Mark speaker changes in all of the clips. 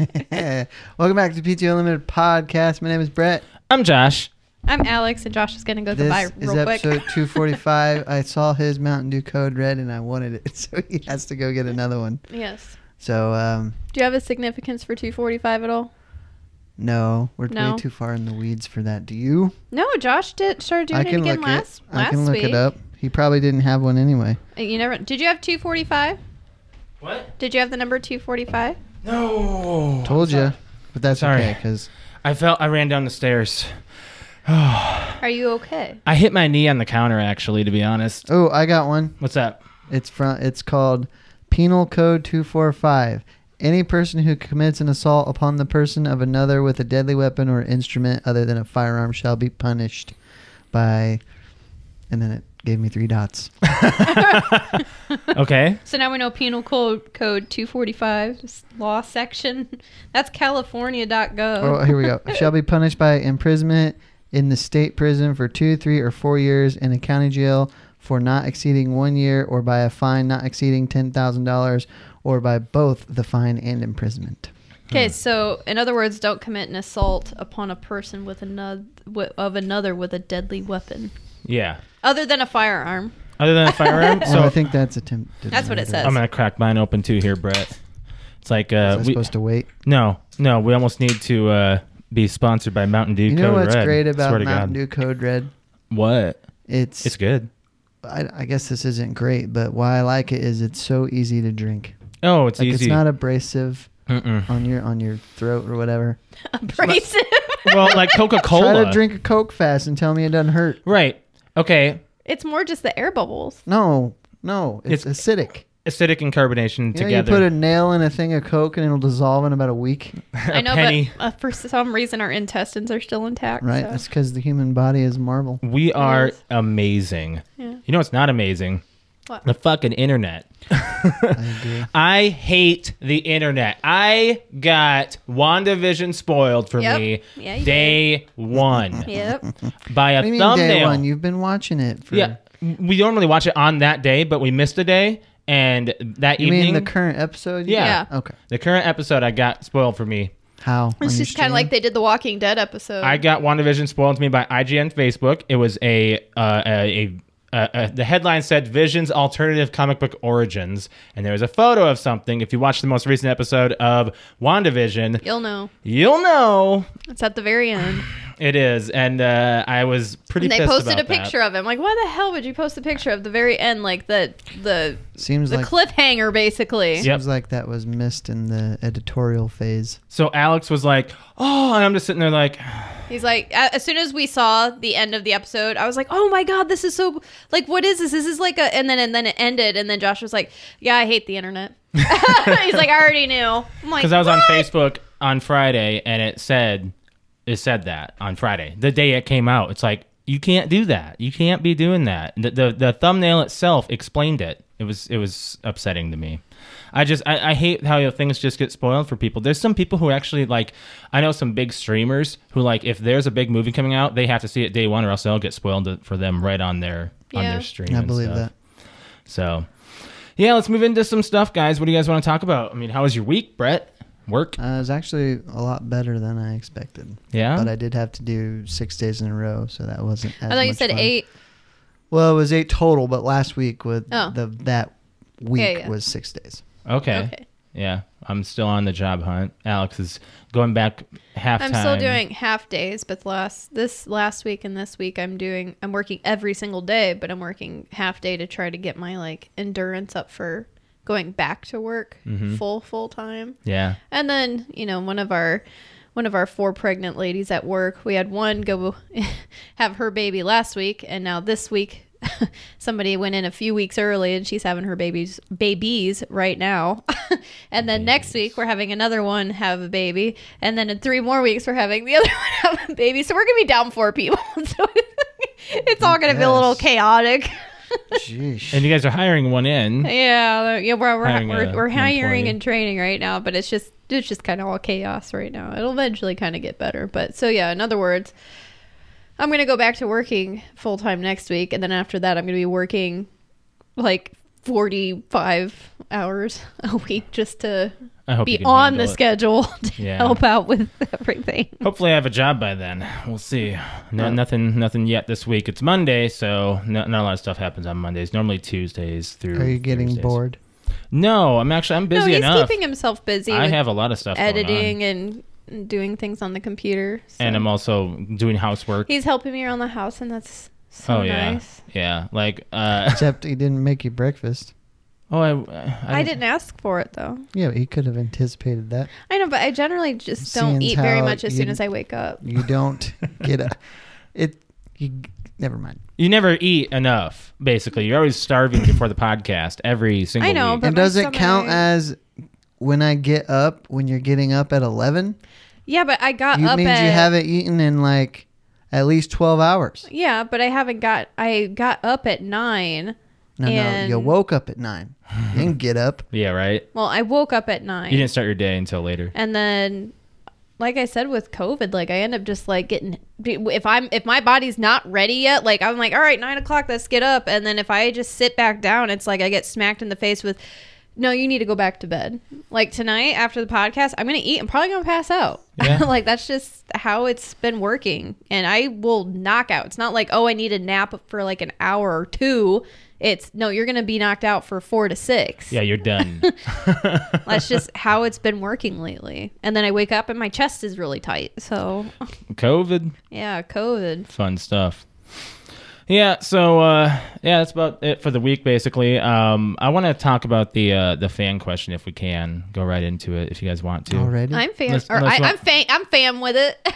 Speaker 1: Welcome back to PTO Unlimited podcast. My name is Brett.
Speaker 2: I'm Josh.
Speaker 3: I'm Alex, and Josh is going to go
Speaker 1: This
Speaker 3: goodbye
Speaker 1: is
Speaker 3: real quick.
Speaker 1: episode 245. I saw his Mountain Dew code red and I wanted it, so he has to go get another one.
Speaker 3: yes.
Speaker 1: So, um,
Speaker 3: Do you have a significance for 245 at all?
Speaker 1: no, we're
Speaker 3: No.
Speaker 1: way too far in the weeds for that. Do you?
Speaker 3: No, Josh did started doing
Speaker 1: I
Speaker 3: it
Speaker 1: can
Speaker 3: again
Speaker 1: look
Speaker 3: last
Speaker 1: it.
Speaker 3: last
Speaker 1: I can look
Speaker 3: week. Uh,
Speaker 1: it up. He probably didn't have one anyway.
Speaker 3: You never did. You have 245?
Speaker 2: What?
Speaker 3: Did you have the number 245?
Speaker 4: No.
Speaker 1: Told you, but that's
Speaker 4: Sorry.
Speaker 1: okay because
Speaker 4: I felt I ran down the stairs.
Speaker 3: Are you okay?
Speaker 4: I hit my knee on the counter actually, to be honest.
Speaker 1: oh, I got one.
Speaker 4: What's up?
Speaker 1: It's from. It's called Penal Code 245. Any person who commits an assault upon the person of another with a deadly weapon or instrument other than a firearm shall be punished by. And then it gave me three dots.
Speaker 4: Okay.
Speaker 3: So now we know Penal Code Code 245 's law section. That's
Speaker 1: Oh,
Speaker 3: California.gov.
Speaker 1: here we go. Shall be punished by imprisonment in the state prison for two, three, or four years in a county jail for not exceeding one year, or by a fine not exceeding ten thousand dollars, or by both the fine and imprisonment.
Speaker 3: Okay, so in other words, don't commit an assault upon a person with another wi of another with a deadly weapon
Speaker 4: Yeah.
Speaker 3: other than a firearm.
Speaker 4: Other than a firearm,
Speaker 1: So I
Speaker 4: so
Speaker 1: think that's attempted.
Speaker 3: That's what it
Speaker 1: murder.
Speaker 3: says.
Speaker 4: I'm gonna crack mine open too here, Brett. It's like
Speaker 1: Was
Speaker 4: uh,
Speaker 1: I
Speaker 4: we,
Speaker 1: supposed to wait?
Speaker 4: no, no, we almost need to uh, be sponsored by Mountain Dew.
Speaker 1: You know
Speaker 4: Code
Speaker 1: what's
Speaker 4: Red.
Speaker 1: great
Speaker 4: Swear
Speaker 1: about
Speaker 4: to
Speaker 1: Mountain
Speaker 4: God.
Speaker 1: Dew Code Red?
Speaker 4: What?
Speaker 1: It's,
Speaker 4: It's good.
Speaker 1: I, I guess this isn't great, but why I like it is it's so easy to drink.
Speaker 4: Oh, it's
Speaker 1: like
Speaker 4: easy.
Speaker 1: it's not abrasive
Speaker 4: Mm-mm.
Speaker 1: on your on your throat or whatever.
Speaker 3: Abrasive.
Speaker 4: well, like Coca
Speaker 1: Try
Speaker 4: Cola.
Speaker 1: to drink a Coke fast and tell me it doesn't hurt.
Speaker 4: Right. Okay.
Speaker 3: it's more just the air bubbles.
Speaker 1: No, no, it's, acidic.
Speaker 4: Acidic and carbonation
Speaker 1: You, know, you
Speaker 4: together.
Speaker 1: put a nail in a thing of Coke and it'll dissolve in about a week,
Speaker 3: I know,
Speaker 4: penny.
Speaker 3: but uh, for some reason our intestines are still intact.
Speaker 1: right?
Speaker 3: so-
Speaker 1: That's because the human body is marble.
Speaker 4: we are
Speaker 3: is.
Speaker 4: amazing.
Speaker 3: Yeah.
Speaker 4: You know it's not amazing?
Speaker 3: What?
Speaker 4: The fucking internet.
Speaker 1: agree.
Speaker 4: I hate the internet. I got WandaVision spoiled for
Speaker 3: Yep.
Speaker 4: me
Speaker 3: Yeah, you
Speaker 4: day one
Speaker 3: Yep.
Speaker 4: by a
Speaker 1: What do you mean
Speaker 4: thumbnail.
Speaker 1: day one? You've been watching it for.
Speaker 4: yeah, we normally watch it on that day, but we missed a day, and that
Speaker 1: You
Speaker 4: evening,
Speaker 1: mean the current episode?
Speaker 4: Yeah.
Speaker 3: Yeah.
Speaker 1: Okay.
Speaker 4: the current episode, I got spoiled for me.
Speaker 1: How?
Speaker 3: It's just
Speaker 1: On your
Speaker 3: kind
Speaker 1: stream?
Speaker 3: of like they did the Walking Dead episode.
Speaker 4: I got WandaVision spoiled to me by IGN Facebook. It was a uh, a, a, uh uh the headline said Vision's alternative comic book origins, and there was a photo of something. If you watch the most recent episode of WandaVision,
Speaker 3: You'll know.
Speaker 4: you'll know
Speaker 3: It's at the very end.
Speaker 4: it is. And uh, I was pretty.
Speaker 3: And they
Speaker 4: pissed
Speaker 3: posted a
Speaker 4: about that.
Speaker 3: picture of him. Like, why the hell would you post a picture of the very end, like the the
Speaker 1: Seems
Speaker 3: the
Speaker 1: like
Speaker 3: cliffhanger, basically?
Speaker 4: Yep.
Speaker 1: Seems like that was missed in the editorial phase.
Speaker 4: So Alex was like, "Oh," and I'm just sitting there like,
Speaker 3: He's like, a- as soon as we saw the end of the episode, I was like, oh my god, this is so like, what is this? This is like a, and then and then it ended, and then Josh was like, yeah, I hate the internet. He's like, I already knew. I'm like,
Speaker 4: because I was on
Speaker 3: "What?"
Speaker 4: Facebook on Friday, and it said, it said that on Friday, the day it came out. It's like you can't do that. You can't be doing that. The the, the thumbnail itself explained it. It was it was upsetting to me. I just I, I hate how things just get spoiled for people. There's some people who actually like I know some big streamers who like if there's a big movie coming out, they have to see it day one or else they'll get spoiled for them right on their on
Speaker 3: Yeah.
Speaker 4: their stream.
Speaker 1: I
Speaker 4: and
Speaker 1: believe
Speaker 4: stuff.
Speaker 1: that.
Speaker 4: So, yeah, let's move into some stuff, guys. What do you guys want to talk about? I mean, how was your week, Brett? Work?
Speaker 1: Uh, it was actually a lot better than I expected.
Speaker 4: Yeah.
Speaker 1: But I did have to do six days in a row, so that wasn't. As
Speaker 3: I thought you
Speaker 1: much
Speaker 3: said
Speaker 1: fun.
Speaker 3: eight.
Speaker 1: Well, it was eight total, but last week with
Speaker 3: Oh.
Speaker 1: the that week
Speaker 3: Yeah, yeah.
Speaker 1: was six days.
Speaker 4: okay.
Speaker 3: Okay.
Speaker 4: Yeah, I'm still on the job hunt. Alex is going back half
Speaker 3: I'm
Speaker 4: time.
Speaker 3: still doing half days, but last this last week and this week I'm doing I'm working every single day, but I'm working half day to try to get my like endurance up for going back to work full full time.
Speaker 4: Yeah.
Speaker 3: And then, you know, one of our one of our four pregnant ladies at work. We had one go have her baby last week, and now this week somebody went in a few weeks early, and she's having her babies babies right now. and then next week we're having another one have a baby, and then in three more weeks we're having the other one have a baby. So we're gonna be down four people. so it's all gonna be a little
Speaker 1: Yes.
Speaker 3: chaotic.
Speaker 1: Jeez.
Speaker 4: And you guys are hiring one in.
Speaker 3: Yeah, yeah, we're we're
Speaker 4: Hiring
Speaker 3: we're,
Speaker 4: a-
Speaker 3: we're
Speaker 4: an
Speaker 3: hiring
Speaker 4: employee.
Speaker 3: and training right now, but it's just it's just kind of all chaos right now. It'll eventually kind of get better, but so yeah. In other words, I'm gonna go back to working full time next week, and then after that, I'm gonna be working like 45 hours a week just to
Speaker 4: I hope you
Speaker 3: be
Speaker 4: can
Speaker 3: on
Speaker 4: handle
Speaker 3: the
Speaker 4: it.
Speaker 3: schedule to
Speaker 4: Yeah.
Speaker 3: help out with everything.
Speaker 4: Hopefully, I have a job by then. We'll see. No, nothing, nothing yet this week. It's Monday, so no, not a lot of stuff happens on Mondays. Normally Tuesdays through.
Speaker 1: Are you getting
Speaker 4: Thursdays.
Speaker 1: bored?
Speaker 4: No, I'm actually I'm busy
Speaker 3: no, he's
Speaker 4: enough.
Speaker 3: keeping himself busy.
Speaker 4: I
Speaker 3: with
Speaker 4: have a lot of stuff going on.
Speaker 3: editing and and doing things on the computer. so-
Speaker 4: and I'm also doing housework.
Speaker 3: He's helping me around the house, and that's so
Speaker 4: oh yeah,
Speaker 3: nice.
Speaker 4: yeah. Like, uh,
Speaker 1: Except he didn't make you breakfast.
Speaker 4: oh, I, I,
Speaker 3: I, didn't ask for it though.
Speaker 1: Yeah, he could have anticipated that.
Speaker 3: I know, but I generally just don't
Speaker 1: Seeing
Speaker 3: eat very
Speaker 1: how
Speaker 3: much as
Speaker 1: you-
Speaker 3: soon as I wake up.
Speaker 1: You don't get a. It. You never mind.
Speaker 4: You never eat enough. Basically, you're always starving before the podcast every single.
Speaker 3: I know,
Speaker 4: week.
Speaker 3: But
Speaker 1: and
Speaker 3: my
Speaker 1: does it
Speaker 3: stomach-
Speaker 1: count as when I get up? When you're getting up at eleven,
Speaker 3: Yeah, but I got
Speaker 1: you
Speaker 3: up
Speaker 1: means
Speaker 3: at
Speaker 1: you haven't eaten in like at least twelve hours.
Speaker 3: yeah, but I haven't got. I got up at nine.
Speaker 1: No, no, you
Speaker 3: And-
Speaker 1: woke up at nine. You didn't get up.
Speaker 4: yeah, right.
Speaker 3: Well, I woke up at nine,
Speaker 4: You didn't start your day until later.
Speaker 3: and then, like I said with COVID, like I end up just like getting. If I'm if my body's not ready yet, like I'm like, all right, nine o'clock, let's get up. And then if I just sit back down, it's like I get smacked in the face with. No, you need to go back to bed. Like tonight after the podcast, I'm gonna eat. I'm probably gonna pass out.
Speaker 4: Yeah.
Speaker 3: like that's just how it's been working. And I will knock out. It's not like oh, I need a nap for like an hour or two. It's no, you're gonna be knocked out for four to six.
Speaker 4: Yeah, you're done.
Speaker 3: That's just how it's been working lately. And then I wake up and my chest is really tight. So
Speaker 4: COVID,
Speaker 3: yeah, COVID.
Speaker 4: fun stuff. Yeah, so uh, yeah, that's about it for the week. Basically, um, I want to talk about the uh, the fan question if we can go right into it if you guys want to.
Speaker 1: Already,
Speaker 3: I'm fam.
Speaker 4: Let's-
Speaker 3: or
Speaker 4: let's
Speaker 3: I,
Speaker 4: not-
Speaker 3: I'm fam. I'm fam with it. I'm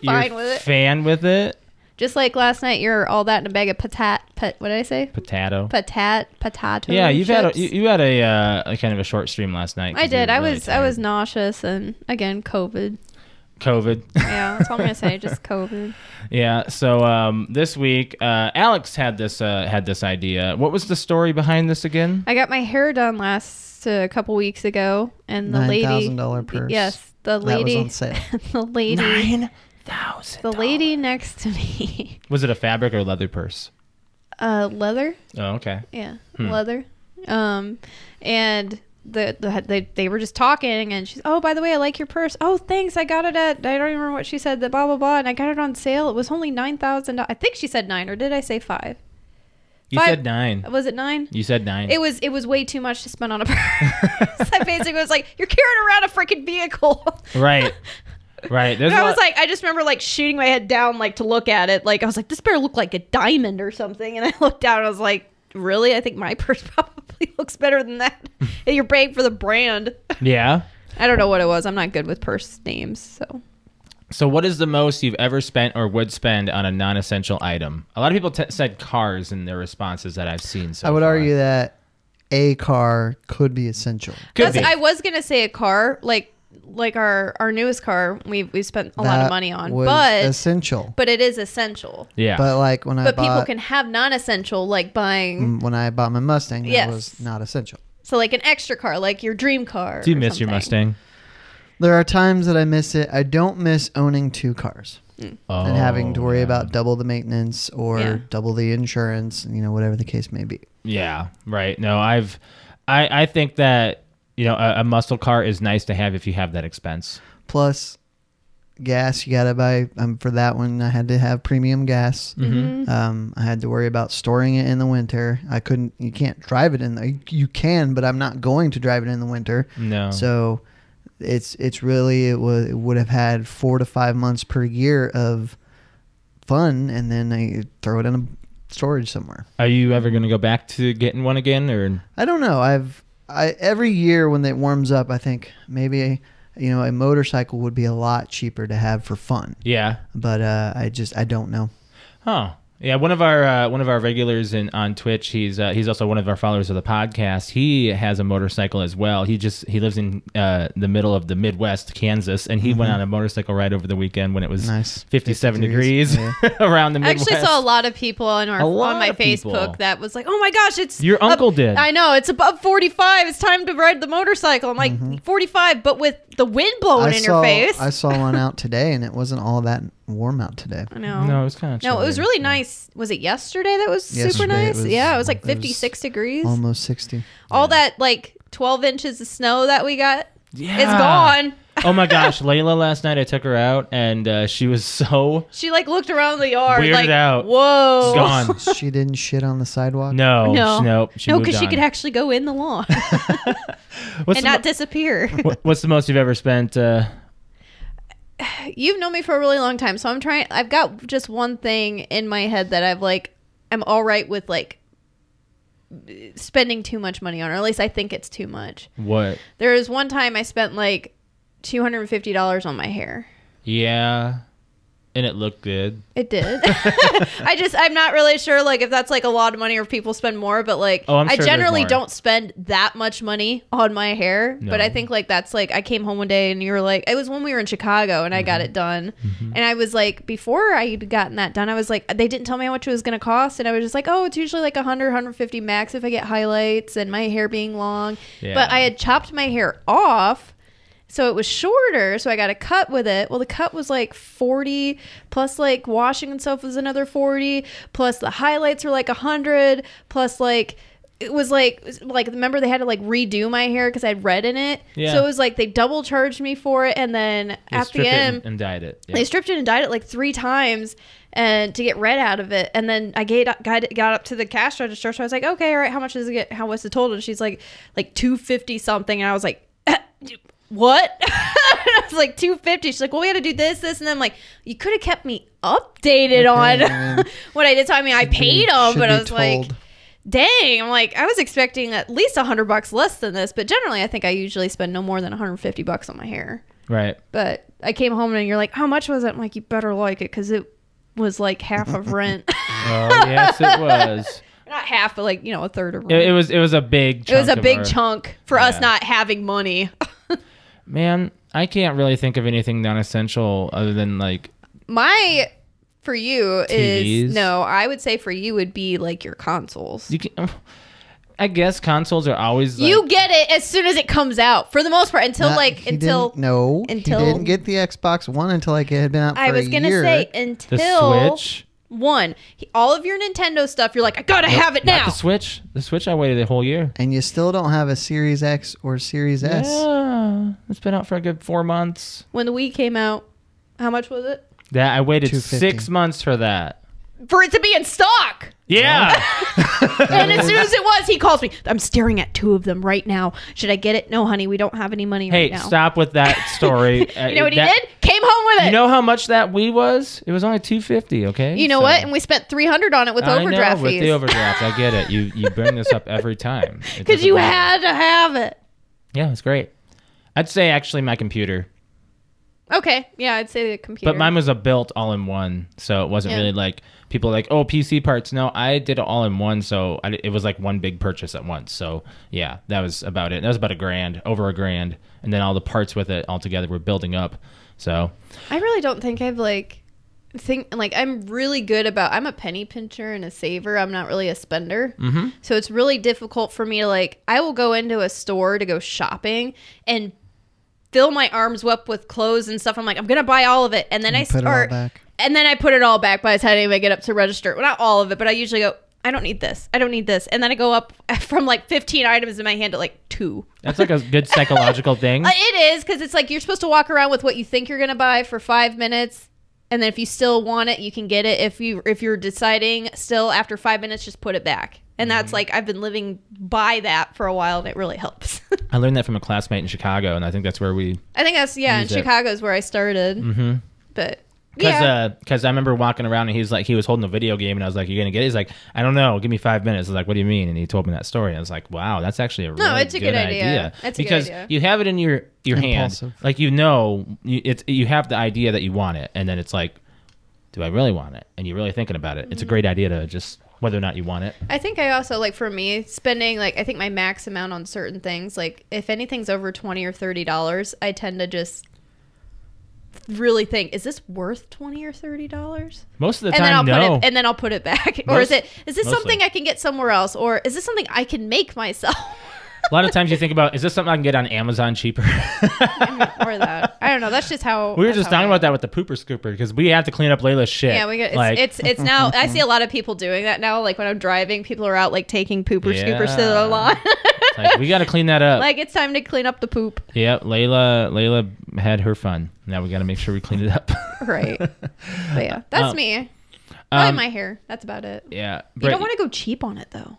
Speaker 4: You're
Speaker 3: fine with it.
Speaker 4: Fan with it.
Speaker 3: Just like last night, you're all that in a bag of patat. Pat, what did I say?
Speaker 4: Potato.
Speaker 3: Patat. Potato.
Speaker 4: yeah, you've had
Speaker 3: chips.
Speaker 4: a, you, you had a, uh, a kind of a short stream last night. 'cause
Speaker 3: I
Speaker 4: you
Speaker 3: did.
Speaker 4: were
Speaker 3: I
Speaker 4: really
Speaker 3: was. I
Speaker 4: tired.
Speaker 3: was nauseous, and again, COVID.
Speaker 4: COVID.
Speaker 3: Yeah, that's all I'm gonna say. Just COVID.
Speaker 4: yeah. So um, this week, uh, Alex had this uh, had this idea. What was the story behind this again?
Speaker 3: I got my hair done last uh, a couple weeks ago, and the lady.
Speaker 1: $9,000 purse.
Speaker 3: Yes, the
Speaker 1: that was
Speaker 3: lady.
Speaker 1: on sale.
Speaker 3: the lady.
Speaker 4: thousand.
Speaker 3: The lady next to me,
Speaker 4: Was it a fabric or leather purse?
Speaker 3: uh, leather,
Speaker 4: Oh, okay.
Speaker 3: yeah, leather, um, and the, the they they were just talking, and she's, oh, by the way, I like your purse. Oh, thanks, I got it at I don't even remember what she said. The blah blah blah, and I got it on sale. It was only nine thousand. I think she said nine, or did I say five?
Speaker 4: You
Speaker 3: Five-
Speaker 4: said nine.
Speaker 3: Was it nine?
Speaker 4: You said nine.
Speaker 3: It was it was way too much to spend on a purse. I basically was like, you're carrying around a freaking vehicle.
Speaker 4: right. Right. There's
Speaker 3: And
Speaker 4: a
Speaker 3: I
Speaker 4: lot-
Speaker 3: was like, I just remember like shooting my head down, like to look at it. Like I was like, this bear looked like a diamond or something. And I looked down and I was like, really? I think my purse probably looks better than that. And You're paying for the brand.
Speaker 4: yeah.
Speaker 3: I don't know what it was. I'm not good with purse names, so
Speaker 4: So, what is the most you've ever spent or would spend on a non-essential item? A lot of people t- said cars in their responses that I've seen. So
Speaker 1: I would
Speaker 4: far.
Speaker 1: argue that a car could be essential.
Speaker 4: Could be.
Speaker 3: That's- I was gonna say a car, like like our our newest car. We we spent a lot of
Speaker 1: That
Speaker 3: money on,
Speaker 1: was
Speaker 3: but
Speaker 1: essential.
Speaker 3: but it is essential.
Speaker 4: yeah.
Speaker 1: But like when I
Speaker 3: But people
Speaker 1: bought
Speaker 3: can have non-essential, like buying
Speaker 4: Mm.
Speaker 1: when I bought my Mustang, that
Speaker 3: Yes.
Speaker 1: was not essential.
Speaker 3: so like an extra car, like your dream car.
Speaker 4: Do you
Speaker 3: or
Speaker 4: miss your
Speaker 3: something.
Speaker 4: Mustang?
Speaker 1: There are times that I miss it. I don't miss owning two cars
Speaker 4: Oh,
Speaker 1: and having to worry
Speaker 4: yeah.
Speaker 1: about double the maintenance or
Speaker 3: Yeah.
Speaker 1: double the insurance, you know, whatever the case may be.
Speaker 4: Yeah, right. No, I've, I, I think that you know a, a muscle car is nice to have if you have that expense.
Speaker 1: Plus, gas you gotta buy. Um, for that one, I had to have premium gas. Um, I had to worry about storing it in the winter. I couldn't. You can't drive it in. The, you can, but I'm not going to drive it in the winter.
Speaker 4: No.
Speaker 1: So it's it's really it would it would have had four to five months per year of fun, and then I throw it in a storage somewhere.
Speaker 4: Are you ever going to go back to getting one again, or
Speaker 1: I don't know. I've I every year when it warms up, I think maybe you know, a motorcycle would be a lot cheaper to have for fun.
Speaker 4: Yeah.
Speaker 1: But uh, I just I don't know.
Speaker 4: Huh. Yeah, one of our uh, one of our regulars in on Twitch. He's uh, he's also one of our followers of the podcast. He has a motorcycle as well. He just he lives in uh, the middle of the Midwest, Kansas, and he went on a motorcycle ride over the weekend when it was
Speaker 1: Mm-hmm. Nice.
Speaker 4: 57
Speaker 1: 50 degrees.
Speaker 4: degrees around the
Speaker 3: I
Speaker 4: Midwest.
Speaker 3: actually saw a lot of people on our
Speaker 4: A lot
Speaker 3: on my
Speaker 4: of people.
Speaker 3: Facebook that was like, "Oh my gosh, it's
Speaker 4: Your
Speaker 3: up-
Speaker 4: uncle did.
Speaker 3: I know it's above 45. It's time to ride the motorcycle." I'm like, "45, but with the wind blowing
Speaker 1: Mm-hmm. I
Speaker 3: in
Speaker 1: saw
Speaker 3: your face."
Speaker 1: I saw one out today, and it wasn't all that warm out today.
Speaker 3: I know.
Speaker 4: No, it was kind of
Speaker 3: No, it was really nice. Was it yesterday that was super
Speaker 1: Yesterday it
Speaker 3: nice?
Speaker 1: was-
Speaker 3: yeah, it was like
Speaker 1: it was
Speaker 3: 56 degrees.
Speaker 1: Almost sixty.
Speaker 3: All that like 12 inches of snow that we got
Speaker 4: Yeah.
Speaker 3: is gone.
Speaker 4: oh my gosh, Layla last night I took her out and uh, she was so
Speaker 3: She like looked around the yard
Speaker 4: Weirded
Speaker 3: like,
Speaker 4: out.
Speaker 3: "Whoa."
Speaker 4: gone.
Speaker 1: she didn't shit on the sidewalk.
Speaker 4: No,
Speaker 3: No.
Speaker 4: sh- nope. She
Speaker 3: no,
Speaker 4: moved
Speaker 3: because she
Speaker 4: on.
Speaker 3: could actually go in the lawn
Speaker 4: What's
Speaker 3: and
Speaker 4: the
Speaker 3: not
Speaker 4: mo-
Speaker 3: disappear.
Speaker 4: what- what's the most you've ever spent? Uh,
Speaker 3: You've known me for a really long time, so I'm trying. I've got just one thing in my head that I've like, I'm all right with like spending too much money on, or at least I think it's too much.
Speaker 4: what?
Speaker 3: There was one time I spent like two hundred and fifty dollars on my hair.
Speaker 4: Yeah, and it looked good.
Speaker 3: It did. I just I'm not really sure like if that's like a lot of money or if people spend more, but like
Speaker 4: Oh, I'm sure
Speaker 3: I
Speaker 4: there's
Speaker 3: generally
Speaker 4: more.
Speaker 3: don't spend that much money on my hair. But I
Speaker 4: No.
Speaker 3: think like that's like I came home one day and you were like it was when we were in Chicago and I
Speaker 4: Mm-hmm.
Speaker 3: got it done. And I was like before I had gotten that done, I was like they didn't tell me how much it was gonna cost and I was just like, Oh, it's usually like 100, 150 max if I get highlights and my hair being long. But
Speaker 4: Yeah.
Speaker 3: I had chopped my hair off so it was shorter, so I got a cut with it. Well, the cut was like 40, plus like washing and stuff was another 40, plus the highlights were like 100, plus like it was like like remember they had to like redo my hair cuz I had red in it.
Speaker 4: Yeah.
Speaker 3: So it was like they double charged me for it and then
Speaker 4: They
Speaker 3: at
Speaker 4: strip
Speaker 3: the
Speaker 4: it
Speaker 3: end
Speaker 4: and, and dyed it. Yeah.
Speaker 3: they stripped it and dyed it like three times and to get red out of it and then i get, got, got up to the cash register so i was like okay all right how much does it get how what's the total and she's like like 250 something and i was like what i was like 250 she's like well we had to do this this and then i'm like you could have kept me updated
Speaker 1: I
Speaker 3: on
Speaker 1: mean,
Speaker 3: what i did so i mean i paid them
Speaker 1: should
Speaker 3: but i
Speaker 1: be
Speaker 3: was like
Speaker 1: told.
Speaker 3: dang i'm like i was expecting at least 100 bucks less than this but generally i think i usually spend no more than 150 bucks on my hair
Speaker 4: Right.
Speaker 3: but I came home and you're like, how much was it? I'm like, you better like it because it was like half of rent.
Speaker 4: Oh yes, it was.
Speaker 3: not half, but like, you know, a third of rent.
Speaker 4: It,
Speaker 3: It,
Speaker 4: it was. It was a big. Chunk
Speaker 3: was a
Speaker 4: of
Speaker 3: big
Speaker 4: our-
Speaker 3: chunk for us
Speaker 4: Yeah.
Speaker 3: not having money.
Speaker 4: Man, I can't really think of anything non-essential other than like
Speaker 3: My for you
Speaker 4: TVs?
Speaker 3: is no, I would say for you would be like your consoles. You,
Speaker 4: you can. I guess consoles are always. Like,
Speaker 3: get it as soon as it comes out for the most part until
Speaker 1: Not-
Speaker 3: like
Speaker 1: he
Speaker 3: until
Speaker 1: didn't- no,
Speaker 3: until-
Speaker 1: he didn't get the Xbox One until like it had been out. For
Speaker 3: I was
Speaker 1: a
Speaker 3: gonna
Speaker 1: year.
Speaker 3: say
Speaker 4: the
Speaker 3: until
Speaker 4: Switch.
Speaker 3: one, He- all of your Nintendo stuff, you're like, I gotta have it
Speaker 4: Not
Speaker 3: now.
Speaker 4: the Switch. The Switch. I waited a whole year.
Speaker 1: and you still don't have a Series X or Series S.
Speaker 4: Yeah, it's been out for a good four months.
Speaker 3: When the Wii came out, how much was it
Speaker 4: That I waited
Speaker 1: 250.
Speaker 4: six months for that.
Speaker 3: for it to be in stock?
Speaker 4: Yeah.
Speaker 3: And as soon as it was, he calls me. I'm staring at two of them right now. Should I get it? No, honey, we don't have any money
Speaker 4: hey,
Speaker 3: right now.
Speaker 4: stop with that story. Uh,
Speaker 3: You know what he did? Came home with it.
Speaker 4: You know how much that we was? It was only two fifty. Okay.
Speaker 3: You know
Speaker 4: So-
Speaker 3: what? And we spent 300 on it with
Speaker 4: I
Speaker 3: overdraft
Speaker 4: know, with the
Speaker 3: fees
Speaker 4: overdraft. I get it. You you bring this up every time It
Speaker 3: because
Speaker 4: doesn't
Speaker 3: you
Speaker 4: matter.
Speaker 3: had to have it.
Speaker 4: Yeah, it's great. I'd say actually my computer,
Speaker 3: Okay, yeah, I'd say the computer.
Speaker 4: but mine was a built all in one, so it wasn't
Speaker 3: Yeah.
Speaker 4: really like people like oh PC parts. No, I did it all in one, so I, it was like one big purchase at once. So yeah, that was about it. That was about a grand, over a grand, and then all the parts with it all together were building up. So
Speaker 3: I really don't think I've like think like I'm really good about I'm a penny pincher and a saver. I'm not really a spender. Mm-hmm. So it's really difficult for me to like I will go into a store to go shopping and fill my arms up with clothes and stuff. I'm like I'm going to buy all of it and then I
Speaker 1: put it all
Speaker 3: start
Speaker 1: back.
Speaker 3: and then I put it all back by the time I get up to register. Well, not all of it, but I usually go I don't need this. I don't need this. And then I go up from like 15 items in my hand to like 2.
Speaker 4: that's like a good psychological thing.
Speaker 3: Uh, It is because it's like you're supposed to walk around with what you think you're gonna buy for five minutes, and then if you still want it, you can get it. If you if you're deciding still after five minutes, just put it back. And that's like I've been living by that for a while, and it really helps.
Speaker 4: I learned that from a classmate in Chicago, and I think that's where we
Speaker 3: I think that's yeah. In
Speaker 4: Use it.
Speaker 3: Chicago's where I started, mm-hmm. but
Speaker 4: Because
Speaker 3: Yeah.
Speaker 4: uh, I remember walking around and he's like, he was holding a video game and I was like, you're going to get it? He's like, I don't know. Give me five minutes. I was like, what do you mean? And he told me that story. And I was like, wow, that's actually a really
Speaker 3: it's a good idea. It's a good
Speaker 4: because
Speaker 3: idea.
Speaker 4: you have it in your, your hand.
Speaker 1: Impulsive.
Speaker 4: Like, you know, you, it's, you have the idea that you want it. And then it's like, do I really want it? And you're really thinking about it. It's
Speaker 3: Mm-hmm.
Speaker 4: a great idea to just whether or not you want it.
Speaker 3: I think I also like for me spending like I think my max amount on certain things like if anything's over twenty or thirty dollars, I tend to just really think is this worth twenty or thirty dollars?
Speaker 4: Most of the
Speaker 3: And then I'll
Speaker 4: time,
Speaker 3: put
Speaker 4: no.
Speaker 3: it and then I'll put it back. or is
Speaker 4: Most-
Speaker 3: it is this
Speaker 4: mostly.
Speaker 3: something I can get somewhere else? Or is this something I can make myself?
Speaker 4: a lot of times you think about, is this something I can get on Amazon cheaper?
Speaker 3: or that I don't know. That's just how
Speaker 4: We were
Speaker 3: that's
Speaker 4: just
Speaker 3: how I
Speaker 4: talking about that with the pooper scooper because we have to clean up Layla's shit.
Speaker 3: Yeah, we get it's,
Speaker 4: like
Speaker 3: it's it's now. I see a lot of people doing that now. Like when I'm driving, people are out like taking pooper scoopers to
Speaker 4: Yeah.
Speaker 3: the lawn.
Speaker 4: like, we got to clean that up.
Speaker 3: like it's time to clean up the poop.
Speaker 4: yep, Layla Layla had her fun. Now we got to make sure we clean it up.
Speaker 3: Right. but yeah, that's
Speaker 4: Um,
Speaker 3: me. Probably
Speaker 4: Um,
Speaker 3: my hair. That's about it.
Speaker 4: yeah,
Speaker 3: you
Speaker 4: Brit-
Speaker 3: don't want to go cheap on it though.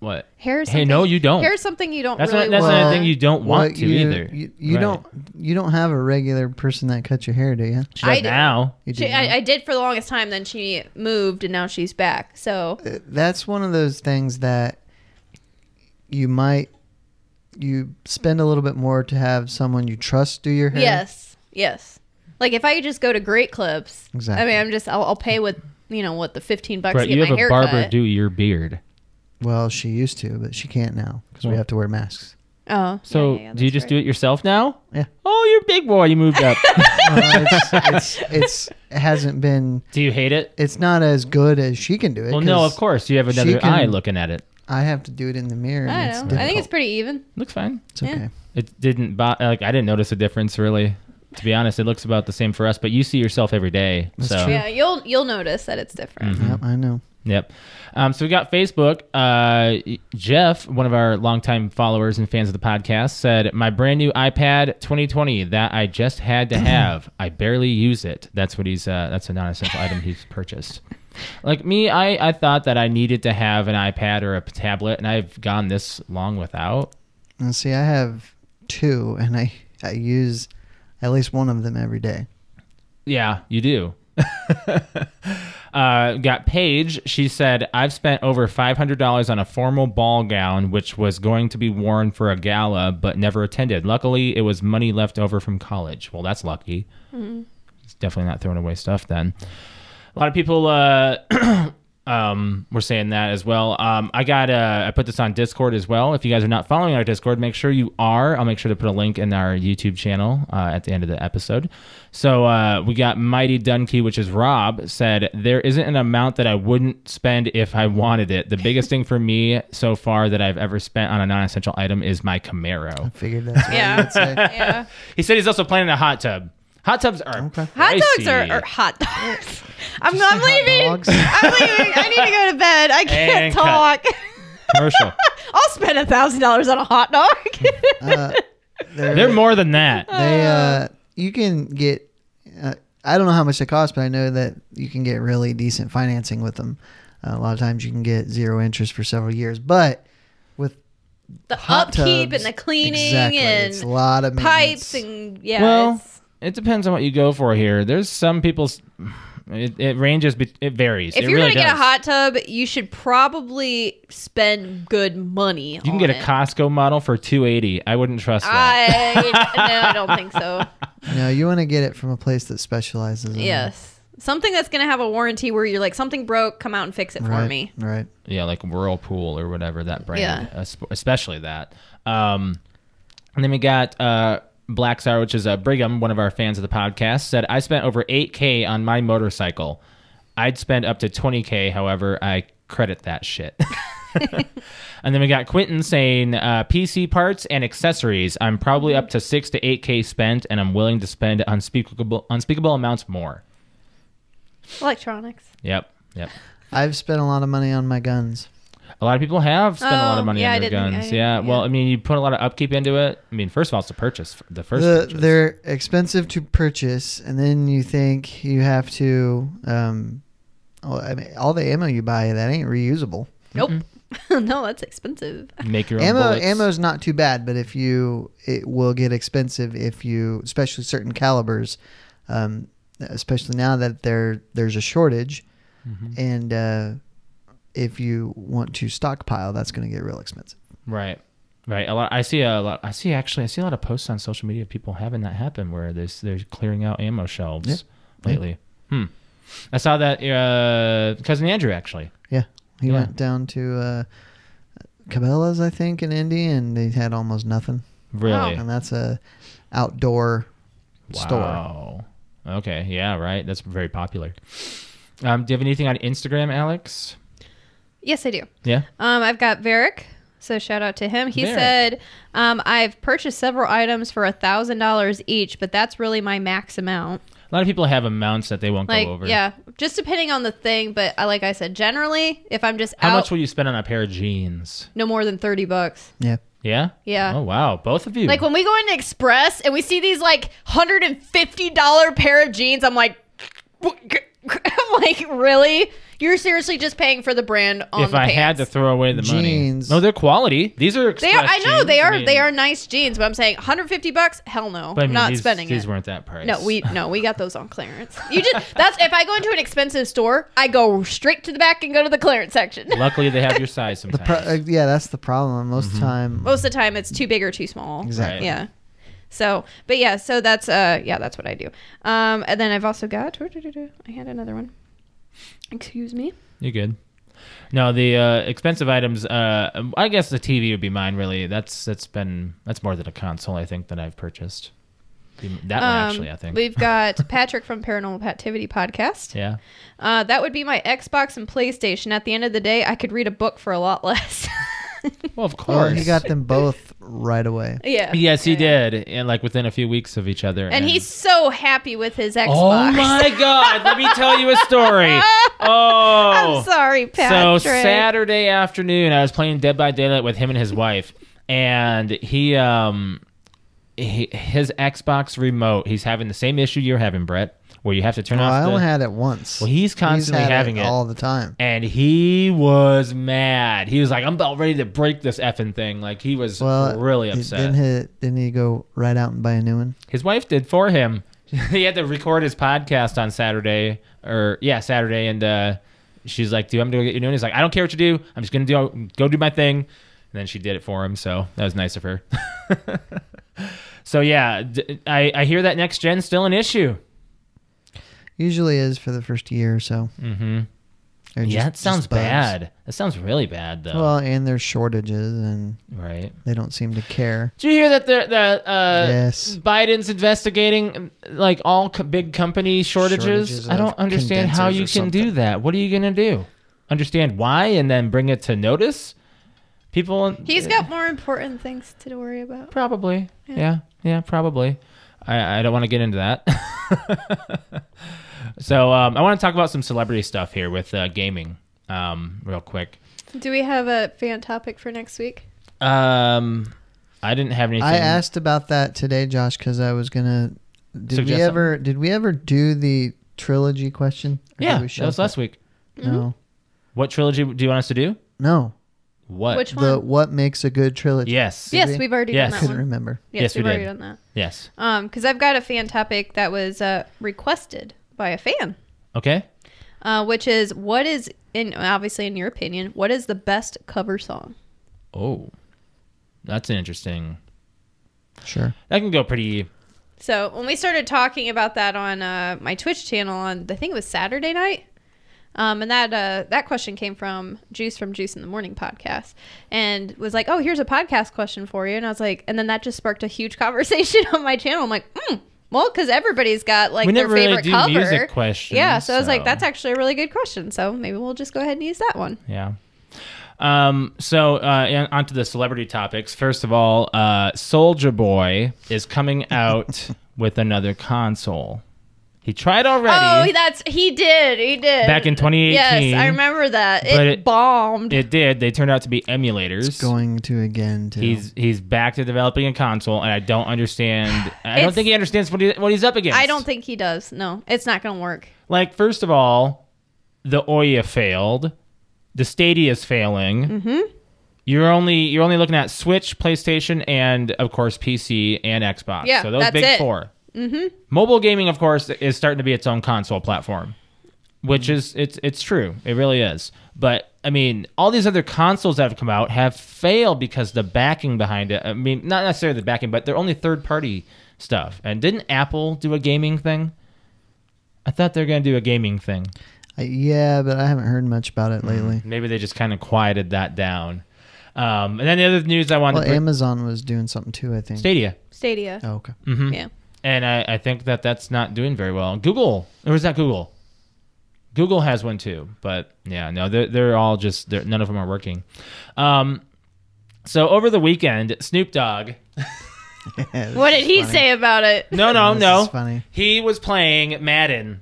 Speaker 4: what?
Speaker 3: Hair. Is
Speaker 4: Hey,
Speaker 3: something-
Speaker 4: no, you don't.
Speaker 3: Hair is something you don't
Speaker 4: That's
Speaker 3: really.
Speaker 4: not- that's
Speaker 3: want.
Speaker 4: not anything you don't
Speaker 1: what
Speaker 4: want to
Speaker 1: you-
Speaker 4: either.
Speaker 1: You, you
Speaker 4: Right.
Speaker 1: don't you don't have a regular person that cuts your hair, do you?
Speaker 4: She does
Speaker 3: I do.
Speaker 4: now.
Speaker 1: You do
Speaker 3: She,
Speaker 1: now.
Speaker 3: I, I did for the longest time. Then she moved, and now she's back. So
Speaker 1: that's one of those things that you might you spend a little bit more to have someone you trust do your hair.
Speaker 3: yes, yes. Like if I could just go to Great Clips. I
Speaker 1: Exactly.
Speaker 3: mean, I'm just. I'll, I'll pay with you know what the 15 bucks
Speaker 4: Brett,
Speaker 3: to get
Speaker 4: you
Speaker 3: my
Speaker 4: have a
Speaker 3: hair
Speaker 4: barber
Speaker 3: cut.
Speaker 4: do your beard.
Speaker 1: Well, she used to, but she can't now because we
Speaker 4: Well.
Speaker 1: have to wear masks.
Speaker 3: oh,
Speaker 4: So do you just do it yourself now?
Speaker 1: Yeah.
Speaker 4: Oh, you're a big boy. You moved up.
Speaker 1: Well, Uh, it's, it's, it's it hasn't been.
Speaker 4: do you hate it?
Speaker 1: It's not as good as she can do it.
Speaker 4: Well, no,
Speaker 1: 'cause
Speaker 4: of course. You have
Speaker 1: she
Speaker 4: another
Speaker 1: can-
Speaker 4: eye looking at it.
Speaker 1: I have to do it in the mirror. And
Speaker 3: I
Speaker 1: it's
Speaker 3: don't know.
Speaker 1: difficult.
Speaker 3: I think it's pretty even.
Speaker 4: Looks fine.
Speaker 1: It's okay.
Speaker 4: It didn't. Bo- like I didn't notice a difference really. To be honest, it looks about the same for us. But you see yourself every day.
Speaker 1: That's
Speaker 4: so.
Speaker 1: true.
Speaker 3: Yeah, you'll you'll notice that it's different.
Speaker 4: Mm-hmm.
Speaker 1: Yep, I know.
Speaker 4: Yep. Um, so we got Facebook. Uh, Jeff, one of our longtime followers and fans of the podcast, said, "My brand new iPad 2020 that I just had to have. I barely use it. That's what he's. Uh, that's a non-essential item he's purchased. Like me, I I thought that I needed to have an iPad or a tablet, and I've gone this long without.
Speaker 1: And see, I have two, and I I use at least one of them every day.
Speaker 4: Yeah, you do. uh, got Paige. She said, I've spent over $500 on a formal ball gown, which was going to be worn for a gala, but never attended. Luckily, it was money left over from college. Well, that's lucky. It's definitely not throwing away stuff then. A lot of people uh, um, were saying that as well. Um, I got uh, I put this on Discord as well. If you guys are not following our Discord, make sure you are. I'll make sure to put a link in our YouTube channel uh, at the end of the episode. So uh, we got Mighty Dunkey, which is Rob, said there isn't an amount that I wouldn't spend if I wanted it. The biggest thing for me so far that I've ever spent on a non-essential item is my Camaro.
Speaker 1: Figured that's what
Speaker 3: Yeah.
Speaker 1: I would say.
Speaker 3: Yeah.
Speaker 4: He said he's also planning a hot tub. Hot tubs are
Speaker 3: Hot dogs
Speaker 4: pricey.
Speaker 3: are, are hot dogs. I'm,
Speaker 1: say
Speaker 3: I'm
Speaker 1: hot
Speaker 3: leaving. I'm
Speaker 1: dogs.
Speaker 3: leaving. I need to go to bed. I can't
Speaker 4: And cut.
Speaker 3: talk.
Speaker 4: commercial.
Speaker 3: I'll spend a thousand dollars on a hot dog.
Speaker 1: Uh, they're,
Speaker 4: They're more than that.
Speaker 3: Oh.
Speaker 1: they uh, you can get. Uh, I don't know how much they cost, but I know that you can get really decent financing with them. Uh, a lot of times, you can get zero interest for several years, but with
Speaker 3: the
Speaker 1: hot
Speaker 3: upkeep
Speaker 1: tubs,
Speaker 3: and the cleaning
Speaker 1: exactly, it's a
Speaker 3: and
Speaker 1: lot of
Speaker 3: pipes
Speaker 1: maintenance.
Speaker 3: and yeah.
Speaker 4: Well,
Speaker 3: it's-
Speaker 4: it depends on what you go for here. There's some people's. It, it ranges. bet- It varies.
Speaker 3: if
Speaker 4: It
Speaker 3: you're
Speaker 4: really
Speaker 3: gonna get a
Speaker 4: does.
Speaker 3: hot tub, you should probably spend good money.
Speaker 4: you can get a
Speaker 3: it.
Speaker 4: Costco model for 280. I wouldn't trust that.
Speaker 3: I no, I don't think
Speaker 4: Mm.
Speaker 3: so.
Speaker 1: No, you want to get it from a place that specializes. in it.
Speaker 3: Yes, something that's gonna have a warranty where you're like something broke, come out and fix it
Speaker 1: right,
Speaker 3: for me.
Speaker 1: Right.
Speaker 4: yeah, like Whirlpool or whatever that brand.
Speaker 3: Yeah.
Speaker 4: es- especially that. Um, and then we got uh, Black Star, which is uh, Brigham, one of our fans of the podcast, said I spent over 8k on my motorcycle. I'd spend up to 20k, however, I credit that shit. And then we got Quentin saying uh, PC parts and accessories. I'm probably up to six to eight k spent, and I'm willing to spend unspeakable unspeakable amounts more.
Speaker 3: Electronics.
Speaker 4: Yep, yep.
Speaker 1: I've spent a lot of money on my guns.
Speaker 4: A lot of people have spent a lot of
Speaker 3: Oh,
Speaker 4: money
Speaker 3: yeah, I
Speaker 4: on their
Speaker 3: didn't- I
Speaker 4: guns.
Speaker 3: didn't-
Speaker 4: yeah. Well,
Speaker 3: yeah.
Speaker 4: I mean, you put a lot of upkeep into it. I mean, first of all, it's a purchase. f- The first.
Speaker 1: The,
Speaker 4: purchase.
Speaker 1: they're expensive to purchase, and then you think you have to. Um, well, I mean, all the ammo you buy that ain't reusable.
Speaker 3: Nope. no, that's expensive.
Speaker 4: make your own
Speaker 1: ammo
Speaker 4: bullets.
Speaker 1: ammo's not too bad but if you it will get expensive if you especially certain calibers um especially now that there there's a shortage,
Speaker 4: Mm-hmm.
Speaker 1: and uh, if you want to stockpile, that's going to get real expensive.
Speaker 4: Right. Right. A lot. I see a lot. I see actually. I see a lot of posts on social media of people having that happen where there's they're clearing out ammo shelves lately. Hmm. I saw that uh, cousin Andrew actually.
Speaker 1: Yeah, he
Speaker 4: Yeah.
Speaker 1: went down to uh, Cabela's, I think, in Indy, and they had almost nothing.
Speaker 4: Really.
Speaker 1: And that's a outdoor store.
Speaker 4: Wow. Okay. Yeah. Right. That's very popular. Um, do you have anything on Instagram, Alex?
Speaker 3: Yes, I do.
Speaker 4: Yeah.
Speaker 3: Um, I've got Varick, so shout out to him. He
Speaker 4: Varick.
Speaker 3: said, um, "I've purchased several items for a thousand dollars each, but that's really my max amount.
Speaker 4: A lot of people have amounts that they won't
Speaker 3: Like,
Speaker 4: go over.
Speaker 3: yeah, just depending on the thing. But I, like I said, generally, if I'm just
Speaker 4: How
Speaker 3: out,
Speaker 4: much will you spend on a pair of jeans?
Speaker 3: no more than thirty bucks.
Speaker 1: Yeah.
Speaker 4: Yeah.
Speaker 3: Yeah.
Speaker 4: Oh wow, both of you.
Speaker 3: Like when we go into Express and we see these like hundred and fifty dollar pair of jeans, I'm like, I'm like, really? You're seriously just paying for the brand on
Speaker 4: if
Speaker 3: the
Speaker 4: I had
Speaker 3: pants?
Speaker 4: to throw away the
Speaker 1: Jeans.
Speaker 4: money. No, they're quality. These are.
Speaker 3: They are. I
Speaker 4: Express
Speaker 3: know
Speaker 4: jeans.
Speaker 3: they
Speaker 4: I
Speaker 3: are.
Speaker 4: mean-
Speaker 3: they are nice jeans, but I'm saying 150 bucks. Hell no,
Speaker 4: But I mean,
Speaker 3: not
Speaker 4: these,
Speaker 3: spending
Speaker 4: These
Speaker 3: it.
Speaker 4: weren't that price.
Speaker 3: No, we no, we got those on clearance. You just that's if I go into an expensive store, I go straight to the back and go to the clearance section.
Speaker 4: Luckily, they have your size
Speaker 1: The
Speaker 4: sometimes.
Speaker 1: pro- uh, yeah, that's the problem. Most
Speaker 4: Mm-hmm.
Speaker 1: time,
Speaker 3: Most of the time, it's too big or too small.
Speaker 1: Exactly.
Speaker 4: Right.
Speaker 3: Yeah. So, but yeah, so that's uh, yeah, that's what I do. Um, and then I've also got I had another one. Excuse me.
Speaker 4: You're good. No, the uh, expensive items. Uh, I guess the TV would be mine. Really, that's that's been that's more than a console. I think that I've purchased. That one
Speaker 3: Um,
Speaker 4: actually, I think.
Speaker 3: we've got Patrick from Paranormal Activity podcast.
Speaker 4: yeah.
Speaker 3: Uh, that would be my Xbox and PlayStation. At the end of the day, I could read a book for a lot less.
Speaker 4: Well, of
Speaker 1: well,
Speaker 4: course.
Speaker 1: Oh, he got them both right away.
Speaker 3: yeah.
Speaker 4: Yes, he
Speaker 3: Yeah, yeah.
Speaker 4: did, and like within a few weeks of each other.
Speaker 3: And he's so happy with his Xbox.
Speaker 4: Oh my God! Let me tell you a story. Oh,
Speaker 3: I'm sorry,
Speaker 4: So
Speaker 3: Patrick.
Speaker 4: Saturday afternoon, I was playing Dead by Daylight with him and his wife, and he um he, his Xbox remote. He's having the same issue you're having, Brett, where you have to turn
Speaker 1: Well,
Speaker 4: off.
Speaker 1: Oh, I
Speaker 4: the,
Speaker 1: only had it once.
Speaker 4: well, he's constantly
Speaker 1: had
Speaker 4: having it,
Speaker 1: all the time.
Speaker 4: and he was mad. He was like, "I'm about ready to break this effing thing." Like he was
Speaker 1: Well,
Speaker 4: really
Speaker 1: he-
Speaker 4: upset.
Speaker 1: Didn't he, didn't he go right out and buy a new one?
Speaker 4: His wife did for him. he had to record his podcast on Saturday, or yeah, Saturday, and uh, she's like, "Dude, I'm doing it." You know, and he's like, "I don't care what you do. I'm just gonna do go do my thing." And then she did it for him, so that was nice of her. so yeah, d- I I hear that next gen's still an issue.
Speaker 1: Usually is for the first year or so.
Speaker 4: Mm-hmm.
Speaker 1: They're
Speaker 4: yeah,
Speaker 1: just-
Speaker 4: that sounds
Speaker 1: just bugs.
Speaker 4: bad. That sounds really bad, though.
Speaker 1: Well, and there's shortages, and
Speaker 4: right.
Speaker 1: they don't seem to care.
Speaker 4: Did you hear that the, the uh,
Speaker 1: Yes.
Speaker 4: Biden's investigating um, like all co- big company shortages?
Speaker 1: Shortages
Speaker 4: I don't
Speaker 1: of
Speaker 4: understand how you
Speaker 1: condensers or
Speaker 4: can do
Speaker 1: something.
Speaker 4: that. What are you going to do? Understand why and then bring it to notice? People
Speaker 3: He's got more important things to worry about.
Speaker 4: probably. Yeah, yeah, probably. I, I don't want to get into that. so um, I want to talk about some celebrity stuff here with uh, gaming um, real quick.
Speaker 3: Do we have a fan topic for next week?
Speaker 4: Um, I didn't have anything.
Speaker 1: I asked about that today, Josh, because I was gonna. Did
Speaker 4: Suggest
Speaker 1: we ever? Did we ever do the trilogy question? Or did
Speaker 4: Yeah,
Speaker 1: we
Speaker 4: that
Speaker 1: shelve
Speaker 4: was last week. Mm-hmm.
Speaker 1: it? No,
Speaker 4: What trilogy do you want us to do?
Speaker 1: no.
Speaker 4: What?
Speaker 3: Which
Speaker 1: The
Speaker 3: one?
Speaker 1: what makes a good trilogy?
Speaker 4: Yes.
Speaker 3: Yes,
Speaker 1: we?
Speaker 3: we? have already
Speaker 4: Yes.
Speaker 3: done that
Speaker 1: couldn't
Speaker 3: one.
Speaker 1: remember.
Speaker 3: Yes,
Speaker 4: Yes, we
Speaker 3: we've already
Speaker 4: did.
Speaker 3: done that.
Speaker 4: Yes.
Speaker 3: Um, because I've got a fan topic that was uh requested by a fan.
Speaker 4: Okay.
Speaker 3: uh, which is what is in obviously in your opinion what is the best cover song
Speaker 4: Oh, that's an interesting.
Speaker 1: Sure.
Speaker 4: That can go pretty.
Speaker 3: so when we started talking about that on uh, my twitch channel on i think it was saturday night um, and that uh, that question came from juice from juice in the morning podcast and was like oh here's a podcast question for you and i was like and then that just sparked a huge conversation on my channel i'm like hmm well, because everybody's got like
Speaker 4: We
Speaker 3: their
Speaker 4: never really
Speaker 3: favorite
Speaker 4: do
Speaker 3: cover.
Speaker 4: music questions,
Speaker 3: yeah, so, I was like,
Speaker 4: so-
Speaker 3: that's actually a really good question. So maybe we'll just go ahead and use that one.
Speaker 4: Yeah. Um. So, uh, and onto the celebrity topics. First of all, uh, Soldier Boy is coming out with another console. He tried already.
Speaker 3: Oh, that's he did. He did.
Speaker 4: Back in 2018.
Speaker 3: Yes, I remember that. It,
Speaker 4: But it-
Speaker 3: bombed.
Speaker 4: it did. They turned out to be emulators.
Speaker 1: Going to again to
Speaker 4: He's he's back to developing a console, and I don't understand. I don't
Speaker 3: It's-
Speaker 4: think he understands what he, what he's up against.
Speaker 3: I don't think he does. No, it's not going to work.
Speaker 4: Like, first of all, the Oya failed. The Stadia's failing. Mm-hmm. You're only you're only looking at Switch, PlayStation, and of course PC and Xbox.
Speaker 3: Yeah,
Speaker 4: so those
Speaker 3: that's
Speaker 4: big
Speaker 3: it. Mm-hmm.
Speaker 4: four. Mobile gaming, of course, is starting to be its own console platform, which is it's it's true. It really is. But I mean, all these other consoles that have come out have failed because the backing behind it. I mean, not necessarily the backing, but they're only third party stuff. And didn't Apple do a gaming thing? I thought they were going to do a gaming thing.
Speaker 1: I, yeah, but I haven't heard much about
Speaker 4: Mm-hmm.
Speaker 1: it lately.
Speaker 4: Maybe they just kind of quieted that down. Um, and then the other news I wanted
Speaker 1: Well,
Speaker 4: to bring,
Speaker 1: Amazon was doing something too, I think.
Speaker 4: Stadia.
Speaker 3: Stadia.
Speaker 1: oh, okay.
Speaker 4: Mm. Mm-hmm.
Speaker 3: Yeah.
Speaker 4: and I, I think that that's not doing very well. Google, or is that Google? Google has one too, but yeah, no, they're they're all just they're, none of them are working. Um, so over the weekend, Snoop Dogg,
Speaker 3: What did he say about it?
Speaker 4: no, no,
Speaker 1: This
Speaker 4: no,
Speaker 1: is funny.
Speaker 4: he was playing Madden,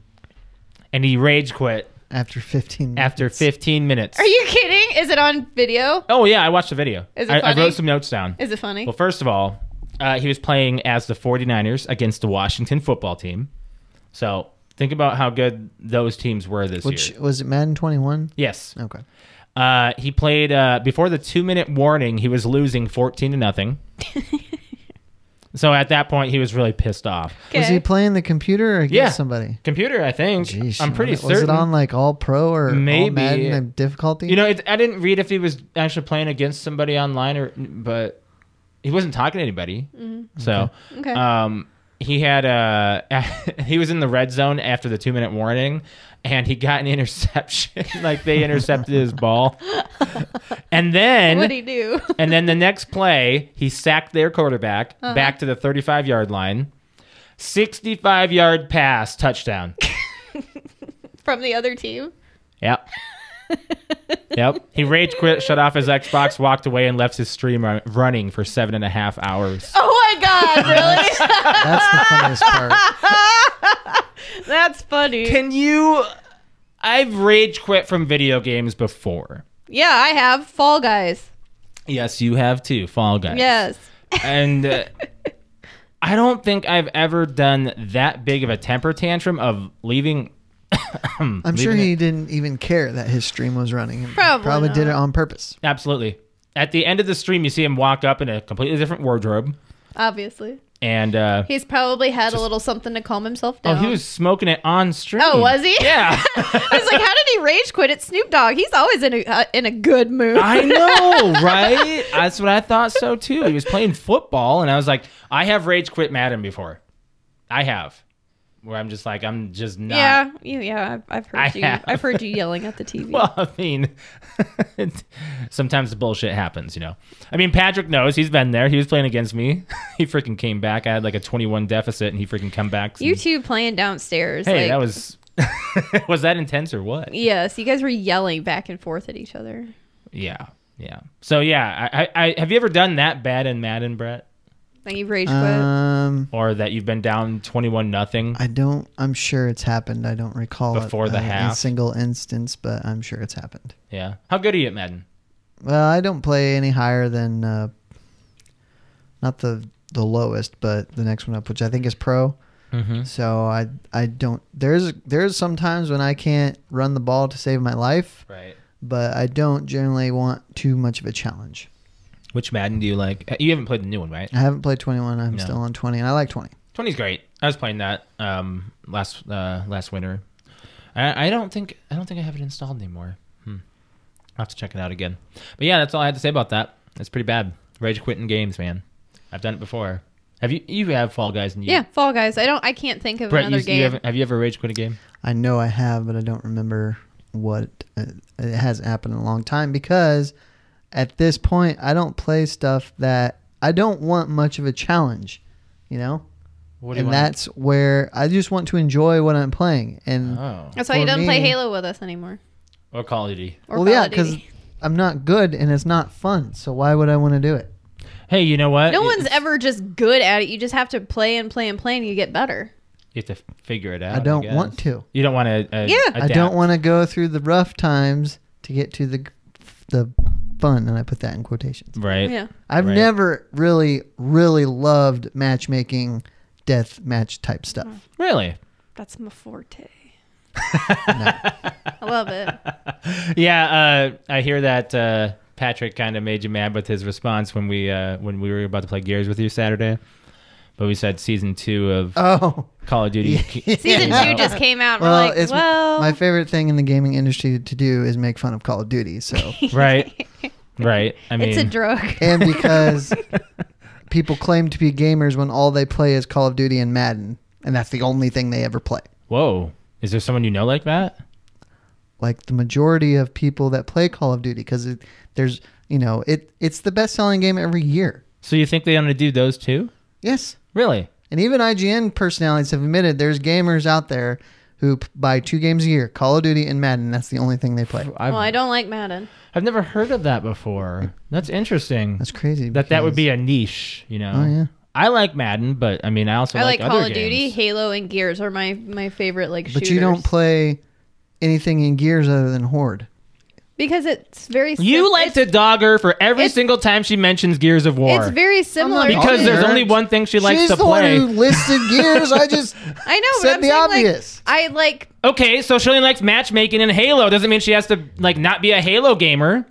Speaker 4: and he rage quit
Speaker 1: After 15
Speaker 4: after 15 minutes.
Speaker 3: Are you kidding? Is it on video?
Speaker 4: oh yeah, I watched the video.
Speaker 3: Is it
Speaker 4: I, I
Speaker 3: funny?
Speaker 4: wrote some notes down.
Speaker 3: Is it funny?
Speaker 4: Well, first of all, uh, he was playing as the 49ers against the Washington football team. So think about how good those teams were this
Speaker 1: Which
Speaker 4: year.
Speaker 1: was it Madden 21?
Speaker 4: Yes.
Speaker 1: Okay.
Speaker 4: Uh, he played uh, before the two minute warning, he was losing 14 to nothing. so at that point, he was really pissed off.
Speaker 1: Was he playing the computer or against
Speaker 4: Yeah.
Speaker 1: somebody?
Speaker 4: Computer, I think.
Speaker 1: Jeez,
Speaker 4: I'm pretty
Speaker 1: was it-
Speaker 4: certain.
Speaker 1: Was it on like All Pro or
Speaker 4: Maybe.
Speaker 1: All Madden and difficulty?
Speaker 4: you know, it, I didn't read if he was actually playing against somebody online or, but he wasn't talking to anybody. So,
Speaker 3: Okay.
Speaker 4: um, he had uh, he was in the red zone after the two minute warning, and he got an interception. like they intercepted his ball, and then
Speaker 3: What'd he do?
Speaker 4: and then the next play, he sacked their quarterback back to the 35 yard line. 65 yard pass, touchdown.
Speaker 3: From the other team?
Speaker 4: Yep. yep. He rage quit, shut off his Xbox, walked away, and left his stream run- running for seven and a half hours.
Speaker 3: Oh my god, really?
Speaker 1: That's the funniest part.
Speaker 3: That's funny.
Speaker 4: Can you. I've rage quit from video games before.
Speaker 3: yeah, I have Fall Guys.
Speaker 4: Yes, you have too, Fall Guys.
Speaker 3: Yes.
Speaker 4: and uh, I don't think I've ever done that big of a temper tantrum of leaving.
Speaker 1: I'm sure
Speaker 4: leaving it-
Speaker 1: he didn't even care that his stream was running. He
Speaker 3: Probably
Speaker 1: probably did
Speaker 3: not.
Speaker 1: it on purpose.
Speaker 4: Absolutely. At the end of the stream, you see him walk up in a completely different wardrobe,
Speaker 3: Obviously.
Speaker 4: and uh,
Speaker 3: He's probably had a little something to calm himself
Speaker 4: oh,
Speaker 3: down.
Speaker 4: he was smoking it on stream.
Speaker 3: Oh, was he?
Speaker 4: Yeah,
Speaker 3: I was like, how did he rage quit at Snoop Dogg? He's always in a uh, in a good mood.
Speaker 4: I know, right? That's what I thought so too. He was playing football, and I was like, I have rage quit Madden before. I have, where I'm just like, I'm just not.
Speaker 3: yeah, you, yeah, I've, I've heard
Speaker 4: I
Speaker 3: you.
Speaker 4: have.
Speaker 3: I've heard you yelling at the TV.
Speaker 4: Well, I mean, sometimes the bullshit happens, you know. I mean, Patrick knows he's been there. He was playing against me. he freaking came back. I had like a 21 deficit, and he freaking come back.
Speaker 3: you two playing downstairs.
Speaker 4: Hey,
Speaker 3: like,
Speaker 4: that was was that intense or what?
Speaker 3: Yes, you guys were yelling back and forth at each other.
Speaker 4: Yeah, yeah. So yeah, I, I, I have you ever done that bad in Madden, Brett,
Speaker 3: Like you rage quit.
Speaker 1: Um,
Speaker 4: or that you've been down twenty-one nothing?
Speaker 1: I don't. I'm sure it's happened. I don't recall it,
Speaker 4: Before the
Speaker 1: uh, in
Speaker 4: half?
Speaker 1: a single instance, but I'm sure it's happened.
Speaker 4: Yeah. How good are you at Madden?
Speaker 1: Well, I don't play any higher than uh, not the the lowest, but the next one up, which I think is pro.
Speaker 4: Mm-hmm.
Speaker 1: So I I don't. There's there's sometimes when I can't run the ball to save my life,
Speaker 4: Right.
Speaker 1: but I don't generally want too much of a challenge.
Speaker 4: Which Madden do you like? Uh, You haven't played the new one, right?
Speaker 1: I haven't played 21. I'm
Speaker 4: No.
Speaker 1: still on 20, and I like 20.
Speaker 4: 20's great. I was playing that um, last uh, last winter. I, I don't think I don't think I have it installed anymore. Hmm. I'll have to check it out again. But yeah, that's all I had to say about that. That's pretty bad. Rage quitting games, man. I've done it before. Have you? You have Fall Guys and you,
Speaker 3: yeah, Fall Guys. I don't. I can't think of
Speaker 4: Brett, you,
Speaker 3: another
Speaker 4: you
Speaker 3: game.
Speaker 4: haven't- have you ever rage quit a game?
Speaker 1: I know I have, but I don't remember what uh, it hasn't happened in a long time because at this point I don't play stuff that I don't want much of a challenge, you know?
Speaker 4: What
Speaker 1: and that's where I just want to enjoy what I'm playing. And
Speaker 4: Oh,
Speaker 3: That's why you
Speaker 1: For
Speaker 3: don't play
Speaker 1: me-
Speaker 3: Halo with us anymore.
Speaker 4: or Call of Duty.
Speaker 3: Or
Speaker 1: well, yeah,
Speaker 3: Call of
Speaker 1: because
Speaker 3: Duty.
Speaker 1: I'm not good and it's not fun. So why would I want to do it?
Speaker 4: Hey, you know
Speaker 1: uh,
Speaker 4: what?
Speaker 3: no
Speaker 4: You-
Speaker 3: one's ever just good at it. You just have to play and play and play, and you get better.
Speaker 4: You have to figure it out.
Speaker 1: I don't
Speaker 4: guess.
Speaker 1: want to.
Speaker 4: You don't want to. Uh,
Speaker 3: Yeah. I
Speaker 1: I don't want to go through the rough times to get to the the fun, and I put that in quotations.
Speaker 4: Right.
Speaker 3: Yeah.
Speaker 1: I've
Speaker 4: Right.
Speaker 1: never really, really loved matchmaking, death match type
Speaker 3: Hmm.
Speaker 1: stuff.
Speaker 4: Really?
Speaker 3: That's my forte. I love it.
Speaker 4: Yeah, uh, I hear that uh, Patrick kind of made you mad with his response when we uh, when we were about to play Gears with you Saturday. but we said season two of
Speaker 1: Oh.
Speaker 4: Call of Duty.
Speaker 3: Season
Speaker 4: Yeah.
Speaker 3: two just came out. And
Speaker 1: Well,
Speaker 3: we're like,
Speaker 1: it's
Speaker 3: well,
Speaker 1: my favorite thing in the gaming industry to do is make fun of Call of Duty. So,
Speaker 4: right, right. I mean,
Speaker 3: it's a drug.
Speaker 1: and because people claim to be gamers when all they play is Call of Duty and Madden, and that's the only thing they ever play.
Speaker 4: whoa. Is there someone you know like that?
Speaker 1: Like the majority of people that play Call of Duty, because there's you know it it's the best selling game every year.
Speaker 4: So you think they want to do those two?
Speaker 1: Yes,
Speaker 4: Really?
Speaker 1: and even IGN personalities have admitted there's gamers out there who p- buy two games a year, Call of Duty and Madden. That's the only thing they play.
Speaker 4: I've,
Speaker 3: Well, I don't like Madden.
Speaker 4: I've never heard of that before. That's interesting.
Speaker 1: That's crazy.
Speaker 4: that that would
Speaker 1: because-
Speaker 4: be a niche, you know.
Speaker 1: Oh yeah.
Speaker 4: I like Madden, but I mean, I also
Speaker 3: I like, Call
Speaker 4: other
Speaker 3: of Duty,
Speaker 4: games.
Speaker 3: Halo, and Gears are my my favorite like.
Speaker 1: But you don't
Speaker 3: shooters.
Speaker 1: play anything in Gears other than Horde.
Speaker 3: because it's very. sim-
Speaker 4: You like
Speaker 3: it's,
Speaker 4: to dog her for every
Speaker 3: it's-
Speaker 4: single time she mentions Gears of War.
Speaker 3: It's very similar.
Speaker 1: not
Speaker 4: because
Speaker 1: dogging
Speaker 4: there's
Speaker 1: her.
Speaker 4: only one thing she likes
Speaker 1: She's
Speaker 4: to
Speaker 1: the
Speaker 4: play.
Speaker 1: one who listed Gears. I just
Speaker 3: I know. but
Speaker 1: said
Speaker 3: I'm
Speaker 1: the
Speaker 3: saying, like,
Speaker 1: obvious.
Speaker 3: I like
Speaker 4: Okay, so she only likes matchmaking and Halo. Doesn't mean she has to like not be a Halo gamer.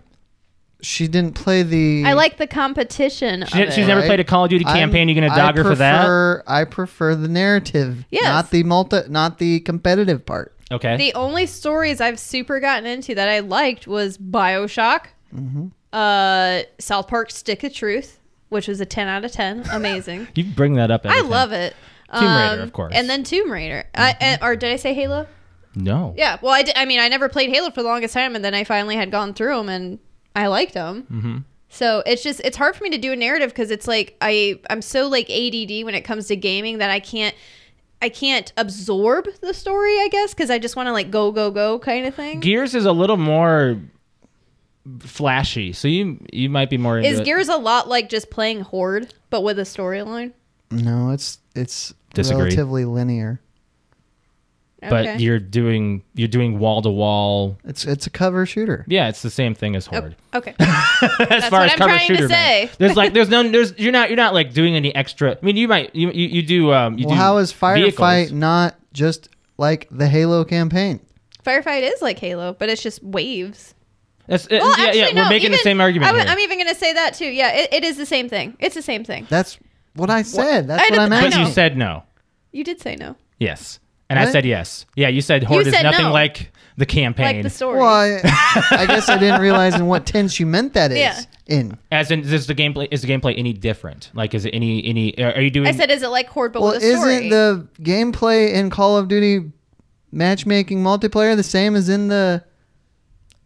Speaker 1: she didn't play the.
Speaker 3: I like the competition.
Speaker 4: She,
Speaker 3: of
Speaker 4: she's
Speaker 3: it.
Speaker 4: never played a Call of Duty campaign. You're gonna dog her for that?
Speaker 1: for that. I prefer the narrative,
Speaker 3: Yes.
Speaker 1: not the multi, not the competitive part.
Speaker 4: Okay.
Speaker 3: the only stories I've super gotten into that I liked was Bioshock,
Speaker 1: Mm-hmm.
Speaker 3: uh, South Park Stick of Truth, which was a 10 out of 10. Amazing.
Speaker 4: you bring that up.
Speaker 3: I love it. Um,
Speaker 4: Tomb Raider, of course. Mm-hmm.
Speaker 3: And then Tomb Raider. I, and- or did I say Halo?
Speaker 4: No.
Speaker 3: Yeah. Well, I, did, I mean, I never played Halo for the longest time, and then I finally had gone through them, and I liked them. Mm-hmm. So it's just it's hard for me to do a narrative because it's like I I'm so like ADD when it comes to gaming that I can't I can't absorb the story I guess because I just want to like go go go kind of thing.
Speaker 4: Gears is a little more flashy, so you you might be more into
Speaker 3: Is
Speaker 4: it.
Speaker 3: Gears a lot like just playing Horde but with a storyline?
Speaker 1: No, it's it's
Speaker 4: Disagree.
Speaker 1: relatively linear.
Speaker 4: but
Speaker 3: Okay.
Speaker 4: you're doing you're doing wall to wall.
Speaker 1: It's it's a cover shooter.
Speaker 4: Yeah, it's the same thing as
Speaker 3: Oh,
Speaker 4: Horde.
Speaker 3: okay.
Speaker 4: as
Speaker 3: That's what I'm trying to
Speaker 4: goes.
Speaker 3: say.
Speaker 4: There's like there's no there's you're not you're not like doing any extra. I mean, you might you you, you do um you
Speaker 1: Well,
Speaker 4: do
Speaker 1: how is Firefight
Speaker 4: vehicles.
Speaker 1: not just like the Halo campaign?
Speaker 3: Firefight is like Halo, but it's just waves.
Speaker 4: That's, it-
Speaker 3: Well,
Speaker 4: yeah,
Speaker 3: actually,
Speaker 4: yeah,
Speaker 3: no,
Speaker 4: we're making
Speaker 3: even-
Speaker 4: the same argument
Speaker 3: I
Speaker 4: here.
Speaker 3: am even going to say that too. Yeah, it, it is the same thing. It's the same thing.
Speaker 1: That's what I said. That's
Speaker 3: I
Speaker 1: what
Speaker 3: d-
Speaker 1: I'm
Speaker 3: I
Speaker 4: but
Speaker 1: asking.
Speaker 4: you
Speaker 3: know.
Speaker 4: said no.
Speaker 3: You did say no,
Speaker 4: Yes. And I
Speaker 1: What?
Speaker 4: said yes. Yeah, you said Horde is
Speaker 3: said
Speaker 4: nothing
Speaker 3: no.
Speaker 4: like the campaign.
Speaker 3: like the story.
Speaker 1: well, I, I guess I didn't realize in what tense you meant that is
Speaker 3: Yeah.
Speaker 1: in.
Speaker 4: As in, is the gameplay is the gameplay any different? Like, is it any any? Are are you doing?
Speaker 3: I said, is it like Horde but
Speaker 1: Well,
Speaker 3: with a story?
Speaker 1: isn't the gameplay in Call of Duty matchmaking multiplayer the same as in the?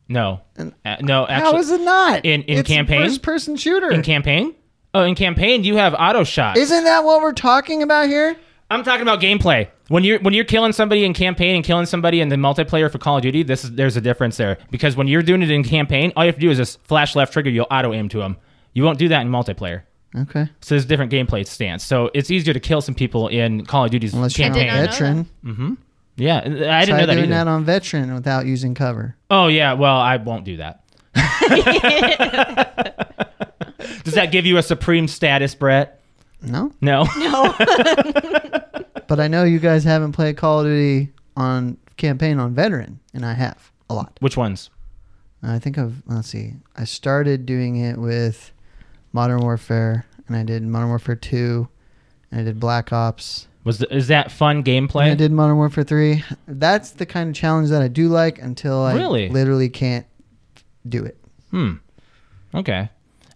Speaker 4: no, Uh, no. Actually,
Speaker 1: how is it not
Speaker 4: in- in
Speaker 1: It's a
Speaker 4: campaign?
Speaker 1: first-person shooter?
Speaker 4: in campaign? Oh, in campaign, you have auto shots.
Speaker 1: isn't that what we're talking about here?
Speaker 4: I'm talking about gameplay. When you're when you're killing somebody in campaign and killing somebody in the multiplayer for Call of Duty, this is there's a difference there because when you're doing it in campaign, all you have to do is just flash left trigger. You'll auto aim to them. You won't do that in multiplayer.
Speaker 1: Okay,
Speaker 4: So there's a different gameplay stance. So it's easier to kill some people in Call of Duty's
Speaker 1: unless you're on
Speaker 4: campaign.
Speaker 3: did not know
Speaker 1: veteran,
Speaker 4: Yeah, I didn't
Speaker 1: try
Speaker 4: know that
Speaker 1: doing
Speaker 4: either.
Speaker 1: that on veteran without using cover.
Speaker 4: oh yeah, well I won't do that. Does that give you a supreme status, Brett?
Speaker 1: No,
Speaker 4: No.
Speaker 1: but I know you guys haven't played Call of Duty on campaign on veteran, and I have a lot.
Speaker 4: Which ones?
Speaker 1: I think I've let's see. I started doing it with Modern Warfare, and I did Modern Warfare Two, and I did Black Ops.
Speaker 4: Was the, is that fun
Speaker 1: And I
Speaker 4: gameplay?
Speaker 1: did Modern Warfare 3. That's the kind of challenge that I do like until I
Speaker 4: Really?
Speaker 1: literally can't do it.
Speaker 4: Hmm. Okay.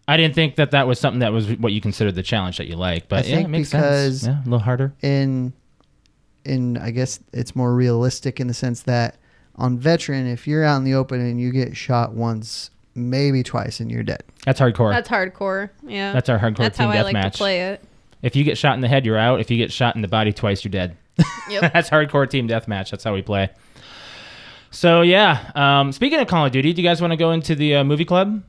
Speaker 4: I didn't think that that was something that was what you considered the challenge that you like, but
Speaker 1: I
Speaker 4: yeah,
Speaker 1: think
Speaker 4: it makes
Speaker 1: because-
Speaker 4: sense. Yeah, a little harder.
Speaker 1: In in I guess it's more realistic in the sense that on veteran if you're out in the open and you get shot once, maybe twice and you're dead.
Speaker 4: That's hardcore. That's,
Speaker 3: That's hardcore. Yeah.
Speaker 4: our hardcore
Speaker 3: That's
Speaker 4: team
Speaker 3: how I like
Speaker 4: deathmatch.
Speaker 3: to play it.
Speaker 4: If you get shot in the head, you're out. If you get shot in the body twice, you're dead.
Speaker 3: Yep.
Speaker 4: That's hardcore team deathmatch. That's how we play. So yeah. Um, speaking of Call of Duty, do you guys want to go into the uh, movie club?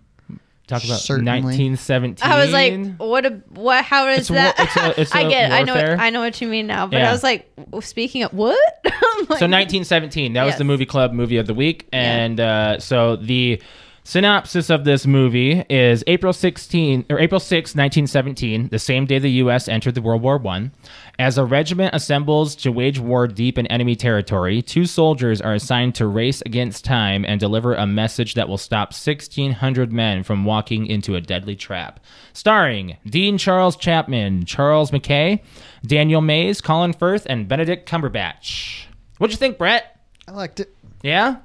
Speaker 4: Talk about
Speaker 1: Certainly.
Speaker 4: 1917.
Speaker 3: I was like, what a what? How is
Speaker 4: It's a wa-
Speaker 3: that?
Speaker 4: it's a- it's
Speaker 3: I
Speaker 4: a
Speaker 3: get. It. I know.
Speaker 4: warfare.
Speaker 3: What, I know what you mean now. But
Speaker 4: Yeah.
Speaker 3: I was like, w- speaking of what? I'm like,
Speaker 4: So 1917, that was
Speaker 3: Yes.
Speaker 4: the movie club movie of the week. And uh, so the Synopsis of this movie is April 16 or April 6, 1917, the same day the US entered the World War 1. As a regiment assembles to wage war deep in enemy territory, two soldiers are assigned to race against time and deliver a message that will stop 1600 men from walking into a deadly trap. Starring Dean Charles Chapman, Charles McKay, Daniel Mays, Colin Firth, and Benedict Cumberbatch. What'd you think, Brett?
Speaker 1: I liked it.
Speaker 4: Yeah,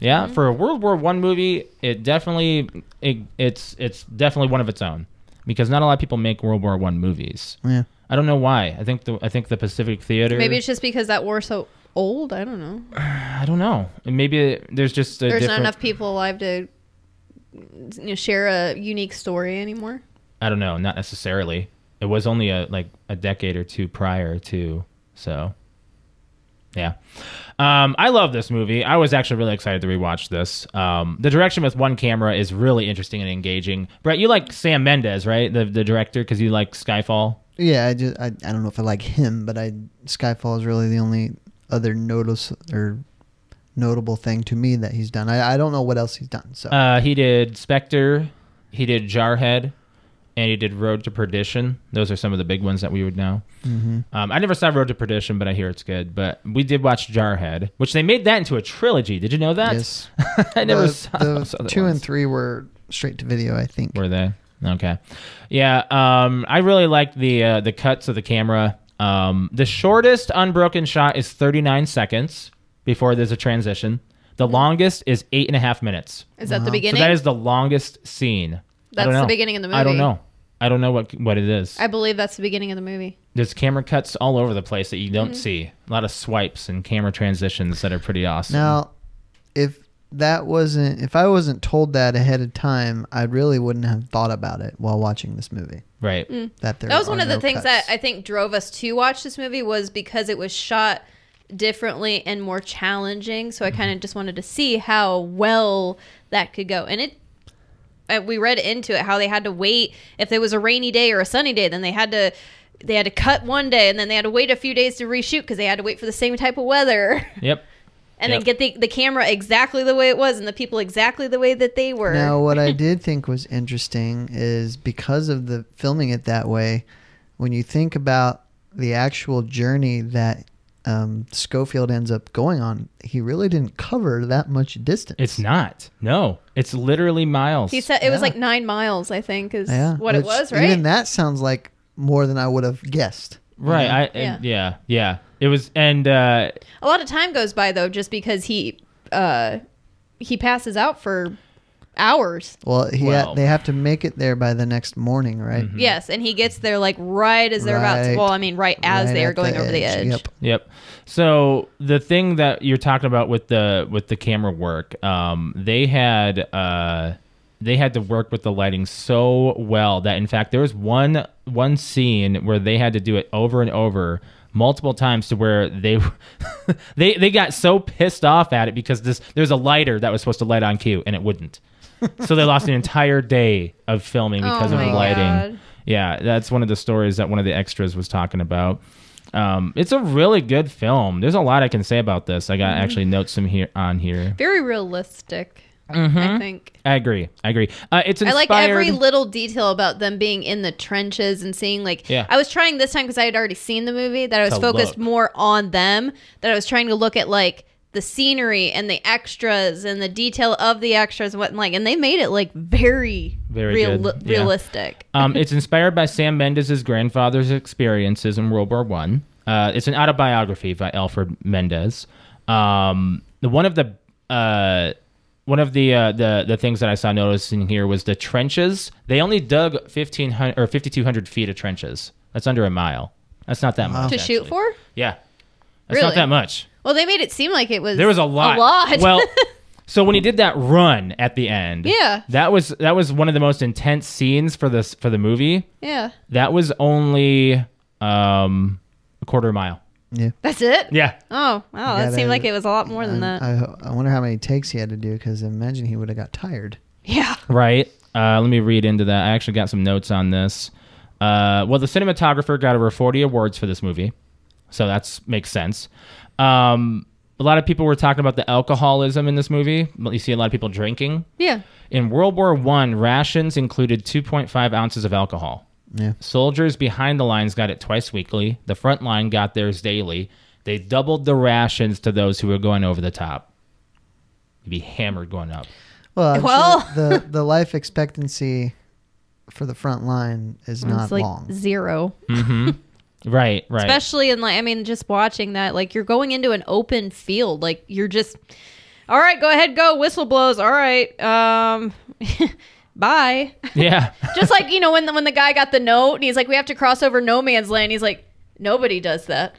Speaker 4: yeah.
Speaker 3: Mm-hmm.
Speaker 4: For a World War One movie, it definitely it, it's it's definitely one of its own because not a lot of people make World War One movies.
Speaker 1: Yeah.
Speaker 4: I don't know why. I think the I think the Pacific Theater.
Speaker 3: Maybe it's just because that war's so old. I don't know.
Speaker 4: I don't know. And Maybe there's just a
Speaker 3: There's
Speaker 4: different,
Speaker 3: not enough people alive to you know, share a unique story anymore.
Speaker 4: I don't know. Not necessarily. It was only a like a decade or two prior to so. Yeah, um, I love this movie. I was actually really excited to rewatch this. Um, the direction with one camera is really interesting and engaging. Brett, you like Sam Mendes, right? The the director, because you like Skyfall.
Speaker 1: Yeah, I just I, I don't know if I like him, but I Skyfall is really the only other notice or notable thing to me that he's done. I, I don't know what else he's done. So
Speaker 4: Uh, he did Spectre, he did Jarhead, and he did Road to Perdition. Those are some of the big ones that we would know.
Speaker 1: Mm-hmm.
Speaker 4: Um, I never saw Road to Perdition, but I hear it's good. But we did watch Jarhead, which they made that into a trilogy. Did you know that?
Speaker 1: yes,
Speaker 4: I never
Speaker 1: the,
Speaker 4: saw
Speaker 1: the
Speaker 4: those other
Speaker 1: two
Speaker 4: ones.
Speaker 1: and three were straight to video. I think.
Speaker 4: Were they? Okay. Yeah. Um, I really liked the uh, the cuts of the camera. Um, the shortest unbroken shot is 39 seconds before there's a transition. The longest is eight and a half minutes.
Speaker 3: Is that the
Speaker 4: So
Speaker 3: beginning?
Speaker 4: that is the longest scene. I
Speaker 3: That's
Speaker 4: don't
Speaker 3: the
Speaker 4: know.
Speaker 3: beginning of the
Speaker 4: I don't
Speaker 3: movie.
Speaker 4: know. I don't know what what it is.
Speaker 3: I believe that's the beginning of the movie.
Speaker 4: There's camera cuts all over the place that you
Speaker 3: Mm-hmm.
Speaker 4: don't see. A lot of swipes and camera transitions that are pretty awesome.
Speaker 1: Now, if that wasn't if I wasn't told that ahead of time, I really wouldn't have thought about it while watching this movie.
Speaker 4: Right.
Speaker 1: That there
Speaker 3: that was
Speaker 1: are
Speaker 3: one of the
Speaker 1: no
Speaker 3: things
Speaker 1: cuts.
Speaker 3: that I think drove us to watch this movie was because it was shot differently and more challenging. So I
Speaker 4: Mm-hmm.
Speaker 3: kind of just wanted to see how well that could go, and it. uh, We read into it how they had to wait if there was a rainy day or a sunny day, then they had to they had to cut one day, and then they had to wait a few days to reshoot because they had to wait for the same type of weather,
Speaker 4: Yep.
Speaker 3: and then
Speaker 4: Yep.
Speaker 3: get the the camera exactly the way it was and the people exactly the way that they were.
Speaker 1: Now, what I did think was interesting is because of the filming it that way, when you think about the actual journey that um, Schofield ends up going on, he really didn't cover that much distance.
Speaker 4: It's not. No. It's literally miles.
Speaker 3: He said it was
Speaker 1: Yeah.
Speaker 3: like nine miles, I think, is
Speaker 1: yeah,
Speaker 3: what it
Speaker 1: which
Speaker 3: was, right?
Speaker 1: Even that sounds like more than I would have guessed.
Speaker 4: Right. I and- yeah. yeah. It was and uh
Speaker 3: A lot of time goes by though, just because he uh, he passes out for hours.
Speaker 1: Well, he
Speaker 4: Well.
Speaker 1: ha- they have to make it there by the next morning, right?
Speaker 3: Yes, and he gets there like right as they're about to.
Speaker 1: Mm-hmm. Right.
Speaker 3: Well, I mean, right as
Speaker 1: Right
Speaker 3: they are
Speaker 1: at
Speaker 3: going over the edge.
Speaker 1: Yep.
Speaker 4: Yep. So the thing that you're talking about with the with the camera work, um, they had uh, they had to work with the lighting so well that in fact there was one one scene where they had to do it over and over multiple times to where they they they got so pissed off at it because this there's a lighter that was supposed to light on cue and it wouldn't. so they lost an entire day of filming because
Speaker 3: Oh
Speaker 4: of the
Speaker 3: my
Speaker 4: lighting.
Speaker 3: God.
Speaker 4: Yeah, that's one of the stories that one of the extras was talking about. Um, it's a really good film. There's a lot I can say about this. I
Speaker 3: Mm-hmm.
Speaker 4: got actually notes some here on here.
Speaker 3: Very realistic, I think.
Speaker 4: I agree. I agree. Uh, it's
Speaker 3: I
Speaker 4: inspired.
Speaker 3: like every little detail about them being in the trenches and seeing like
Speaker 4: Yeah.
Speaker 3: I was trying this time because I had already seen the movie that I was
Speaker 4: To
Speaker 3: focused
Speaker 4: look.
Speaker 3: more on them that I was trying to look at like the scenery and the extras and the detail of the extras and what like and they made it like very
Speaker 4: Very
Speaker 3: real-
Speaker 4: good, yeah.
Speaker 3: realistic.
Speaker 4: um, it's inspired by Sam Mendes' grandfather's experiences in World War One. Uh, it's an autobiography by Alfred Mendes. Um, the- one of the uh, one of the uh, the the things that I saw noticing here was the trenches. They only dug fifteen hundred or fifty two hundred feet of trenches. That's under a mile. That's not that much
Speaker 3: To shoot
Speaker 4: actually.
Speaker 3: for?
Speaker 4: Yeah, that's not
Speaker 3: Really?
Speaker 4: that much.
Speaker 3: Well, they made it seem like it was
Speaker 4: There was a lot.
Speaker 3: A lot.
Speaker 4: Well, so when he did that run at the end,
Speaker 3: Yeah.
Speaker 4: that was that was one of the most intense scenes for this for the movie.
Speaker 3: yeah.
Speaker 4: That was only um, a quarter mile.
Speaker 1: Yeah.
Speaker 3: That's it?
Speaker 4: Yeah,
Speaker 3: Oh, wow. That
Speaker 1: gotta-
Speaker 3: seemed like it was a lot more than
Speaker 1: And
Speaker 3: that.
Speaker 1: I, I wonder how many takes he had to do because imagine he would have got tired.
Speaker 3: yeah.
Speaker 4: right. Uh, let me read into that. I actually got some notes on this. Uh, well, the cinematographer got over forty awards for this movie, so that's makes sense. Um, a lot of people were talking about the alcoholism in this movie. You see a lot of people drinking.
Speaker 3: Yeah.
Speaker 4: In World War One, rations included 2.5 ounces of alcohol.
Speaker 1: Yeah.
Speaker 4: Soldiers behind the lines got it twice weekly. The front line got theirs daily. They doubled the rations to those who were going over the top. You'd be hammered going up.
Speaker 1: Well, I'm
Speaker 3: Well.
Speaker 1: sure the the life expectancy for the front line is not
Speaker 3: it's like
Speaker 1: long.
Speaker 3: zero.
Speaker 4: Right, right.
Speaker 3: Especially in like I mean, just watching that, like you're going into an open field. Like you're just all right, go ahead, go, whistle blows, all right. Um bye.
Speaker 4: yeah.
Speaker 3: just like, you know, when the when the guy got the note and he's like, We have to cross over no man's land, he's like, Nobody does that.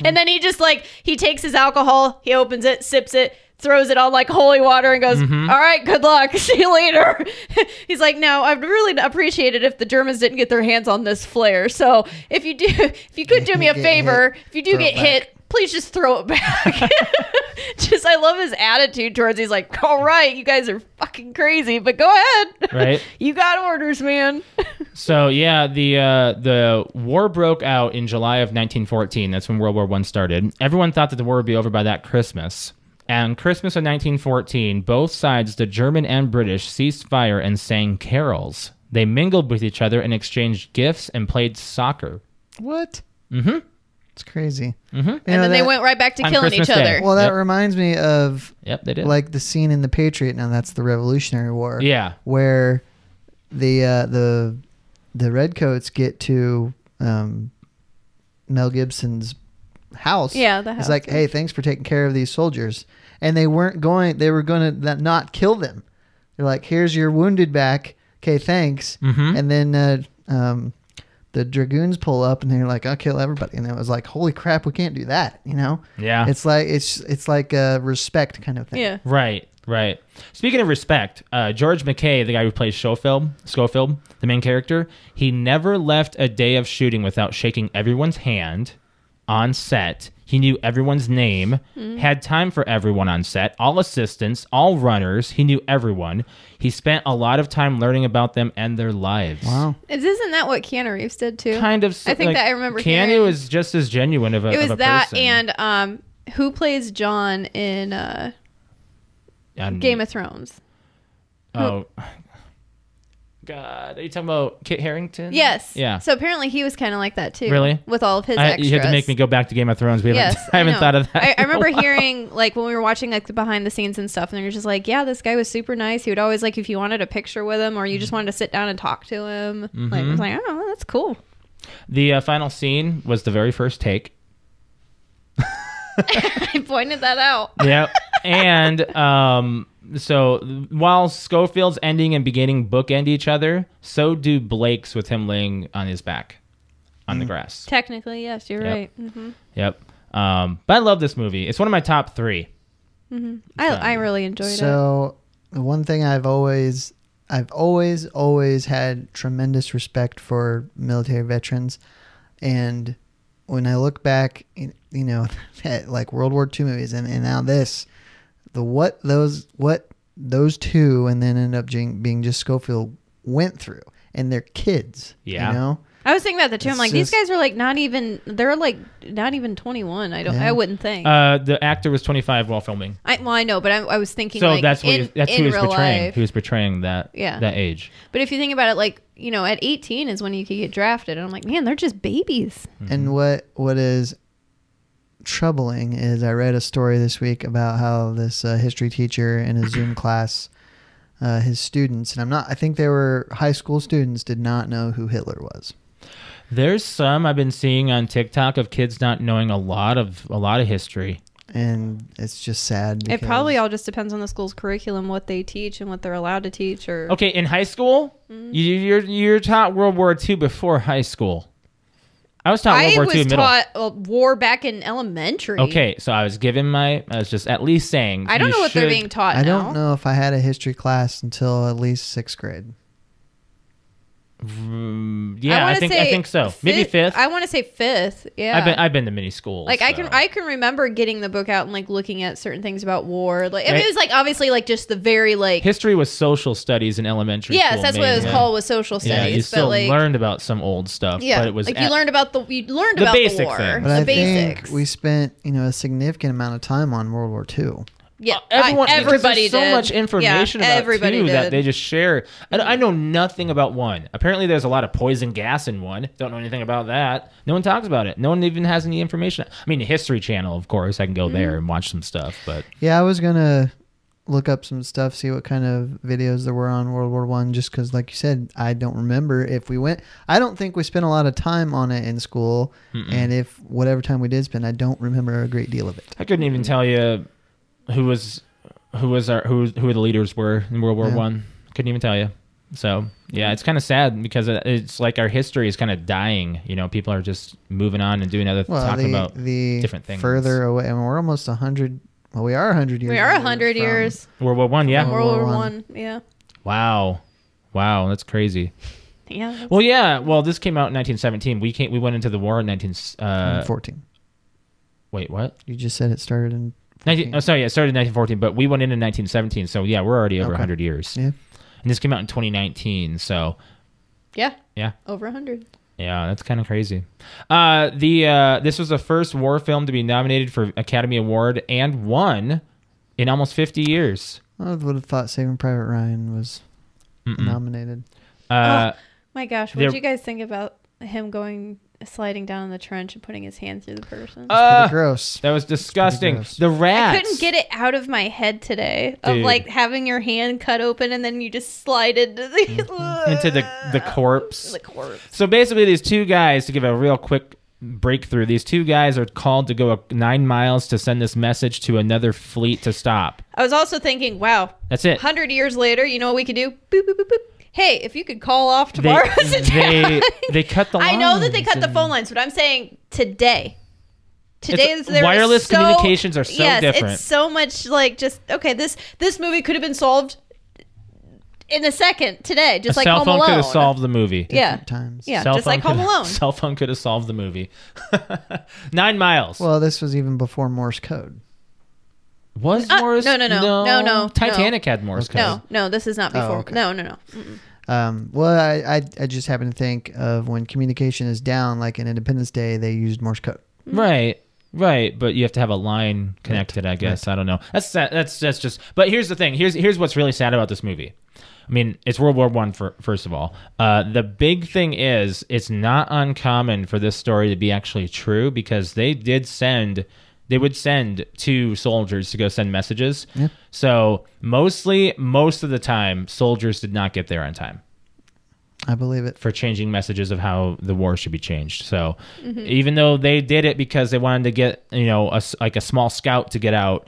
Speaker 3: and then he just like he takes his alcohol, he opens it, sips it, throws it on like holy water and goes, "All right, good luck. See you later. he's like, No, I'd really appreciate it if the Germans didn't get their hands on this flare. So if you do if you could do me a
Speaker 1: Get
Speaker 3: favor,
Speaker 1: hit,
Speaker 3: if you do
Speaker 1: throw
Speaker 3: get
Speaker 1: it back.
Speaker 3: hit, please just throw it back. just I love his attitude towards he's like, All right, you guys are fucking crazy, but go ahead.
Speaker 4: Right.
Speaker 3: You got orders, man.
Speaker 4: So yeah, the uh, the war broke out in July of 1914. That's when World War One started. Everyone thought that the war would be over by that Christmas. And Christmas of 1914, both sides, the German and British, ceased fire and sang carols. They mingled with each other and exchanged gifts and played soccer.
Speaker 1: What? Mm-hmm. It's crazy. Mm-hmm.
Speaker 3: And then they went right back to
Speaker 4: On
Speaker 3: killing
Speaker 4: Christmas
Speaker 3: each
Speaker 4: Day.
Speaker 3: other.
Speaker 1: Well, that
Speaker 4: Yep.
Speaker 1: reminds me of
Speaker 4: Yep, they did.
Speaker 1: like the scene in The Patriot. Now that's the Revolutionary War.
Speaker 4: yeah,
Speaker 1: Where the uh, the the redcoats get to um, Mel Gibson's house.
Speaker 3: Yeah, the house,
Speaker 1: It's like,
Speaker 3: yeah.
Speaker 1: hey, thanks for taking care of these soldiers. And they weren't going. They were going to not kill them. They're like, here's your wounded back. Okay, thanks.
Speaker 4: Mhm.
Speaker 1: And then uh, um, the dragoons pull up and they're like, I'll kill everybody. And it was like, holy crap, we can't do that. You know.
Speaker 4: yeah.
Speaker 1: It's like it's it's like a respect kind of thing.
Speaker 3: yeah.
Speaker 4: Right, right. Speaking of respect, uh, George McKay, the guy who plays Schofield, Schofield, the main character, he never left a day of shooting without shaking everyone's hand on set. He knew everyone's name,
Speaker 3: Hmm.
Speaker 4: had time for everyone on set, all assistants, all runners. He knew everyone. He spent a lot of time learning about them and their lives.
Speaker 1: Wow.
Speaker 3: Isn't that what Keanu Reeves did too?
Speaker 4: Kind of.
Speaker 3: I think that I remember hearing.
Speaker 4: Keanu is just as genuine of a.
Speaker 3: It
Speaker 4: of
Speaker 3: was
Speaker 4: a
Speaker 3: that
Speaker 4: person.
Speaker 3: and um who plays John in uh
Speaker 4: And-
Speaker 3: Game of Thrones?
Speaker 4: Oh. God, are you talking about Kit Harrington?
Speaker 3: Yes.
Speaker 4: Yeah.
Speaker 3: So apparently he was kind of like that too.
Speaker 4: Really?
Speaker 3: With all of his
Speaker 4: I,
Speaker 3: extras.
Speaker 4: you have to make me go back to Game of Thrones. We haven't,
Speaker 3: Yes,
Speaker 4: I haven't
Speaker 3: know.
Speaker 4: thought of that.
Speaker 3: I, I
Speaker 4: in a
Speaker 3: remember
Speaker 4: while.
Speaker 3: hearing like when we were watching like the behind the scenes and stuff, and they're just like, "Yeah, this guy was super nice. He would always like if you wanted a picture with him or you
Speaker 4: Mm-hmm.
Speaker 3: just wanted to sit down and talk to him. Like I was like, oh, that's cool.
Speaker 4: the uh, final scene was the very first take.
Speaker 3: I pointed that out.
Speaker 4: Yep. and um, so while Schofield's ending and beginning bookend each other, so do Blake's with him laying on his back on the grass.
Speaker 3: Technically, yes, you're
Speaker 4: Yep.
Speaker 3: right. hmm
Speaker 4: Yep. Um, but I love this movie. It's one of my top three.
Speaker 3: I, I really enjoyed it.
Speaker 1: So the one thing I've always I've always always had tremendous respect for military veterans, and when I look back, you you know, at like World War II movies and, and now this, the what those what those two and then end up being, being just Schofield went through and their kids.
Speaker 4: Yeah.
Speaker 1: You know.
Speaker 3: I was thinking about that too. I'm
Speaker 1: It's
Speaker 3: like, these guys
Speaker 1: just-
Speaker 3: are like not even. They're like not even 21. I don't.
Speaker 1: Yeah.
Speaker 3: I wouldn't think.
Speaker 4: Uh, the actor was 25 while filming,
Speaker 3: I, well, I know, but I, I was thinking.
Speaker 4: so
Speaker 3: like,
Speaker 4: that's what
Speaker 3: in,
Speaker 4: he, that's
Speaker 3: in
Speaker 4: who he was
Speaker 3: real
Speaker 4: portraying.
Speaker 3: life.
Speaker 4: He was portraying that
Speaker 3: Yeah.
Speaker 4: that age.
Speaker 3: But if you think about it, like you know, at 18 is when you could get drafted, and I'm like, man, they're just babies.
Speaker 1: And what what is troubling is I read a story this week about how this uh, history teacher in a Zoom class, uh, his students, and I'm not, I think they were high school students, did not know who Hitler was.
Speaker 4: There's some I've been seeing on TikTok of kids not knowing a lot of a lot of history.
Speaker 1: And it's just sad.
Speaker 3: It probably all just depends on the school's curriculum, what they teach, and what they're allowed to teach. Or
Speaker 4: Okay, in high school,
Speaker 3: Mm-hmm.
Speaker 4: you, you're you're taught World War II before high school. I was taught
Speaker 3: I
Speaker 4: World War
Speaker 3: was
Speaker 4: II in middle.
Speaker 3: taught uh, war back in elementary.
Speaker 4: Okay, so I was given my. I was just at least saying.
Speaker 3: I don't
Speaker 4: you
Speaker 3: know what they're
Speaker 4: should-
Speaker 3: being taught.
Speaker 1: I
Speaker 3: now.
Speaker 1: don't know if I had a history class until at least sixth grade.
Speaker 4: Mm, yeah, I,
Speaker 3: wanna
Speaker 4: think I
Speaker 3: say
Speaker 4: think so. Maybe fifth.
Speaker 3: I want to say fifth. Yeah.
Speaker 4: I've been I've been to many schools.
Speaker 3: like I can
Speaker 4: so.
Speaker 3: I can remember getting the book out and like looking at certain things about war. Like I mean,
Speaker 4: Right.
Speaker 3: it was like obviously like just the very like
Speaker 4: history was social studies in elementary.
Speaker 3: yes,
Speaker 4: school,
Speaker 3: that's what it was
Speaker 4: maybe.
Speaker 3: called with social
Speaker 4: Yeah,
Speaker 3: studies.
Speaker 4: you
Speaker 3: but
Speaker 4: still
Speaker 3: like
Speaker 4: learned about some old stuff.
Speaker 3: yeah,
Speaker 4: but it was
Speaker 3: like
Speaker 4: at-
Speaker 3: you learned about the you learned
Speaker 4: The
Speaker 3: about the
Speaker 4: basic
Speaker 3: war,
Speaker 4: things.
Speaker 3: the
Speaker 1: But I
Speaker 3: basics.
Speaker 1: think we spent, you know, a significant amount of time on World War II.
Speaker 3: yeah,
Speaker 4: everyone
Speaker 3: I,
Speaker 4: because
Speaker 3: everybody
Speaker 4: there's so
Speaker 3: did.
Speaker 4: much information
Speaker 3: yeah,
Speaker 4: about
Speaker 3: everybody
Speaker 4: two
Speaker 3: did.
Speaker 4: that they just share. I, I know nothing about one. Apparently, there's a lot of poison gas in one. Don't know anything about that. No one talks about it. No one even has any information. I mean, the History Channel, of course. I can go there and watch some stuff, but
Speaker 1: Yeah, I was gonna look up some stuff, see what kind of videos there were on World War One, just because, like you said, I don't remember if we went. I don't think we spent a lot of time on it in school, and if whatever time we did spend, I don't remember a great deal of it.
Speaker 4: I couldn't even tell you who was who was our who who the leaders were in World War
Speaker 1: Yeah.
Speaker 4: One. Couldn't even tell you. So yeah, it's kind of sad because it- it's like our history is kind of dying. You know, people are just moving on and doing other
Speaker 1: Well,
Speaker 4: talking
Speaker 1: the
Speaker 4: about
Speaker 1: the
Speaker 4: different things.
Speaker 1: further away, and we're almost hundred. Well, we are hundred years.
Speaker 3: we are
Speaker 1: away
Speaker 3: hundred
Speaker 1: from-
Speaker 3: years.
Speaker 4: World War One. Yeah.
Speaker 1: From
Speaker 3: World War
Speaker 1: War
Speaker 3: One. Yeah,
Speaker 4: Wow. Wow, that's crazy.
Speaker 3: yeah.
Speaker 4: Well, yeah. Well, this came out in 1917. We can't. We went into the war in 19.
Speaker 1: from
Speaker 4: Uh,
Speaker 1: Fourteen.
Speaker 4: wait, what?
Speaker 1: You just said it started in.
Speaker 4: 19, oh, sorry. Yeah, it started in 1914, but we went in in 1917. So yeah, we're already over
Speaker 1: Okay.
Speaker 4: 100 years.
Speaker 1: Yeah.
Speaker 4: And this came out in 2019. So
Speaker 3: Yeah.
Speaker 4: Yeah.
Speaker 3: Over 100.
Speaker 4: Yeah, that's kind of crazy. Uh, the uh, this was the first war film to be nominated for Academy Award and won in almost fifty years.
Speaker 1: I would have thought Saving Private Ryan was nominated. Oh.
Speaker 4: Uh,
Speaker 3: My gosh, what
Speaker 4: There-
Speaker 3: did you guys think about him going sliding down the trench and putting his hand through the person?
Speaker 4: uh,
Speaker 1: Pretty gross.
Speaker 4: that was disgusting.
Speaker 1: gross.
Speaker 4: The
Speaker 3: I
Speaker 4: rats.
Speaker 3: couldn't get it out of my head today
Speaker 4: Dude.
Speaker 3: of like having your hand cut open and then you just slide into the
Speaker 4: Mm-hmm. into the the
Speaker 3: Uh,
Speaker 4: corpse.
Speaker 3: The corpse.
Speaker 4: So basically, these two guys, to give a real quick breakthrough, these two guys are called to go nine miles to send this message to another fleet to stop.
Speaker 3: I was also thinking, wow,
Speaker 4: That's it.
Speaker 3: hundred years later, you know what we could do? Boop boop boop boop. Hey, if you could call off
Speaker 4: They,
Speaker 3: tomorrow's
Speaker 4: they, they cut the
Speaker 3: I know that they
Speaker 4: lines
Speaker 3: cut the
Speaker 4: and-
Speaker 3: phone lines, but I'm saying today. Today,
Speaker 4: It's-
Speaker 3: there is
Speaker 4: wireless
Speaker 3: so-
Speaker 4: communications are so
Speaker 3: yes,
Speaker 4: different.
Speaker 3: It's so much like just okay. This this movie could have been solved in a second today, just
Speaker 4: A
Speaker 3: like
Speaker 4: cell
Speaker 3: Home
Speaker 4: phone
Speaker 3: Alone.
Speaker 4: could have solved the movie.
Speaker 3: yeah,
Speaker 1: Times.
Speaker 3: yeah, just like
Speaker 4: phone
Speaker 3: Home
Speaker 4: could-
Speaker 3: Alone.
Speaker 4: Cell phone could have solved the movie. Nine miles.
Speaker 1: Well, this was even before Morse code.
Speaker 4: was
Speaker 3: uh,
Speaker 4: Morse?
Speaker 3: no, no, no, no, no, no.
Speaker 4: Titanic had Morse
Speaker 1: Okay.
Speaker 4: code.
Speaker 3: No, no, this is not
Speaker 1: Oh,
Speaker 3: before.
Speaker 1: okay.
Speaker 3: No, no, no.
Speaker 1: Um, well, I, I I just happen to think of when communication is down, like in Independence Day, they used Morse code.
Speaker 4: Right. Right, but you have to have a line connected, I guess. I don't know. That's sad. that's that's just. But here's the thing. Here's here's what's really sad about this movie. I mean, it's World War One for, first of all. Uh, the big thing is it's not uncommon for this story to be actually true because they did send they would send two soldiers to go send messages. So mostly, most of the time, soldiers did not get there on time
Speaker 1: I believe it.
Speaker 4: for changing messages of how the war should be changed. So
Speaker 3: Mm-hmm.
Speaker 4: even though they did it because they wanted to get you know a s like a small scout to get out,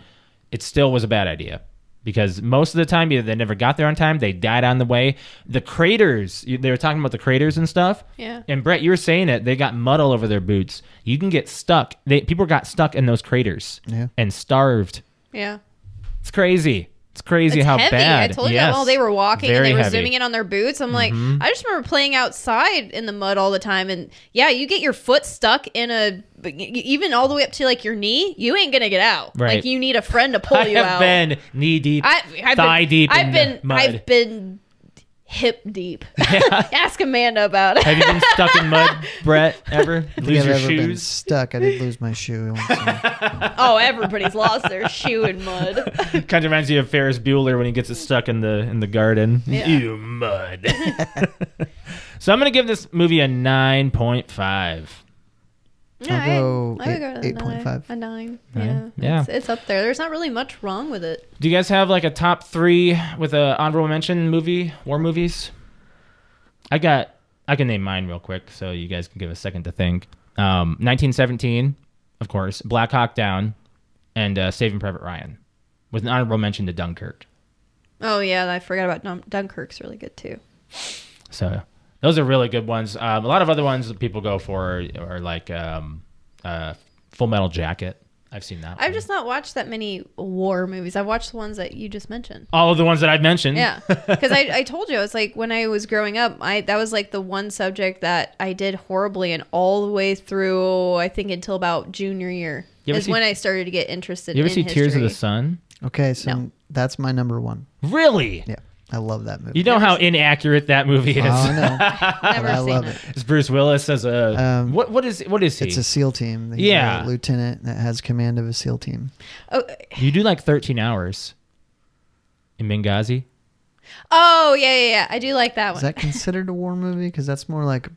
Speaker 4: it still was a bad idea because most of the time either they never got there on time, they died on the way. The craters you- they were talking about the craters and stuff.
Speaker 3: Yeah.
Speaker 4: And Brett, you were saying it. They got mud all over their boots. You can get stuck. They people got stuck in those craters
Speaker 1: Yeah.
Speaker 4: and starved.
Speaker 3: Yeah,
Speaker 4: It's crazy. It's crazy
Speaker 3: it's
Speaker 4: how
Speaker 3: heavy.
Speaker 4: bad.
Speaker 3: I told you
Speaker 4: yes.
Speaker 3: that while they were walking and
Speaker 4: Very
Speaker 3: they were
Speaker 4: heavy. Mm-hmm.
Speaker 3: zooming in on their boots. I'm like, I just remember playing outside in the mud all the time, and yeah, you get your foot stuck in a even all the way up to like your knee. You ain't gonna get out.
Speaker 4: Right.
Speaker 3: Like you need a friend to pull
Speaker 4: I
Speaker 3: you
Speaker 4: have
Speaker 3: out.
Speaker 4: been knee deep,
Speaker 3: I, I've
Speaker 4: thigh
Speaker 3: been,
Speaker 4: deep.
Speaker 3: I've
Speaker 4: in
Speaker 3: been.
Speaker 4: the mud.
Speaker 3: I've been hip deep. Ask Amanda about it.
Speaker 4: Have you been stuck in mud, Brett? Ever
Speaker 1: I
Speaker 4: lose
Speaker 1: think
Speaker 4: your
Speaker 1: I've ever been
Speaker 4: shoes?
Speaker 1: stuck. I did lose my shoe. once.
Speaker 3: oh, everybody's lost their shoe in mud.
Speaker 4: kind of reminds you of Ferris Bueller when he gets it stuck in the in the garden.
Speaker 3: Yeah.
Speaker 4: You mud. so I'm gonna give this movie a nine point five.
Speaker 3: Yeah,
Speaker 1: I'll
Speaker 3: I-
Speaker 1: go
Speaker 3: I would
Speaker 1: eight-
Speaker 3: go to a
Speaker 1: 8.5.
Speaker 3: nine- A nine.
Speaker 4: Nine?
Speaker 3: Yeah.
Speaker 4: Yeah.
Speaker 3: It's, it's up there. There's not really much wrong with it.
Speaker 4: Do you guys have like a top three with a honorable mention movie war movies? I got. I can name mine real quick, so you guys can give a second to think. Um, 1917, of course, Black Hawk Down, and uh, Saving Private Ryan, with an honorable mention to Dunkirk.
Speaker 3: Oh yeah, I forgot about Dun- Dunkirk's really good too.
Speaker 4: So those are really good ones. Um, a lot of other ones that people go for are, are like um, uh, Full Metal Jacket. I've seen that.
Speaker 3: I've
Speaker 4: one.
Speaker 3: just not watched that many war movies. I've watched the ones that you just mentioned.
Speaker 4: all of the ones that I've mentioned.
Speaker 3: Yeah, because I, I told you I was like when I was growing up, I that was like the one subject that I did horribly, and all the way through I think until about junior year
Speaker 4: You ever
Speaker 3: is
Speaker 4: see-
Speaker 3: when I started to get interested.
Speaker 4: You ever
Speaker 3: in
Speaker 4: see Tears of the
Speaker 3: history.
Speaker 4: Sun?
Speaker 1: Okay, so
Speaker 3: No.
Speaker 1: that's my number one.
Speaker 4: Really?
Speaker 1: Yeah, I love that movie.
Speaker 4: You know how inaccurate that movie is.
Speaker 1: Oh, I know.
Speaker 3: Never
Speaker 1: I
Speaker 3: seen
Speaker 1: love
Speaker 3: it.
Speaker 1: it.
Speaker 4: It's Bruce Willis as a
Speaker 1: Um,
Speaker 4: what? What is what is he?
Speaker 1: It's a SEAL team. He's
Speaker 4: Yeah.
Speaker 1: a lieutenant that has command of a SEAL team.
Speaker 3: Oh,
Speaker 4: you do like 13 hours in Benghazi.
Speaker 3: oh yeah, yeah, yeah. I do like that
Speaker 1: Is
Speaker 3: one.
Speaker 1: that considered a war movie? Because that's more like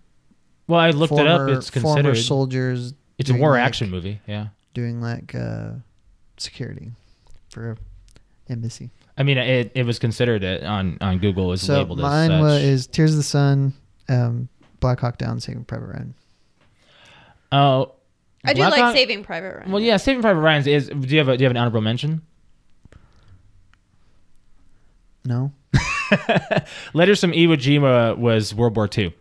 Speaker 4: Well, I looked it up.
Speaker 1: former-
Speaker 4: It's
Speaker 1: former
Speaker 4: considered.
Speaker 1: soldiers.
Speaker 4: It's a
Speaker 1: doing,
Speaker 4: war
Speaker 1: like-
Speaker 4: action movie. Yeah.
Speaker 1: doing like uh, security for embassy.
Speaker 4: I mean, it, it was considered it on on Google is
Speaker 1: so
Speaker 4: labeled
Speaker 1: mine
Speaker 4: as such.
Speaker 1: was is Tears of the Sun, um, Black Hawk Down, Saving Private Ryan.
Speaker 4: oh,
Speaker 3: I do
Speaker 4: Black
Speaker 3: like
Speaker 4: Hawk-
Speaker 3: Saving Private Ryan.
Speaker 4: Well, yeah, Saving Private Ryan is. Do you have a, do you have an honorable mention?
Speaker 1: No,
Speaker 4: Letters from Iwo Jima was World War II.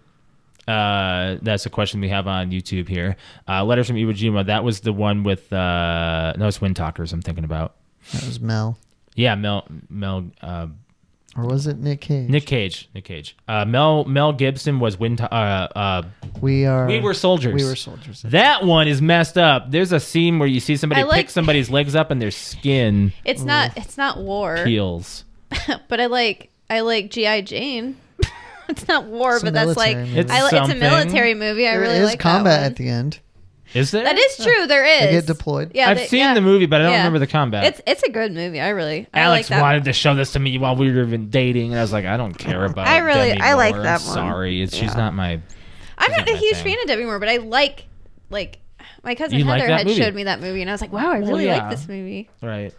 Speaker 4: Uh, that's a question we have on YouTube here. Uh, Letters from Iwo Jima. That was the one with uh, no, it's Wind Talkers. I'm thinking about.
Speaker 1: that was Mel,
Speaker 4: Yeah, Mel Mel uh,
Speaker 1: or was it Nick Cage?
Speaker 4: Nick Cage. Nick Cage. Uh, Mel Mel Gibson was Wind. To- uh, uh,
Speaker 1: We are.
Speaker 4: we were soldiers.
Speaker 1: We were soldiers.
Speaker 4: That one is messed up. There's a scene where you see somebody
Speaker 3: I like-
Speaker 4: pick somebody's legs up and their skin
Speaker 3: it's not it's not war,
Speaker 4: peels.
Speaker 3: but I like I like GI Jane. it's not war,
Speaker 1: It's a
Speaker 3: but that's like
Speaker 1: military movie. It's
Speaker 3: I, li- it's a
Speaker 4: something.
Speaker 3: military movie. I
Speaker 1: There
Speaker 3: really
Speaker 1: is
Speaker 3: like
Speaker 1: combat
Speaker 3: that one.
Speaker 1: at the end.
Speaker 4: Is there?
Speaker 3: That is true. There is.
Speaker 1: They get deployed.
Speaker 3: Yeah,
Speaker 4: I've
Speaker 3: they-
Speaker 4: seen
Speaker 3: yeah.
Speaker 4: the movie, but I don't
Speaker 3: Yeah.
Speaker 4: remember the combat.
Speaker 3: It's it's a good movie. I really I
Speaker 4: Alex
Speaker 3: like that.
Speaker 4: wanted to show this to me while we were even dating, and I was like, I don't care about.
Speaker 3: I really-
Speaker 4: Demi
Speaker 3: I like
Speaker 4: Moore.
Speaker 3: that one.
Speaker 4: Sorry, it's, she's not my.
Speaker 3: I'm not
Speaker 4: Isn't
Speaker 3: a
Speaker 4: my
Speaker 3: huge
Speaker 4: thing.
Speaker 3: fan of Debbie Moore, but I like like my cousin
Speaker 4: You like
Speaker 3: Heather
Speaker 4: that
Speaker 3: had
Speaker 4: movie?
Speaker 3: showed me that movie, and I was like, wow, I
Speaker 4: Well,
Speaker 3: really
Speaker 4: yeah.
Speaker 3: like this movie.
Speaker 4: Right.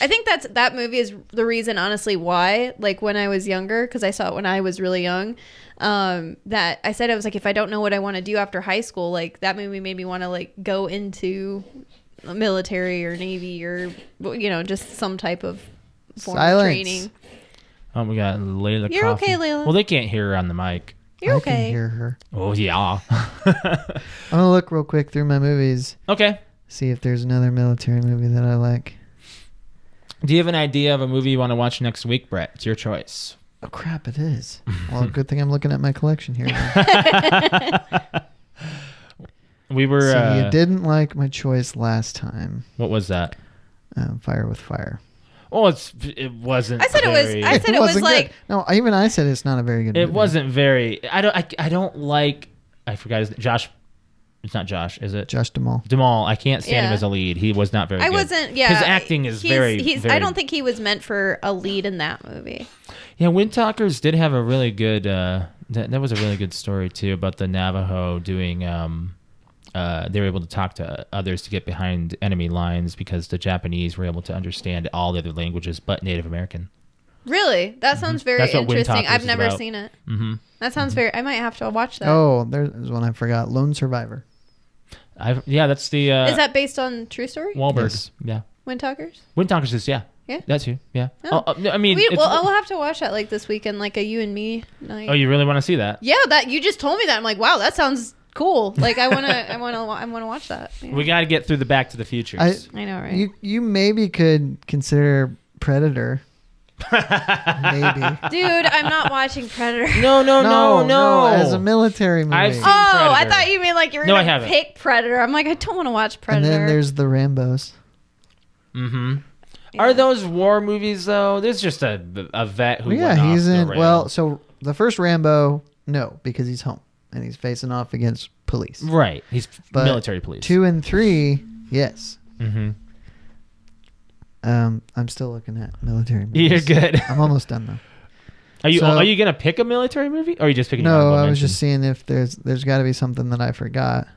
Speaker 3: I think that's that movie is the reason, honestly, why like when I was younger, because I saw it when I was really young. Um, that I said I was like, if I don't know what I want to do after high school, like that movie made me want to like go into military or navy or you know just some type of form of
Speaker 1: Silence.
Speaker 3: training.
Speaker 4: Oh my God, Layla.
Speaker 3: You're
Speaker 4: coughing.
Speaker 3: okay, Layla.
Speaker 4: Well, they can't hear her on the mic.
Speaker 3: You're
Speaker 1: I
Speaker 3: okay.
Speaker 1: can hear her.
Speaker 4: Oh yeah.
Speaker 1: I'm gonna look real quick through my movies,
Speaker 4: okay.
Speaker 1: see if there's another military movie that I like.
Speaker 4: Do you have an idea of a movie you want to watch next week, Brett? It's your choice.
Speaker 1: Oh crap! It is. Well, good thing I'm looking at my collection here. then.
Speaker 4: We were.
Speaker 1: so
Speaker 4: uh,
Speaker 1: you didn't like my choice last time.
Speaker 4: What was that?
Speaker 1: Um, Fire with Fire.
Speaker 4: Oh, it's. It wasn't.
Speaker 3: I said it was-
Speaker 4: very-
Speaker 3: I said it was
Speaker 1: wasn't
Speaker 3: like-
Speaker 1: good. no. Even I said it's not a very good.
Speaker 4: It
Speaker 1: movie.
Speaker 4: wasn't very. I don't. I, I don't like. I forgot his Josh. It's not Josh, is it?
Speaker 1: Josh Duhamel.
Speaker 4: Demal. I can't stand him
Speaker 3: Yeah.
Speaker 4: as a lead. He was not very.
Speaker 3: I
Speaker 4: good.
Speaker 3: wasn't. Yeah,
Speaker 4: His acting is
Speaker 3: he's-
Speaker 4: very,
Speaker 3: He's,
Speaker 4: very-
Speaker 3: I don't think he was meant for a lead in that movie.
Speaker 4: Yeah, Wind Talkers did have a really good. Uh, that that was a really good story too about the Navajo doing. Um, uh, they were able to talk to others to get behind enemy lines because the Japanese were able to understand all the other languages but Native American.
Speaker 3: Really, that sounds very
Speaker 4: Mm-hmm. That's what Wind
Speaker 3: interesting.
Speaker 4: Talkers
Speaker 3: I've
Speaker 4: is
Speaker 3: never
Speaker 4: about.
Speaker 3: seen it.
Speaker 4: Mm-hmm.
Speaker 3: That sounds very. I might have to watch that. Is
Speaker 1: Oh, there's one I forgot. Lone Survivor.
Speaker 4: I've, yeah, that's the uh,
Speaker 3: that based on true story?
Speaker 4: Wahlberg.
Speaker 1: Yes.
Speaker 4: Yeah,
Speaker 3: Wind Talkers.
Speaker 4: Wind Talkers is yeah.
Speaker 3: Yeah.
Speaker 4: that's you. Yeah.
Speaker 3: Oh.
Speaker 4: Oh, uh, I mean,
Speaker 3: We,
Speaker 4: it's-
Speaker 3: well, I'll have to watch that like this weekend, like a you and me night.
Speaker 4: oh, you really want to see that?
Speaker 3: yeah, that you just told me that. I'm like, wow, that sounds cool. Like I wanna, I wanna, I wanna watch that. Yeah.
Speaker 4: We got to get through the Back to the Futures.
Speaker 1: I-
Speaker 3: I know, right?
Speaker 1: You you maybe could consider Predator. maybe.
Speaker 3: Dude, I'm not watching Predator.
Speaker 4: no, no, no, no.
Speaker 1: As a military movie.
Speaker 4: I've seen-
Speaker 3: Oh, I
Speaker 4: Predator.
Speaker 3: thought you mean like you were
Speaker 4: No, I
Speaker 3: gonna
Speaker 4: haven't.
Speaker 3: pick Predator. I'm like, I don't want to watch
Speaker 1: and
Speaker 3: Predator.
Speaker 1: then there's the Rambo's.
Speaker 4: Mm-hmm. Are those war movies though? There's just a a vet who. went
Speaker 1: yeah,
Speaker 4: off
Speaker 1: he's
Speaker 4: the
Speaker 1: in.
Speaker 4: rail.
Speaker 1: Well, so the first Rambo, no, because he's home and he's facing off against police.
Speaker 4: Right. He's
Speaker 1: But
Speaker 4: military police.
Speaker 1: Two and three, yes.
Speaker 4: Mm-hmm.
Speaker 1: Um, I'm still looking at military movies.
Speaker 4: You're good.
Speaker 1: I'm almost done though.
Speaker 4: Are you
Speaker 1: So-
Speaker 4: are you gonna pick a military movie? Or are you just picking? an
Speaker 1: No,
Speaker 4: honorable
Speaker 1: I was
Speaker 4: mention?
Speaker 1: just seeing if there's there's got to be something that I forgot.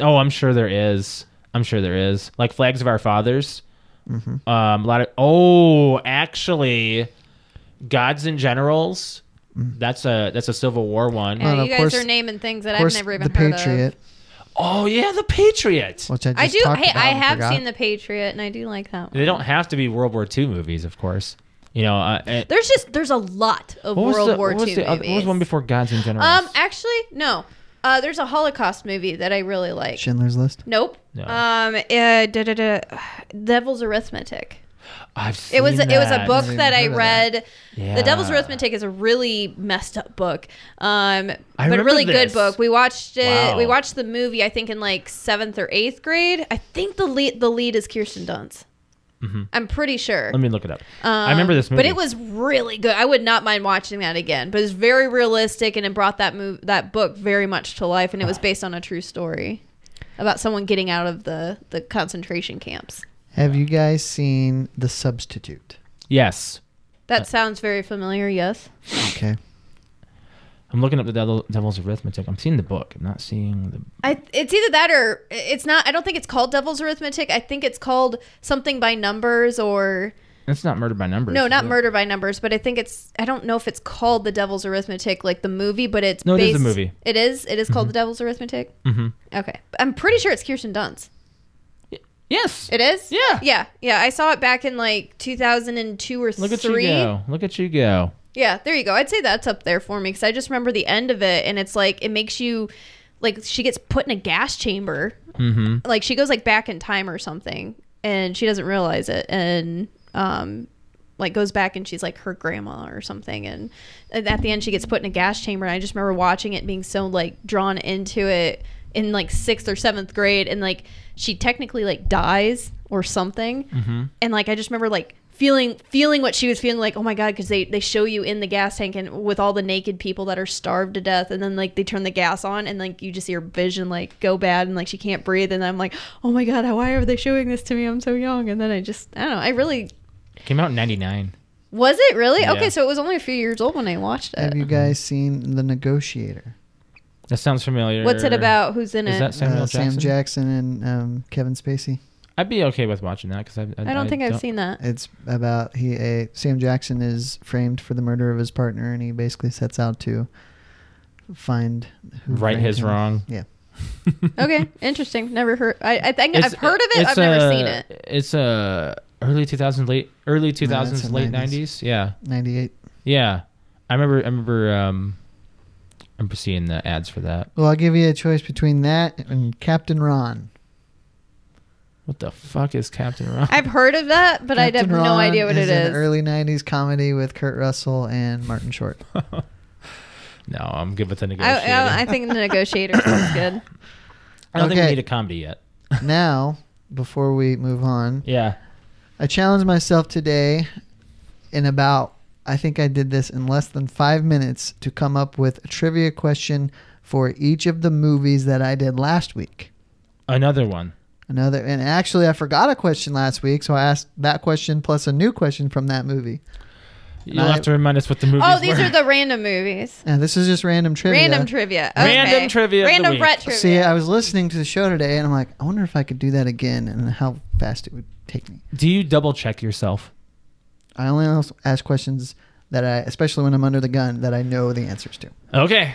Speaker 4: Oh, I'm sure there is. I'm sure there is. Like flags of our fathers.
Speaker 1: Mhm.
Speaker 4: Um, a lot of. Oh, actually, gods and generals.
Speaker 1: Mm.
Speaker 4: That's a that's a Civil War one.
Speaker 3: Yeah,
Speaker 1: Well,
Speaker 3: you
Speaker 1: of
Speaker 3: guys
Speaker 1: course-
Speaker 3: are naming things that
Speaker 1: Of course,
Speaker 3: I've never
Speaker 1: the
Speaker 3: even heard
Speaker 1: Patriot,
Speaker 3: of.
Speaker 4: Oh yeah, the Patriot.
Speaker 1: which I just
Speaker 3: I do.
Speaker 1: Talked
Speaker 3: Hey,
Speaker 1: about
Speaker 3: I
Speaker 1: and
Speaker 3: have
Speaker 1: forgot.
Speaker 3: seen the Patriot, and I do like that. One.
Speaker 4: They don't have to be World War II movies, of course. You know, uh, and-
Speaker 3: There's just there's a lot of
Speaker 4: what was
Speaker 3: World
Speaker 4: the,
Speaker 3: War
Speaker 4: what was
Speaker 3: II
Speaker 4: the other-
Speaker 3: movies.
Speaker 4: what was one before Gods and Generals?
Speaker 3: um, actually, no. Uh, there's a Holocaust movie that I really like.
Speaker 1: Schindler's List.
Speaker 3: Nope.
Speaker 4: No.
Speaker 3: Um. Uh, da, da, da, Devil's Arithmetic.
Speaker 4: I've
Speaker 3: It was
Speaker 4: seen
Speaker 3: it was a
Speaker 4: that.
Speaker 3: book
Speaker 1: Never even
Speaker 3: that I
Speaker 1: heard of
Speaker 3: read.
Speaker 4: Yeah.
Speaker 3: The Devil's Arithmetic is a really messed up book, um, but a
Speaker 4: remember
Speaker 3: really
Speaker 4: this.
Speaker 3: good book. We watched it.
Speaker 4: Wow.
Speaker 3: We watched the movie. I think in like seventh or eighth grade. I think the lead the lead is Kirsten Dunst.
Speaker 4: Mm-hmm.
Speaker 3: I'm pretty sure.
Speaker 4: Let me look it up. I remember this movie.
Speaker 3: Um, But it was really good. I would not mind watching that again. But it's very realistic, and it brought that move that book very much to life. And it was based on a true story about someone getting out of the the concentration camps.
Speaker 1: Have you guys seen The Substitute?
Speaker 4: yes. Uh,
Speaker 3: That sounds very familiar. Yes.
Speaker 1: Okay.
Speaker 4: I'm looking up the Devil, Devil's Arithmetic. I'm seeing the book. I'm not seeing the.
Speaker 3: I, it's either that or it's not. I don't think it's called Devil's Arithmetic. I think it's called something by numbers or
Speaker 4: It's not Murder by Numbers.
Speaker 3: no,
Speaker 4: is
Speaker 3: not
Speaker 4: it?
Speaker 3: Murder by Numbers, but I think it's. I don't know if it's called The Devil's Arithmetic like the movie, but it's
Speaker 4: No, it is
Speaker 3: based,
Speaker 4: a movie. Mm-hmm.
Speaker 3: It is. It is called The Devil's Arithmetic.
Speaker 4: Mhm.
Speaker 3: Okay, I'm pretty sure it's Kirsten Dunst.
Speaker 4: Yes.
Speaker 3: It is.
Speaker 4: Yeah.
Speaker 3: Yeah. Yeah. I saw it back in like 2002 or
Speaker 4: Look at
Speaker 3: three.
Speaker 4: you go. Look at you go.
Speaker 3: Yeah, there you go. I'd say that's up there for me because I just remember the end of it, and it's like it makes you like she gets put in a gas chamber,
Speaker 4: Mhm.
Speaker 3: like she goes like back in time or something, and she doesn't realize it, and um, like goes back and she's like her grandma or something, and and at the end she gets put in a gas chamber. And I just remember watching it being so like drawn into it in like sixth or seventh grade, and like she technically like dies or something, and like I just remember like feeling feeling what she was feeling like oh my god because they they show you in the gas tank and with all the naked people that are starved to death and then like they turn the gas on and like you just see her vision like go bad and like she can't breathe and I'm like oh my god why are they showing this to me I'm so young and then I just I don't know I really
Speaker 4: Came out in '99.
Speaker 3: was it really
Speaker 4: Yeah.
Speaker 3: okay so it was only a few years old when I watched
Speaker 1: Have
Speaker 3: it
Speaker 1: you guys seen The Negotiator?
Speaker 4: That sounds familiar.
Speaker 3: what's it about who's in
Speaker 4: Is
Speaker 3: it
Speaker 4: that Samuel
Speaker 1: uh,
Speaker 4: Jackson?
Speaker 1: Sam Jackson and um, Kevin Spacey.
Speaker 4: I'd be okay with watching that because I, I.
Speaker 3: I don't think I've seen that
Speaker 1: It's about he a Sam Jackson is framed for the murder of his partner, and he basically sets out to find who
Speaker 4: Right
Speaker 1: framed
Speaker 4: his
Speaker 1: him.
Speaker 4: wrong.
Speaker 1: Yeah,
Speaker 3: okay interesting never heard I, I think
Speaker 4: It's-
Speaker 3: I've heard of it
Speaker 4: it's
Speaker 3: I've never
Speaker 4: a-
Speaker 3: seen it
Speaker 4: It's a early 2000s, late early 2000s,
Speaker 1: the
Speaker 4: late
Speaker 1: 90s.
Speaker 4: 90s. Yeah,
Speaker 1: ninety-eight.
Speaker 4: yeah. I remember. I remember. Um, I remember seeing the ads for that.
Speaker 1: Well, I'll give you a choice between that and Captain Ron.
Speaker 4: What the fuck is Captain Ron?
Speaker 3: I've heard of that but I'd have
Speaker 1: Captain
Speaker 3: no
Speaker 1: Ron
Speaker 3: idea what it
Speaker 1: An
Speaker 3: is
Speaker 1: early '90s comedy with Kurt Russell and Martin Short.
Speaker 4: no, I'm good with the
Speaker 3: I,
Speaker 4: negotiator. I,
Speaker 3: Oh, I, I think the negotiator sounds good.
Speaker 4: don't think we
Speaker 1: Okay.
Speaker 4: need a comedy yet.
Speaker 1: now, before we move on,
Speaker 4: Yeah.
Speaker 1: I challenged myself today in about, I think I did this in less than five minutes to come up with a trivia question for each of the movies that I did last week.
Speaker 4: Another one.
Speaker 1: Another, and actually, I forgot a question last week, so I asked that question plus a new question from that movie.
Speaker 4: You'll
Speaker 1: I-
Speaker 4: have to remind us what the movies
Speaker 3: Oh, these
Speaker 4: were.
Speaker 3: are the random movies.
Speaker 1: Now, this is just random trivia.
Speaker 3: Random trivia. Okay.
Speaker 4: Random trivia of the
Speaker 3: Random
Speaker 4: week. uh,
Speaker 3: Brett trivia.
Speaker 1: See, I was listening to the show today, and I'm like, I wonder if I could do that again, and how fast it would take me.
Speaker 4: Do you double check yourself?
Speaker 1: I only ask- ask questions that I, especially when I'm under the gun, that I know the answers to.
Speaker 4: Okay.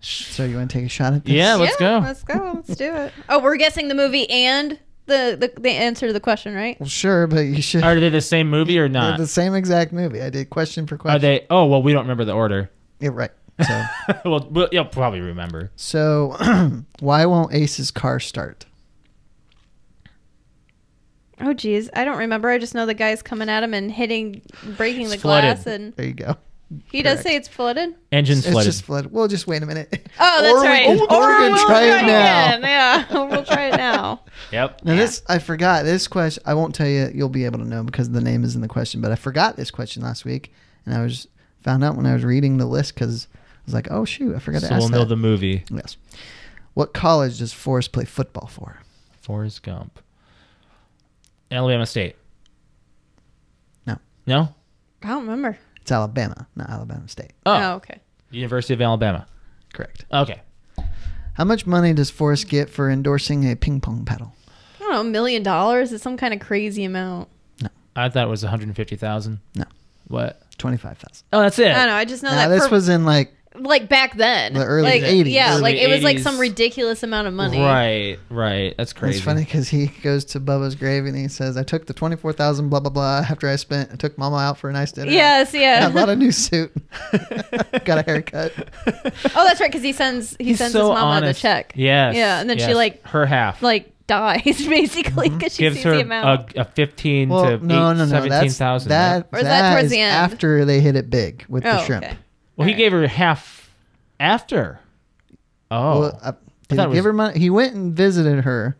Speaker 1: So, you want to take a shot at this?
Speaker 4: Yeah. Let's
Speaker 3: Yeah,
Speaker 4: go.
Speaker 3: Let's go. Let's do it. Oh, we're guessing the movie and the, the the answer to the question, right?
Speaker 1: Well, sure, but you should.
Speaker 4: Are they the same movie or
Speaker 1: They're
Speaker 4: not?
Speaker 1: the same exact movie. I did question for
Speaker 4: Are
Speaker 1: question.
Speaker 4: they? Oh well, we don't remember the order.
Speaker 1: Yeah, right. So,
Speaker 4: well, we'll- you'll probably remember.
Speaker 1: so why won't Ace's car start?
Speaker 3: Oh, geez, I don't remember. I just know the guy's coming at him and hitting, breaking the
Speaker 4: It's flooded.
Speaker 3: glass, and
Speaker 1: There you go.
Speaker 3: he does
Speaker 1: Correct.
Speaker 3: say it's flooded.
Speaker 4: Engines
Speaker 1: It's
Speaker 4: flooded.
Speaker 1: just flooded. Well, just wait a minute.
Speaker 3: Oh, that's
Speaker 1: Or we-
Speaker 3: right.
Speaker 1: or we can try it now.
Speaker 3: again. Yeah, we'll try it now.
Speaker 4: Yep.
Speaker 1: Now this I forgot this question. I won't tell you. You'll be able to know because the name is in the question. But I forgot this question last week, and I was found out when I was reading the list because I was like, oh shoot, I forgot
Speaker 4: So
Speaker 1: to ask
Speaker 4: we'll know
Speaker 1: that.
Speaker 4: the movie.
Speaker 1: yes. What college does Forrest play football for?
Speaker 4: Forrest Gump. Alabama State.
Speaker 1: No.
Speaker 4: No.
Speaker 3: I don't remember.
Speaker 1: It's Alabama, not Alabama State.
Speaker 4: Oh,
Speaker 3: Oh, okay.
Speaker 4: University of Alabama.
Speaker 1: Correct.
Speaker 4: Okay.
Speaker 1: How much money does Forrest get for endorsing a ping pong paddle?
Speaker 3: I don't know. A million dollars is some kind of crazy amount.
Speaker 4: I thought it was 150,000.
Speaker 1: No.
Speaker 4: What?
Speaker 1: Twenty five thousand.
Speaker 4: Oh, that's it.
Speaker 3: I don't know. I just know that
Speaker 1: Now, this
Speaker 3: for-
Speaker 1: was in like
Speaker 3: like back then,
Speaker 1: The early
Speaker 3: like,
Speaker 1: 80s.
Speaker 3: Yeah,
Speaker 1: Early
Speaker 3: like it was like some
Speaker 4: 80s.
Speaker 3: ridiculous amount of money.
Speaker 4: Right, right. That's crazy.
Speaker 1: It's funny because he goes to Bubba's grave and he says, "I took the twenty four thousand blah blah blah after I spent I took Mama out for a nice dinner.
Speaker 3: Yes,
Speaker 1: I bought
Speaker 3: yeah.
Speaker 1: a new suit, got a haircut.
Speaker 3: Oh, that's right, because he sends he
Speaker 4: He's
Speaker 3: sends
Speaker 4: so
Speaker 3: his mom out a
Speaker 4: honest.
Speaker 3: check.
Speaker 4: Yes.
Speaker 3: Yeah, and then she,
Speaker 4: yes.
Speaker 3: like-
Speaker 4: her half
Speaker 3: like dies basically
Speaker 1: Mm-hmm.
Speaker 3: because she
Speaker 4: gives
Speaker 3: sees
Speaker 4: her
Speaker 3: the amount.
Speaker 4: a, a fifteen
Speaker 1: Well,
Speaker 4: to eight,
Speaker 1: no, no, no.
Speaker 4: seventeen
Speaker 1: That's
Speaker 4: thousand.
Speaker 1: that.
Speaker 3: Or is that towards
Speaker 1: is
Speaker 3: the end?
Speaker 1: after they hit it big with the
Speaker 3: Oh,
Speaker 1: shrimp?
Speaker 3: okay.
Speaker 4: Well, he
Speaker 3: Alright.
Speaker 4: gave her half after. Oh,
Speaker 1: Well, uh, did
Speaker 4: thought
Speaker 1: he
Speaker 4: it
Speaker 1: give
Speaker 4: was-
Speaker 1: her money? He went and visited her,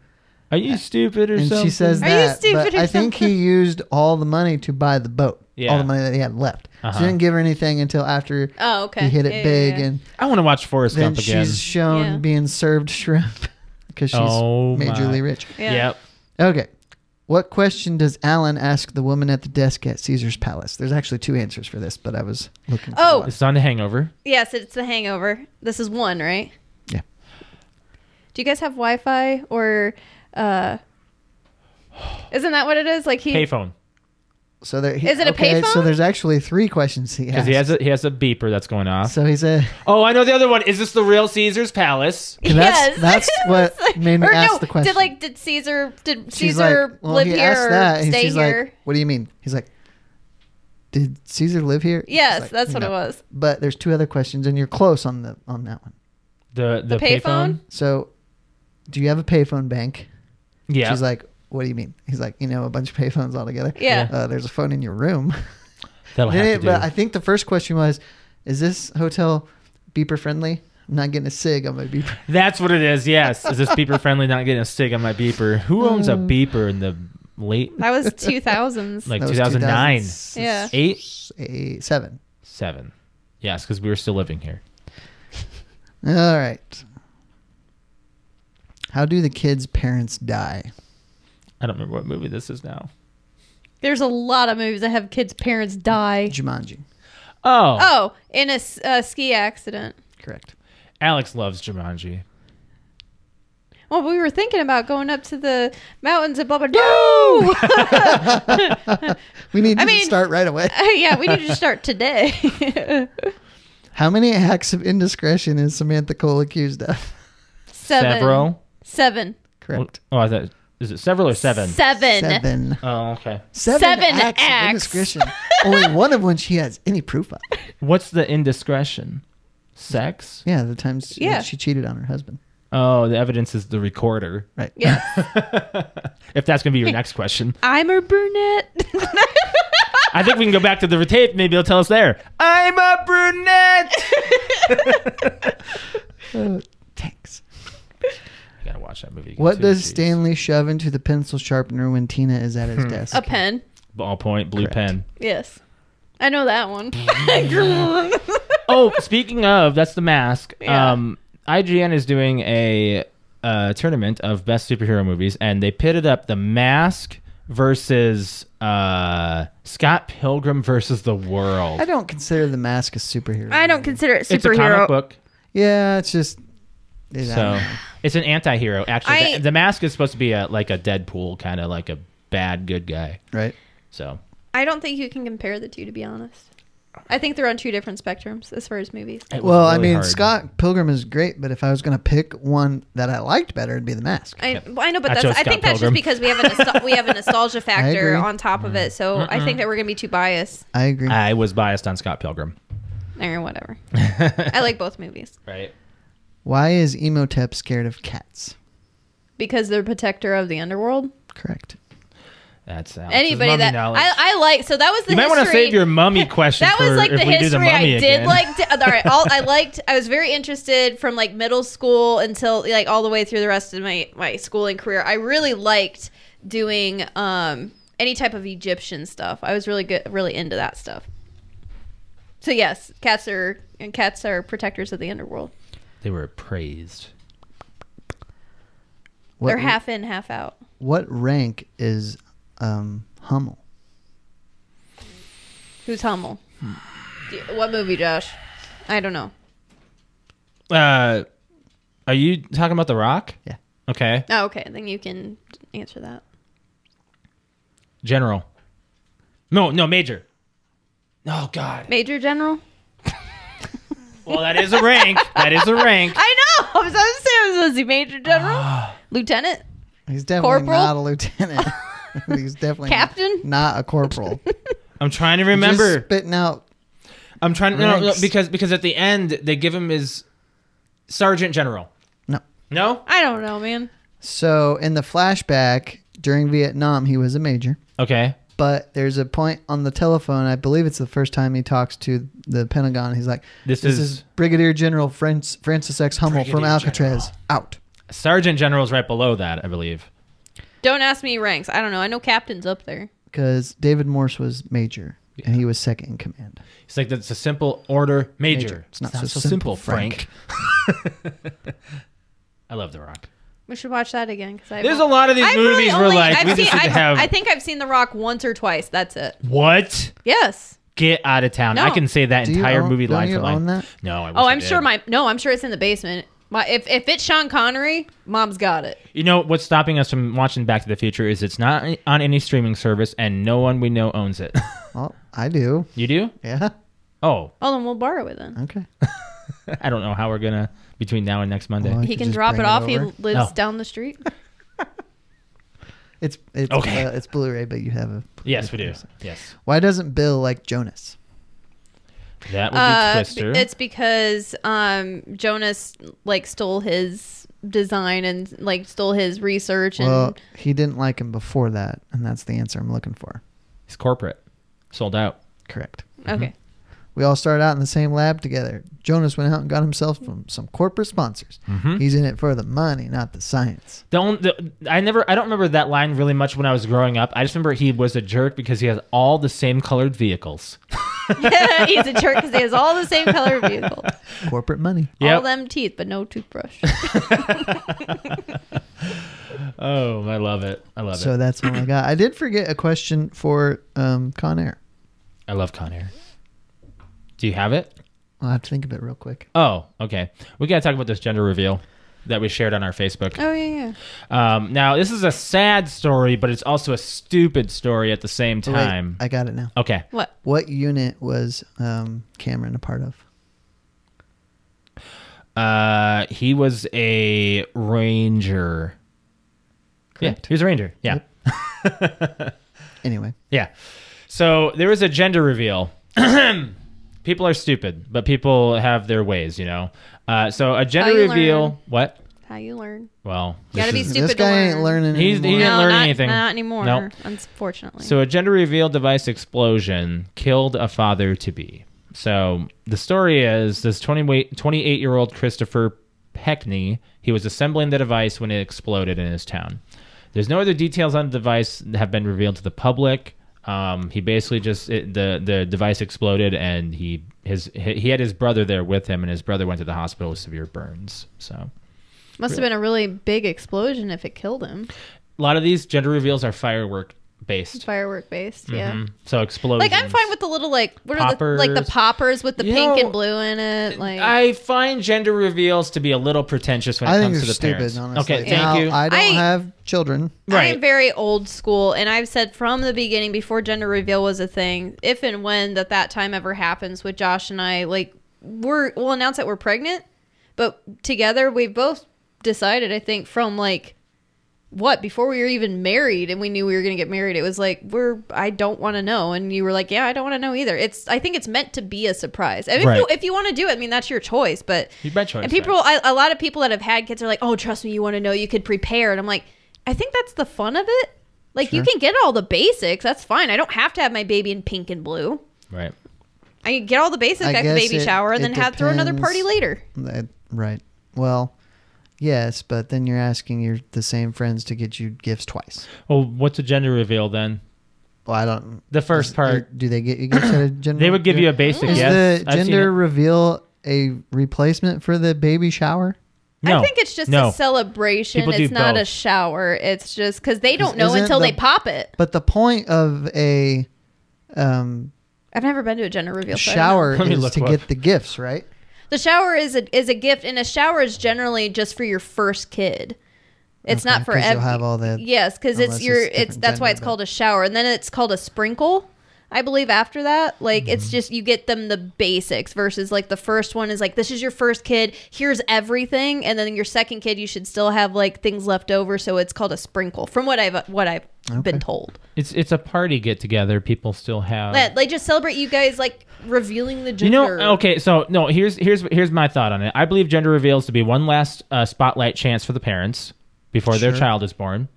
Speaker 4: are you stupid or
Speaker 1: and
Speaker 4: something?
Speaker 1: she says
Speaker 3: Are you
Speaker 1: that.
Speaker 3: stupid
Speaker 1: but
Speaker 3: or
Speaker 1: I think he used all the money to buy the boat.
Speaker 4: Yeah.
Speaker 1: All the money that he had left.
Speaker 4: Uh-huh.
Speaker 1: She didn't give her anything until after
Speaker 3: Oh, okay.
Speaker 1: he hit it
Speaker 3: Yeah, yeah,
Speaker 1: big,
Speaker 3: yeah.
Speaker 1: and
Speaker 4: "I want to watch Forrest
Speaker 1: then
Speaker 4: Gump again."
Speaker 1: she's shown
Speaker 3: Yeah.
Speaker 1: being served shrimp because she's
Speaker 4: Oh, my.
Speaker 1: majorly rich.
Speaker 3: Yeah.
Speaker 4: Yep.
Speaker 1: Okay. What question does Alan ask the woman at the desk at Caesar's Palace? There's actually two answers for this, but I was looking. For
Speaker 3: Oh.
Speaker 1: one.
Speaker 4: It's on the Hangover.
Speaker 3: Yes, it's the Hangover. This is one, right?
Speaker 1: Yeah.
Speaker 3: Do you guys have Wi-Fi or? uh Isn't that what it is? Like he.
Speaker 4: Payphone.
Speaker 1: so there. He,
Speaker 3: Is it a
Speaker 1: okay, So
Speaker 3: payphone?
Speaker 1: there's actually three questions he
Speaker 4: Because
Speaker 1: asked.
Speaker 4: he has a he has a beeper that's going off.
Speaker 1: so he said,
Speaker 4: Oh, I know the other one. Is this the real Caesar's Palace?
Speaker 1: That's- that's what
Speaker 3: It's like-
Speaker 1: made me
Speaker 3: or
Speaker 1: ask the question.
Speaker 3: Did like did Caesar did
Speaker 1: she's
Speaker 3: Caesar
Speaker 1: like, well,
Speaker 3: live
Speaker 1: he
Speaker 3: here
Speaker 1: asked
Speaker 3: or
Speaker 1: that, and
Speaker 3: stay
Speaker 1: she's
Speaker 3: here?
Speaker 1: like, what do you mean? He's like, did Caesar live here? She's
Speaker 3: yes,
Speaker 1: like,
Speaker 3: that's what
Speaker 1: "No."
Speaker 3: it was.
Speaker 1: But there's two other questions, and you're close on the on that one.
Speaker 4: The the,
Speaker 3: The payphone?
Speaker 1: So, do you have a payphone bank?
Speaker 4: Yeah.
Speaker 1: She's like, what do you mean? He's like, you know, a bunch of payphones all together.
Speaker 3: Yeah.
Speaker 1: Uh, there's a phone in your room.
Speaker 4: That'll
Speaker 1: Did
Speaker 4: have
Speaker 1: it-
Speaker 4: to do.
Speaker 1: but I think the first question was, is this hotel beeper friendly? I'm not getting a sig on my beeper.
Speaker 4: That's what it is. Yes. Is this beeper friendly? Not getting a stick on my beeper. Who owns a
Speaker 1: Um,
Speaker 4: beeper in the late
Speaker 3: That was two thousands.
Speaker 4: like
Speaker 1: That
Speaker 4: two
Speaker 1: was
Speaker 4: thousand nine?
Speaker 1: 2006.
Speaker 3: Yeah.
Speaker 4: Eight
Speaker 1: Eight, seven.
Speaker 4: seven. Yes, because we were still living here.
Speaker 1: All right. How do the kids' parents die?
Speaker 4: I don't remember what movie this is now.
Speaker 3: There's a lot of movies that have kids' parents die.
Speaker 1: Jumanji.
Speaker 4: Oh,
Speaker 3: Oh, in a s- uh, ski accident.
Speaker 1: Correct.
Speaker 4: Alex loves Jumanji.
Speaker 3: Well, we were thinking about going up to the mountains and blah blah. No.
Speaker 1: We need
Speaker 3: I
Speaker 1: you to
Speaker 3: mean-
Speaker 1: start right away.
Speaker 3: yeah, we need to start today. Seven.
Speaker 1: How many acts of indiscretion is Samantha Cole accused of?
Speaker 4: Several.
Speaker 3: Seven.
Speaker 1: Correct.
Speaker 4: Oh, I thought is it several or seven?
Speaker 3: Seven.
Speaker 1: Seven.
Speaker 4: Oh, okay.
Speaker 1: Seven,
Speaker 3: Seven
Speaker 1: acts,
Speaker 3: acts.
Speaker 1: of indiscretion. Only one of which she has any proof of.
Speaker 4: What's the indiscretion? Sex?
Speaker 1: Yeah, the times that
Speaker 3: Yeah.
Speaker 1: she cheated on her husband.
Speaker 4: Oh, the evidence is the recorder.
Speaker 1: Right.
Speaker 3: Yes.
Speaker 4: If that's gonna be your next question,
Speaker 3: I'm a brunette.
Speaker 4: I think we can go back to the tape. Maybe they'll tell us there. I'm a brunette.
Speaker 1: Uh, thanks.
Speaker 4: I gotta watch that movie. Again
Speaker 1: What
Speaker 4: too,
Speaker 1: does
Speaker 4: Oh, jeez. Hmm.
Speaker 1: Stanley shove into the pencil sharpener when Tina is at his desk?
Speaker 3: a pen.
Speaker 4: Ballpoint, blue
Speaker 1: Correct.
Speaker 4: pen.
Speaker 3: Yes. I know that one.
Speaker 4: oh, speaking of, that's the mask.
Speaker 3: Yeah.
Speaker 4: Um, IGN is doing a uh, tournament of best superhero movies, and they pitted up The Mask versus uh, Scott Pilgrim versus the World.
Speaker 1: I don't consider the mask a superhero.
Speaker 3: I don't consider it
Speaker 4: It's a comic
Speaker 3: superhero.
Speaker 4: book,
Speaker 1: Yeah, it's just. it's- I
Speaker 4: so
Speaker 1: don't know.
Speaker 4: it's an anti-hero. Actually,
Speaker 3: I-
Speaker 4: the, the Mask is supposed to be a like a Deadpool kind of like a bad good guy.
Speaker 1: right.
Speaker 4: So
Speaker 3: I don't think you can compare the two, to be honest. I think they're on two different spectrums as far as movies.
Speaker 4: it was
Speaker 1: Well, I
Speaker 4: really
Speaker 1: mean,
Speaker 4: hard.
Speaker 1: Scott Pilgrim is great, but if I was going to pick one that I liked better, it'd be the mask.
Speaker 3: I, well, I know, but
Speaker 4: I
Speaker 3: that's,
Speaker 4: chose
Speaker 3: I
Speaker 4: Scott
Speaker 3: think that's
Speaker 4: Pilgrim.
Speaker 3: just because we have a nostal- we have a nostalgia
Speaker 1: agree.
Speaker 3: factor on top of it. So I think that we're gonna be too biased.
Speaker 1: I agree.
Speaker 4: I was biased on Scott Pilgrim.
Speaker 3: Or whatever. I like both movies
Speaker 4: Right.
Speaker 1: Why is Emotep scared of cats?
Speaker 3: because they're protector of the underworld.
Speaker 1: Correct.
Speaker 4: That's Alex's
Speaker 3: Anybody
Speaker 4: mummy
Speaker 3: that
Speaker 4: knowledge.
Speaker 3: I, I like. So that was the
Speaker 4: you might
Speaker 3: history.
Speaker 4: want to save your mummy question.
Speaker 3: that was
Speaker 4: for
Speaker 3: like
Speaker 4: if
Speaker 3: the
Speaker 4: we do the
Speaker 3: history I
Speaker 4: mummy
Speaker 3: did
Speaker 4: again.
Speaker 3: like. To, all right, all I liked. I was very interested from like middle school until like all the way through the rest of my my schooling career. I really liked doing um any type of Egyptian stuff. I was really good, really into that stuff. So yes, cats are and cats are protectors of the underworld.
Speaker 4: They were praised.
Speaker 1: What,
Speaker 3: They're half in, half out.
Speaker 1: What rank is um, Hummel?
Speaker 3: Who's Hummel?
Speaker 4: Hmm.
Speaker 3: Do you- What movie, Josh? I don't know.
Speaker 4: Uh, are you talking about The Rock?
Speaker 1: Yeah.
Speaker 4: Okay.
Speaker 3: Oh, okay. Then you can answer that.
Speaker 4: General. No, no, Major. Oh God.
Speaker 3: Major General.
Speaker 4: Well, that is a rank. That is a rank.
Speaker 3: I know. I was I was saying, was he major
Speaker 4: Ah.
Speaker 3: general, lieutenant?
Speaker 1: He's definitely
Speaker 3: Corporal?
Speaker 1: not a lieutenant. He's definitely
Speaker 3: Captain?
Speaker 1: not a corporal.
Speaker 4: I'm trying to remember.
Speaker 1: Just spitting out.
Speaker 4: I'm trying to no, no,
Speaker 1: ranks.
Speaker 4: because because at the end they give him his sergeant general.
Speaker 1: No.
Speaker 4: No.
Speaker 3: I don't know, man.
Speaker 1: So in the flashback during Vietnam, he was a major.
Speaker 4: Okay.
Speaker 1: But there's a point on the telephone. I believe it's the first time he talks to the Pentagon. He's like,
Speaker 4: This
Speaker 1: "This
Speaker 4: is-
Speaker 1: is, Brigadier General Franc- Francis X. Hummel from
Speaker 4: Brigadier
Speaker 1: Alcatraz out."
Speaker 4: Sergeant general's right below that, I believe.
Speaker 3: Don't ask me ranks. I don't know. I know captain's up there.
Speaker 1: Because David Morse was major and he was second in command.
Speaker 4: It's like that's a simple order major.
Speaker 1: Major. It's not so simple, Frank.
Speaker 4: Frank. I love The Rock.
Speaker 3: We should watch that again because I.
Speaker 4: There's a lot of these movies where like we
Speaker 3: seen,
Speaker 4: just need to
Speaker 3: I've-
Speaker 4: have
Speaker 3: I think I've seen The Rock once or twice. That's it.
Speaker 4: what
Speaker 3: Yes.
Speaker 4: get out of town. I
Speaker 3: No.
Speaker 4: can say that
Speaker 1: Do you
Speaker 4: entire
Speaker 1: own-
Speaker 4: movie
Speaker 1: don't
Speaker 4: line
Speaker 1: you
Speaker 4: for line.
Speaker 1: own that?
Speaker 4: No, I wish
Speaker 3: Oh,
Speaker 4: I
Speaker 3: I'm sure
Speaker 4: did.
Speaker 3: my no, I'm sure it's in the basement. My if if it's Sean Connery, mom's got it.
Speaker 4: You know what's stopping us from watching Back to the Future is it's not on any streaming service and no one we know owns it.
Speaker 1: Well, I do.
Speaker 4: you do?
Speaker 1: Yeah.
Speaker 4: Oh,
Speaker 3: Oh, then we'll borrow it then.
Speaker 1: Okay.
Speaker 4: I don't know how we're gonna between now and next Monday.
Speaker 1: Well, I
Speaker 3: he
Speaker 1: could
Speaker 3: can
Speaker 1: just
Speaker 3: drop it
Speaker 1: bring
Speaker 3: off. he
Speaker 1: over.
Speaker 3: lives
Speaker 4: No.
Speaker 3: down the street.
Speaker 1: It's it's
Speaker 4: Okay.
Speaker 1: uh, it's Blu-ray, but you have a.
Speaker 4: yes, we do. Yes,
Speaker 1: Why doesn't Bill like Jonas?
Speaker 4: that would be
Speaker 3: Uh,
Speaker 4: Twister.
Speaker 3: it's because um, Jonas like stole his design and like stole his research and
Speaker 1: Well, he didn't like him before that, and that's the answer I'm looking for.
Speaker 4: It's corporate, sold out.
Speaker 1: Correct.
Speaker 3: okay.
Speaker 1: We all started out in the same lab together. Jonas went out and got himself from some corporate sponsors.
Speaker 4: Mm-hmm.
Speaker 1: He's in it for the money, not the science.
Speaker 4: The only, the, I never, I don't remember that line really much when I was growing up. I just remember he was a jerk because he has all the same colored vehicles. mm-hmm.
Speaker 3: He's a jerk because he has all the same color vehicle,
Speaker 1: Corporate money.
Speaker 3: all
Speaker 4: Yep.
Speaker 3: them teeth, but no toothbrush.
Speaker 4: Oh, I love it. I love
Speaker 1: So
Speaker 4: it.
Speaker 1: that's all I got. I did forget a question for um, Con Air.
Speaker 4: I love Con Air. Do you have it?
Speaker 1: I'll have to think of it real quick.
Speaker 4: Oh, okay. We gotta talk about this gender reveal that we shared on our Facebook.
Speaker 3: oh yeah, yeah.
Speaker 4: Um, now, this is a sad story, but it's also a stupid story at the same
Speaker 1: Oh, wait,
Speaker 4: time.
Speaker 1: I got it now.
Speaker 4: okay.
Speaker 3: What?
Speaker 1: What unit was um, Cameron a part of?
Speaker 4: Uh, he was a ranger. Yeah, he was a ranger. Yeah,
Speaker 1: Anyway,
Speaker 4: yeah. So there was a gender reveal. people are stupid, but people have their ways, you know. Uh, so a gender
Speaker 3: Oh, you
Speaker 4: reveal.
Speaker 3: learn.
Speaker 4: What?
Speaker 3: How you learn?
Speaker 4: Well,
Speaker 3: You gotta
Speaker 4: this
Speaker 3: be
Speaker 4: is-
Speaker 3: stupid
Speaker 1: this
Speaker 3: to
Speaker 1: guy ain't
Speaker 3: learn.
Speaker 1: learning
Speaker 4: He's- he
Speaker 1: anymore.
Speaker 4: didn't
Speaker 3: no,
Speaker 4: learn
Speaker 3: not,
Speaker 4: anything.
Speaker 3: Not anymore.
Speaker 4: No.
Speaker 3: Unfortunately.
Speaker 4: So a gender reveal device explosion killed a father to be. So the story is this 28 year old Christopher Peckney, he was assembling the device when it exploded in his town. There's no other details on the device that have been revealed to the public. Um, he basically just it, the the device exploded and he his he had his brother there with him and his brother went to the hospital with severe burns. So
Speaker 3: must have been a really big explosion if it killed him.
Speaker 4: a lot of these gender reveals are firework based.
Speaker 3: Firework based. Yeah.
Speaker 4: Mhm. So explosions.
Speaker 3: Like I'm fine with the little like what are the like the
Speaker 4: Poppers.
Speaker 3: poppers with the
Speaker 4: You
Speaker 3: pink
Speaker 4: know,
Speaker 3: and blue in it? Like
Speaker 4: I find gender reveals to be a little pretentious when it
Speaker 1: I think
Speaker 4: comes
Speaker 1: they're
Speaker 4: to the
Speaker 1: stupid,
Speaker 4: parents.
Speaker 1: honestly.
Speaker 4: Okay,
Speaker 1: Now,
Speaker 4: thank you.
Speaker 1: I don't
Speaker 3: I-
Speaker 1: have children.
Speaker 3: I
Speaker 4: right.
Speaker 3: am very old school, and I've said from the beginning, before gender reveal was a thing, if and when that that time ever happens with Josh and I, like we're we'll announce that we're pregnant, but together we both decided, I think, from like what before we were even married and we knew we were going to get married it was like we're i don't want to know and you were like yeah i don't want to know either it's i think it's meant to be a surprise I mean,
Speaker 4: Right.
Speaker 3: if you, if you want to do it i mean that's your choice but
Speaker 4: You bet choice,
Speaker 3: and people I, a lot of people that have had kids are like oh trust me you want to know you could prepare and i'm like i think that's the fun of it like you
Speaker 1: Sure.
Speaker 3: can get all the basics that's fine i don't have to have my baby in pink and blue
Speaker 4: right.
Speaker 3: i can get all the basics
Speaker 1: I
Speaker 3: at the
Speaker 1: guess
Speaker 3: baby
Speaker 1: it-
Speaker 3: shower and
Speaker 1: it
Speaker 3: then have throw another
Speaker 1: depends.
Speaker 3: party later
Speaker 1: That- right. Well, yes, but then you're asking your the same friends to get you gifts twice.
Speaker 4: Well, what's a gender reveal then?
Speaker 1: Well, I don't.
Speaker 4: The first
Speaker 1: is-
Speaker 4: part,
Speaker 1: Do they get you gifts at a gender?
Speaker 4: they would give you a basic
Speaker 1: Is
Speaker 4: yes.
Speaker 1: the
Speaker 4: I've seen
Speaker 1: gender
Speaker 4: it.
Speaker 1: reveal a replacement for the baby shower?
Speaker 4: No.
Speaker 3: I think it's just
Speaker 4: no.
Speaker 3: a celebration.
Speaker 4: People do
Speaker 3: it's not a
Speaker 4: both.
Speaker 3: shower. It's just because they don't know
Speaker 1: Isn't
Speaker 3: until
Speaker 1: the-
Speaker 3: they pop it.
Speaker 1: But the point of a um,
Speaker 3: I've never been to a gender reveal so I don't know.
Speaker 1: shower
Speaker 4: Let me
Speaker 1: is
Speaker 4: look
Speaker 1: to
Speaker 4: up.
Speaker 1: get the gifts, right?
Speaker 3: The shower is a, is a gift, and a shower is generally just for your first kid. It's
Speaker 1: Okay,
Speaker 3: not for
Speaker 1: 'cause
Speaker 3: every.
Speaker 1: You'll have all that.
Speaker 3: yes, because
Speaker 1: unless
Speaker 3: it's your.
Speaker 1: it's
Speaker 3: It's
Speaker 1: different
Speaker 3: that's why
Speaker 1: gender,
Speaker 3: it's
Speaker 1: but-
Speaker 3: called a shower, and then it's called a sprinkle. I believe after that, like
Speaker 1: Mm-hmm.
Speaker 3: it's just you get them the basics versus like the first one is like this is your first kid, here's everything, and then your second kid you should still have like things left over, so it's called a sprinkle. From what I've what I've been told,
Speaker 4: It's it's a party get together. People still
Speaker 1: Oh.
Speaker 4: have.
Speaker 3: that they just celebrate you guys like revealing the
Speaker 4: you
Speaker 3: gender.
Speaker 4: know, okay, so no, here's here's here's my thought on it. I believe gender reveals to be one last uh, spotlight chance for the parents before their
Speaker 1: Sure.
Speaker 4: child is born.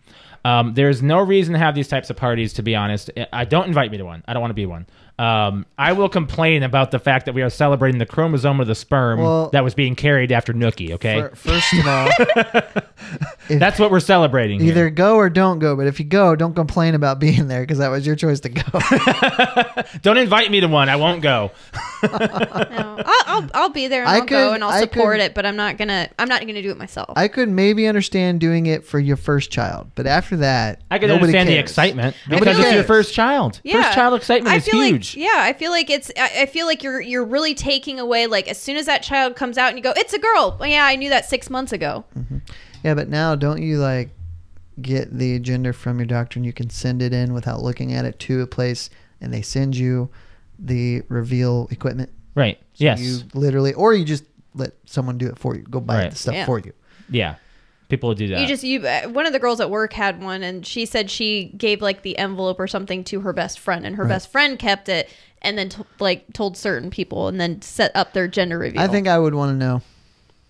Speaker 4: Um, there's no reason to have these types of parties. To be honest, I- I don't invite me to one. I don't want to be one. Um, I will complain about the fact that we are celebrating the chromosome of the sperm
Speaker 1: Well-
Speaker 4: that was being carried after Nookie. Okay,
Speaker 1: Fir- First of all,
Speaker 4: that's what we're celebrating. here.
Speaker 1: either go or don't go. But if you go, don't complain about being there because that was your choice to go.
Speaker 4: Don't invite me to one. I won't go.
Speaker 3: No. I'll, I'll I'll be there and
Speaker 1: I
Speaker 3: I'll go
Speaker 1: could-
Speaker 3: and I'll
Speaker 1: I
Speaker 3: support
Speaker 1: could-
Speaker 3: it, but I'm not gonna I'm not gonna do it myself.
Speaker 1: I could maybe understand doing it for your first child, but after that,
Speaker 4: I can
Speaker 1: nobody
Speaker 4: understand the
Speaker 1: cares.
Speaker 4: excitement
Speaker 1: Nobody
Speaker 4: because it's your
Speaker 1: cares.
Speaker 4: first child. First child excitement
Speaker 3: I
Speaker 4: is
Speaker 3: feel
Speaker 4: huge.
Speaker 3: Like, yeah, I feel like it's. I I feel like you're you're really taking away like as soon as that child comes out and you go, it's a girl. Well, yeah, I knew that six months ago.
Speaker 4: Mm-hmm.
Speaker 1: Yeah, but now don't you like get the agenda from your doctor and you can send it in without looking at it to a place and they send you the reveal equipment.
Speaker 4: right.
Speaker 1: So
Speaker 4: yes.
Speaker 1: You literally, or you just let someone do it for you. Go buy
Speaker 4: Right.
Speaker 1: the stuff
Speaker 3: Yeah.
Speaker 1: for you.
Speaker 4: yeah. People would do that.
Speaker 3: You just you. uh, One of the girls at work had one, and she said she gave like the envelope or something to her best friend, and her best friend kept it, and then t- like told certain people, and then set up their gender reveal.
Speaker 1: I think I would want to know.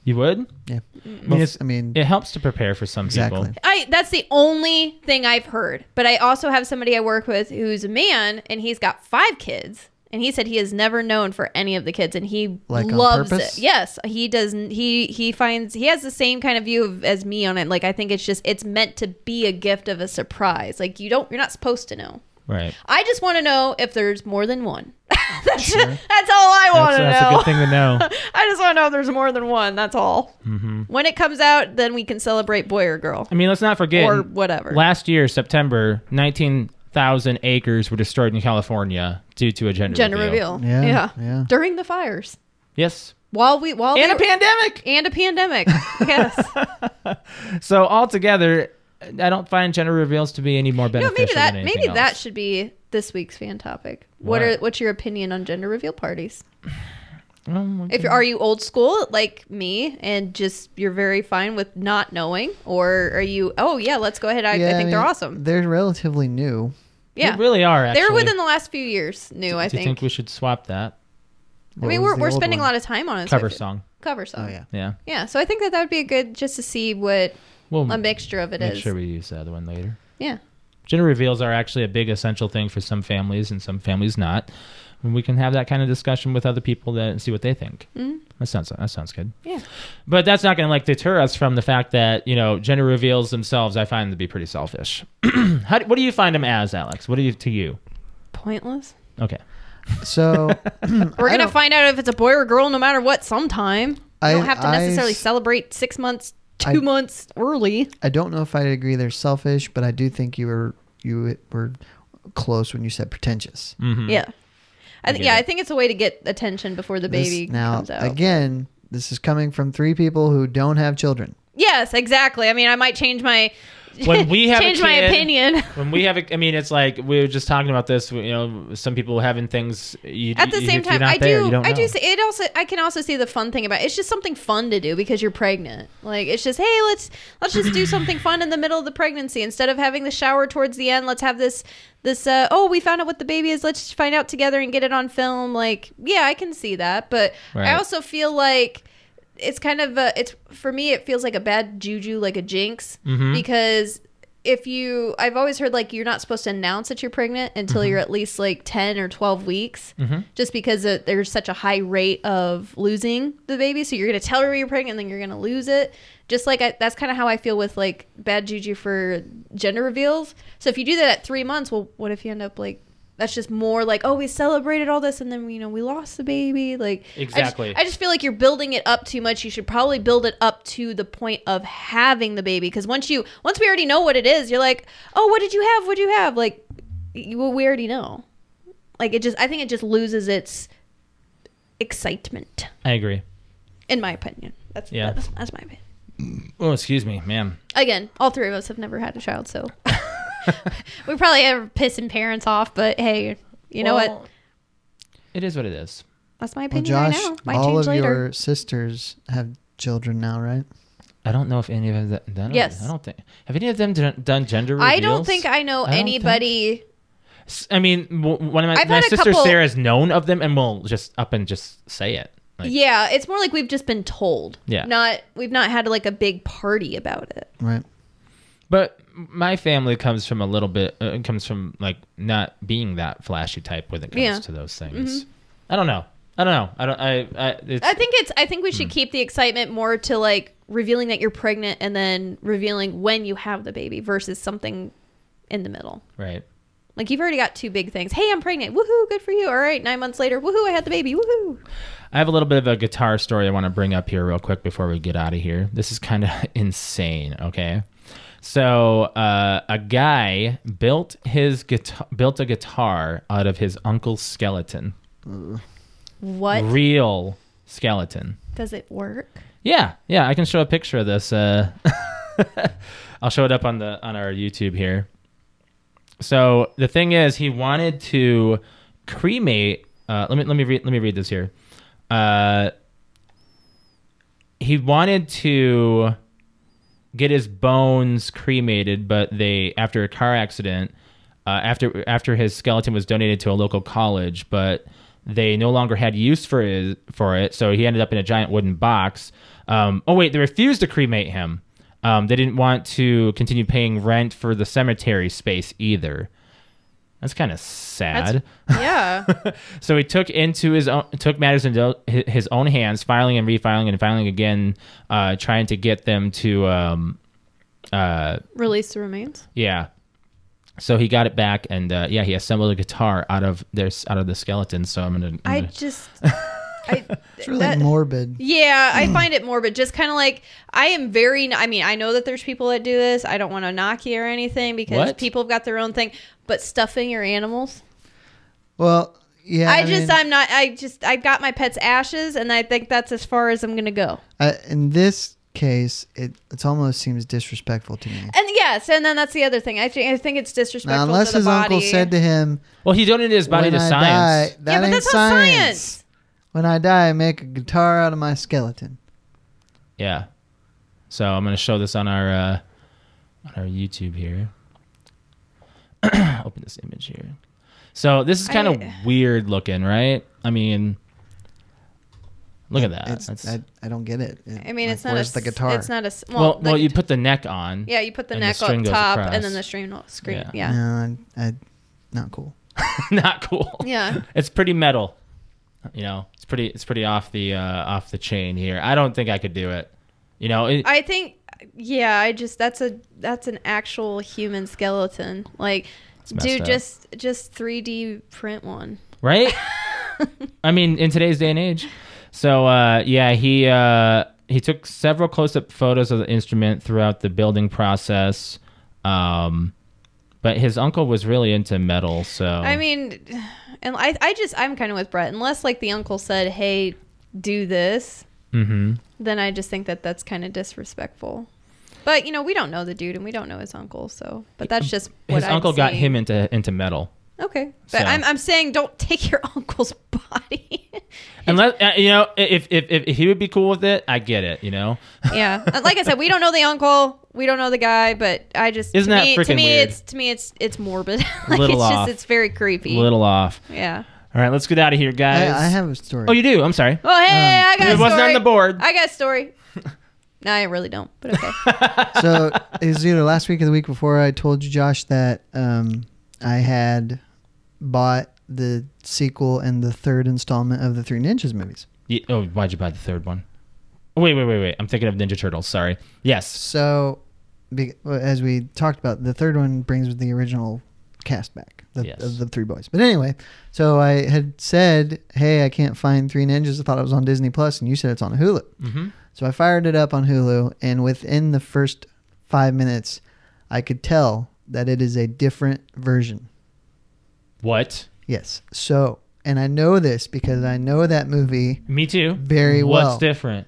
Speaker 4: you would?
Speaker 1: Yeah.
Speaker 4: I mean, it's-
Speaker 1: I mean,
Speaker 4: it helps to prepare for some
Speaker 1: exactly.
Speaker 4: people.
Speaker 3: I that's the only thing I've heard. But I also have somebody I work with who's a man and he's got five kids. And he said he has never known for any of the kids, and he
Speaker 1: Like on
Speaker 3: loves it.
Speaker 1: purpose?
Speaker 3: Yes, he does. He he finds he has the same kind of view of, as me on it. Like I think it's just it's meant to be a gift of a surprise. Like you don't you're not supposed to know.
Speaker 4: Right.
Speaker 3: I just want to know if there's more than one. that's, that's all I
Speaker 4: That's,
Speaker 3: want to know.
Speaker 4: that's a good thing to know.
Speaker 3: I just want to know if there's more than one. That's all.
Speaker 4: Mm-hmm.
Speaker 3: When it comes out, then we can celebrate boy or girl.
Speaker 4: I mean, let's not forget.
Speaker 3: Or whatever.
Speaker 4: Last year, September, 19,000 acres were destroyed in California due to a gender,
Speaker 3: gender
Speaker 4: reveal.
Speaker 3: reveal.
Speaker 1: Yeah,
Speaker 3: yeah.
Speaker 1: yeah.
Speaker 3: During the fires.
Speaker 4: Yes.
Speaker 3: While we while
Speaker 4: And a
Speaker 3: they-
Speaker 4: pandemic.
Speaker 3: and a pandemic. yes.
Speaker 4: So altogether, I don't find gender reveals to be any more
Speaker 3: You know,
Speaker 4: beneficial
Speaker 3: maybe that
Speaker 4: than
Speaker 3: maybe
Speaker 4: anything
Speaker 3: that
Speaker 4: else.
Speaker 3: should be this week's fan topic. What,
Speaker 4: What?
Speaker 3: are what's your opinion on gender reveal parties?
Speaker 4: Oh,
Speaker 3: If you're, are you old school like me and just you're very fine with not knowing, or are you? Oh yeah, let's go ahead. I, I
Speaker 1: Yeah,
Speaker 3: think
Speaker 1: mean,
Speaker 3: they're awesome.
Speaker 1: They're relatively new.
Speaker 3: Yeah,
Speaker 4: They really are,
Speaker 3: they
Speaker 4: actually.
Speaker 3: were within the last few years. New, I
Speaker 4: Do you
Speaker 3: think.
Speaker 4: think we should swap that?
Speaker 3: I mean, we're, we're spending a lot of time on it. so I
Speaker 4: Cover
Speaker 3: feel-
Speaker 4: song.
Speaker 3: Cover song.
Speaker 1: Oh yeah.
Speaker 4: Yeah.
Speaker 3: Yeah, so I think that that would be a good just to see what
Speaker 4: We'll
Speaker 3: a mixture of it is.
Speaker 4: Hmm. make sure we use the other one later.
Speaker 3: yeah.
Speaker 4: Gender reveals are actually a big essential thing for some families and some families not. And we can have that kind of discussion with other people that, and see what they think.
Speaker 3: Mm-hmm.
Speaker 4: Mm. That sounds that sounds good.
Speaker 3: Yeah.
Speaker 4: But that's not going to like deter us from the fact that you know gender reveals themselves. I find them to be pretty selfish. How, do- what do you find them as, Alex? What do you to you?
Speaker 3: Pointless.
Speaker 4: Okay,
Speaker 1: So
Speaker 3: We're
Speaker 1: I
Speaker 3: gonna
Speaker 1: don't-
Speaker 3: find out if it's a boy or girl, no matter what. Sometime I
Speaker 1: I-
Speaker 3: don't have to
Speaker 1: I
Speaker 3: necessarily
Speaker 1: s-
Speaker 3: celebrate six months,
Speaker 1: I-
Speaker 3: two months early.
Speaker 1: I don't know if I'd agree they're selfish, but I do think you were you were close when you said pretentious.
Speaker 4: Mm. Mm-hmm.
Speaker 3: Yeah, I think
Speaker 4: get
Speaker 3: yeah,
Speaker 4: it.
Speaker 3: I think it's a way to get attention before the
Speaker 1: This-
Speaker 3: baby
Speaker 1: now
Speaker 3: comes out.
Speaker 1: again, this is coming from three people who don't have children.
Speaker 3: yes, exactly. I mean, I might change my
Speaker 4: When we have a
Speaker 3: change my
Speaker 4: kid-
Speaker 3: opinion.
Speaker 4: when we have, a, I mean, it's like we were just talking about this. You know, some people having things. You,
Speaker 3: At the
Speaker 4: you-
Speaker 3: same
Speaker 4: if you're
Speaker 3: time,
Speaker 4: not
Speaker 3: I
Speaker 4: there,
Speaker 3: do,
Speaker 4: you don't
Speaker 3: I do.
Speaker 4: know.
Speaker 3: See, it also, I can also see the fun thing about it. it's just something fun to do because you're pregnant. Like it's just, hey, let's let's just do something fun in the middle of the pregnancy instead of having the shower towards the end. Let's have this this. Uh, oh, we found out what the baby is. Let's find out together and get it on film. Like, yeah, I can see that, but I
Speaker 4: Right.
Speaker 3: also feel like it's kind of a it's for me it feels like a bad juju like a jinx
Speaker 4: Mm-hmm.
Speaker 3: because if you i've always heard like you're not supposed to announce that you're pregnant until
Speaker 4: Mm-hmm.
Speaker 3: you're at least like 10 or 12 weeks just because it, there's such a high rate of losing the baby so you're going to tell her you're pregnant and then you're going to lose it just like I, that's kind of how i feel with like bad juju for gender reveals so if you do that at three months well what if you end up like that's just more like oh we celebrated all this and then you know we lost the baby like I just-
Speaker 4: Exactly.
Speaker 3: I just feel like you're building it up too much. You should probably build it up to the point of having the baby because once you once we already know what it is, you're like, oh, what did you have? What did you have? Like, you, well, we already know. Like it just, I think it just loses its excitement,
Speaker 4: I agree.
Speaker 3: in my opinion. That's
Speaker 4: Yeah.
Speaker 3: that's, that's my opinion.
Speaker 4: Oh, excuse me, ma'am.
Speaker 3: Again, all three of us have never had a child, so we probably are pissing parents off. But hey, You know
Speaker 4: Well,
Speaker 3: what?
Speaker 4: It is what it is.
Speaker 3: That's my
Speaker 1: Well,
Speaker 3: opinion
Speaker 1: Josh,
Speaker 3: right now. Might
Speaker 1: all
Speaker 3: change
Speaker 1: of
Speaker 3: later.
Speaker 1: your sisters have children now, right?
Speaker 4: I don't know if any of them. Done
Speaker 3: Yes.
Speaker 4: I don't think. Have any of them done, done gender reveals?
Speaker 3: I don't think I know
Speaker 4: I don't think-
Speaker 3: anybody.
Speaker 4: S- I mean, w- one of my,
Speaker 3: I've
Speaker 4: my
Speaker 3: had a
Speaker 4: sister
Speaker 3: couple-
Speaker 4: Sarah's known of them, and will just up and just say it. Like,
Speaker 3: yeah, it's more like we've just been told.
Speaker 4: Yeah.
Speaker 3: Not we've not had like a big party about it.
Speaker 1: Right.
Speaker 4: But my family comes from a little bit. Uh, comes from like not being that flashy type when it comes
Speaker 3: Yeah. Mm-hmm.
Speaker 4: to those things. I don't know. I don't know. I don't. I. I it's,
Speaker 3: I think it's I think we should keep the excitement more to like revealing that you're pregnant and then revealing when you have the baby versus something in the middle.
Speaker 4: right.
Speaker 3: Like you've already got two big things. Hey, I'm pregnant. Woohoo, good for you. All right, 9 months later. Woohoo, I had the baby. Woohoo.
Speaker 4: I have a little bit of a guitar story I want to bring up here real quick before we get out of here. This is kind of insane, okay? So, uh, a guy built his guitar built a guitar out of his uncle's skeleton.
Speaker 3: What
Speaker 4: Real skeleton.
Speaker 3: does it work?
Speaker 4: Yeah, yeah, I can show a picture of this. Uh, I'll show it up on the on our YouTube here. So the thing is, he wanted to cremate. Uh, let me let me read let me read this here. Uh, he wanted to get his bones cremated, but they after a car accident, uh, after after his skeleton was donated to a local college, but they no longer had use for his, for it, so he ended up in a giant wooden box. Um, oh wait, they refused to cremate him. Um, they didn't want to continue paying rent for the cemetery space either. That's kind of sad.
Speaker 3: Yeah.
Speaker 4: So he took into his own took matters into his own hands, filing and refiling and filing again, uh, trying to get them to um, uh,
Speaker 3: Release the remains.
Speaker 4: yeah. So he got it back, and uh, yeah, he assembled a guitar out of their out of the skeleton. So I'm gonna.
Speaker 3: I
Speaker 4: I'm gonna-
Speaker 3: just I
Speaker 1: It's really
Speaker 3: that-
Speaker 1: morbid.
Speaker 3: Yeah, I find it morbid. Just kind of like I am very. I mean, I know that there's people that do this. I don't want to knock you or anything because
Speaker 4: What?
Speaker 3: people have got their own thing. But stuffing your animals,
Speaker 1: Well, yeah.
Speaker 3: I, just,
Speaker 1: mean,
Speaker 3: I'm not. I just, I got my pet's ashes, and I think that's as far as I'm gonna go.
Speaker 1: I, in this case, it it almost seems disrespectful to me.
Speaker 3: And yes, and then that's the other thing. I think, I think it's disrespectful
Speaker 1: Now, unless
Speaker 3: to the
Speaker 1: his
Speaker 3: body.
Speaker 1: uncle said to him,
Speaker 4: well, he donated his body
Speaker 1: "When
Speaker 4: to
Speaker 1: I
Speaker 4: science.
Speaker 1: die, that
Speaker 3: yeah, but
Speaker 1: ain't
Speaker 3: that's not
Speaker 1: science.
Speaker 3: science.
Speaker 1: When I die, make a guitar out of my skeleton."
Speaker 4: Yeah. So I'm gonna show this on our uh, on our YouTube here. Open this image here. So this is kind of
Speaker 3: I-
Speaker 4: weird looking, right? I mean, look at that.
Speaker 1: It's,
Speaker 4: Uh, That's-
Speaker 1: I, I don't get it. It-
Speaker 3: I mean,
Speaker 1: like,
Speaker 3: it's not.
Speaker 1: Where's
Speaker 3: a,
Speaker 1: the guitar?
Speaker 3: It's not a. s- Well,
Speaker 4: well,
Speaker 3: the
Speaker 4: well, you
Speaker 3: guit-
Speaker 4: put the neck on.
Speaker 3: yeah, you put the
Speaker 4: and the
Speaker 3: neck
Speaker 4: string
Speaker 3: up
Speaker 4: goes
Speaker 3: top,
Speaker 4: across.
Speaker 3: and then the string screen.
Speaker 4: Yeah.
Speaker 3: Yeah,
Speaker 1: No, I, I, not cool.
Speaker 4: Not cool.
Speaker 3: yeah.
Speaker 4: It's pretty metal. You know, it's pretty. It's pretty off the uh, off the chain here. I don't think I could do it. You know, it,
Speaker 3: I think yeah, I just that's a that's an actual human skeleton. Like
Speaker 4: messed
Speaker 3: dude
Speaker 4: up.
Speaker 3: just just 3D print one.
Speaker 4: right? I mean, in today's day and age. So uh, yeah, he uh, he took several close-up photos of the instrument throughout the building process. Um, but his uncle was really into metal, so
Speaker 3: I mean and I I just I'm kind of with Brett unless like the uncle said, "Hey, do this."
Speaker 4: hmm
Speaker 3: Then I just think that that's kind of disrespectful. But you know, we don't know the dude and we don't know his uncle, so but that's just what
Speaker 4: his
Speaker 3: I'm
Speaker 4: uncle got
Speaker 3: seeing.
Speaker 4: him into into metal.
Speaker 3: Okay. But
Speaker 4: So.
Speaker 3: I'm I'm saying don't take your uncle's body.
Speaker 4: Unless uh, you know, if, if if if he would be cool with it, I get it. You know,
Speaker 3: yeah uh, like i said we don't know the uncle we don't know the guy but i just
Speaker 4: Isn't
Speaker 3: to
Speaker 4: that
Speaker 3: me, to
Speaker 4: freaking
Speaker 3: me
Speaker 4: weird?
Speaker 3: it's to me it's it's morbid like
Speaker 4: Little
Speaker 3: it's
Speaker 4: off.
Speaker 3: just it's very creepy
Speaker 4: little off.
Speaker 3: yeah
Speaker 4: All right, let's get out of here, guys.
Speaker 1: I, I have a story.
Speaker 4: Oh, you do. I'm sorry.
Speaker 3: well hey
Speaker 1: Um,
Speaker 3: i got
Speaker 4: it
Speaker 3: a
Speaker 4: wasn't
Speaker 3: story
Speaker 4: on the board.
Speaker 3: i got a story no i really don't but okay
Speaker 1: so it was either last week or the week before I told you, Josh, that um, I had bought the sequel and the third installment of the Three Ninjas movies.
Speaker 4: Ye- oh, why'd you buy the third one? Oh, wait, wait, wait, wait. I'm thinking of Ninja Turtles. Sorry. Yes.
Speaker 1: So, be, as we talked about, the third one brings the original cast back the,
Speaker 4: Yes.
Speaker 1: of the three boys. But anyway, so I had said, "Hey, I can't find Three Ninjas. I thought it was on Disney Plus, and you said it's on Hulu."
Speaker 4: Mm-hmm.
Speaker 1: So I fired it up on Hulu, and within the first five minutes, I could tell that it is a different version.
Speaker 4: What?
Speaker 1: Yes. So, and I know this because I know that movie
Speaker 4: Me too.
Speaker 1: very well.
Speaker 4: What's different?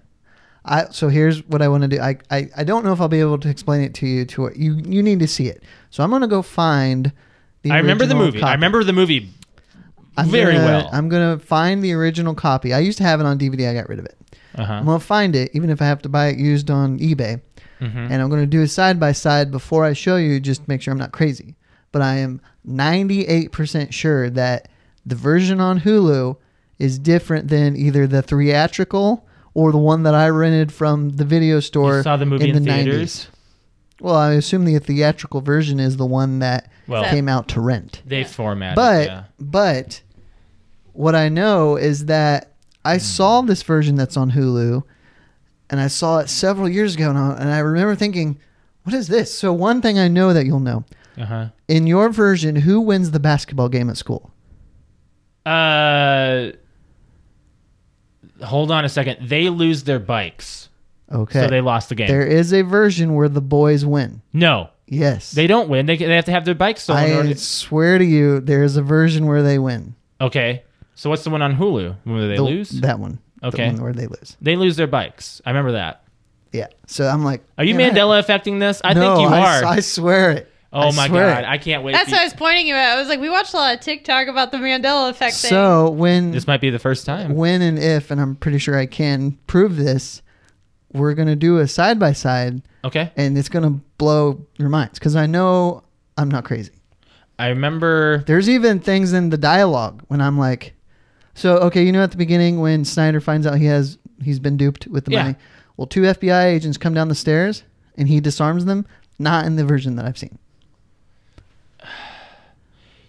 Speaker 1: I so here's what I want to do. I, I I don't know if I'll be able to explain it to you. To what you you need to see it. So I'm gonna go find. The
Speaker 4: I remember the
Speaker 1: original
Speaker 4: movie. I
Speaker 1: copy.
Speaker 4: remember the movie
Speaker 1: I'm
Speaker 4: Very
Speaker 1: gonna-
Speaker 4: well.
Speaker 1: I'm gonna find the original copy. I used to have it on DVD. I got rid of it. I'm
Speaker 4: Uh-huh.
Speaker 1: gonna find it, even if I have to buy it used on eBay.
Speaker 4: Mm-hmm.
Speaker 1: And I'm gonna do a side by side before I show you, just to make sure I'm not crazy. But I am 98% sure that the version on Hulu is different than either the theatrical or the one that I rented from the video store
Speaker 4: You saw the movie
Speaker 1: in,
Speaker 4: in,
Speaker 1: the
Speaker 4: theaters.
Speaker 1: 90s. Well, I assume the theatrical version is the one that
Speaker 4: Well-
Speaker 1: came out to rent.
Speaker 4: They formatted.
Speaker 1: But
Speaker 4: yeah.
Speaker 1: but what I know is that
Speaker 4: Hmm.
Speaker 1: I saw this version that's on Hulu, and I saw it several years ago, and I, and I remember thinking, "What is this?" So one thing I know that you'll know
Speaker 4: Uh-huh.
Speaker 1: in your version, who wins the basketball game at school?
Speaker 4: Uh, hold on a second. They lose their bikes,
Speaker 1: Okay,
Speaker 4: so they lost the game.
Speaker 1: there is a version where the boys win.
Speaker 4: no,
Speaker 1: Yes,
Speaker 4: they don't win. They, they have to have their bikes stolen. in
Speaker 1: I
Speaker 4: order to-
Speaker 1: swear to you, there is a version where they win.
Speaker 4: okay, so what's the one on Hulu? Where they
Speaker 1: The-
Speaker 4: lose?
Speaker 1: that one. The
Speaker 4: Okay.
Speaker 1: one where they lose.
Speaker 4: they lose their bikes. I remember that.
Speaker 1: Yeah. So I'm like,
Speaker 4: Are you
Speaker 1: "Man, I-
Speaker 4: Mandela affecting this? I
Speaker 1: no,
Speaker 4: think you
Speaker 1: I,
Speaker 4: are.
Speaker 1: I swear it.
Speaker 4: oh
Speaker 1: I
Speaker 4: my
Speaker 1: swear
Speaker 4: god,
Speaker 1: it.
Speaker 4: I can't wait.
Speaker 3: That's
Speaker 4: for
Speaker 3: what I
Speaker 4: you-
Speaker 3: was pointing you at. I was like, we watched a lot of TikTok about the Mandela effect thing.
Speaker 1: So when
Speaker 4: this might be the first time.
Speaker 1: when and if, and I'm pretty sure I can prove this, we're gonna do a side by side,
Speaker 4: Okay,
Speaker 1: and it's gonna blow your minds because I know I'm not crazy.
Speaker 4: I remember.
Speaker 1: There's even things in the dialogue when I'm like, so okay, you know at the beginning when Snyder finds out he has he's been duped with the
Speaker 4: Yeah.
Speaker 1: money. Well, two FBI agents come down the stairs and he disarms them. Not in the version that I've seen.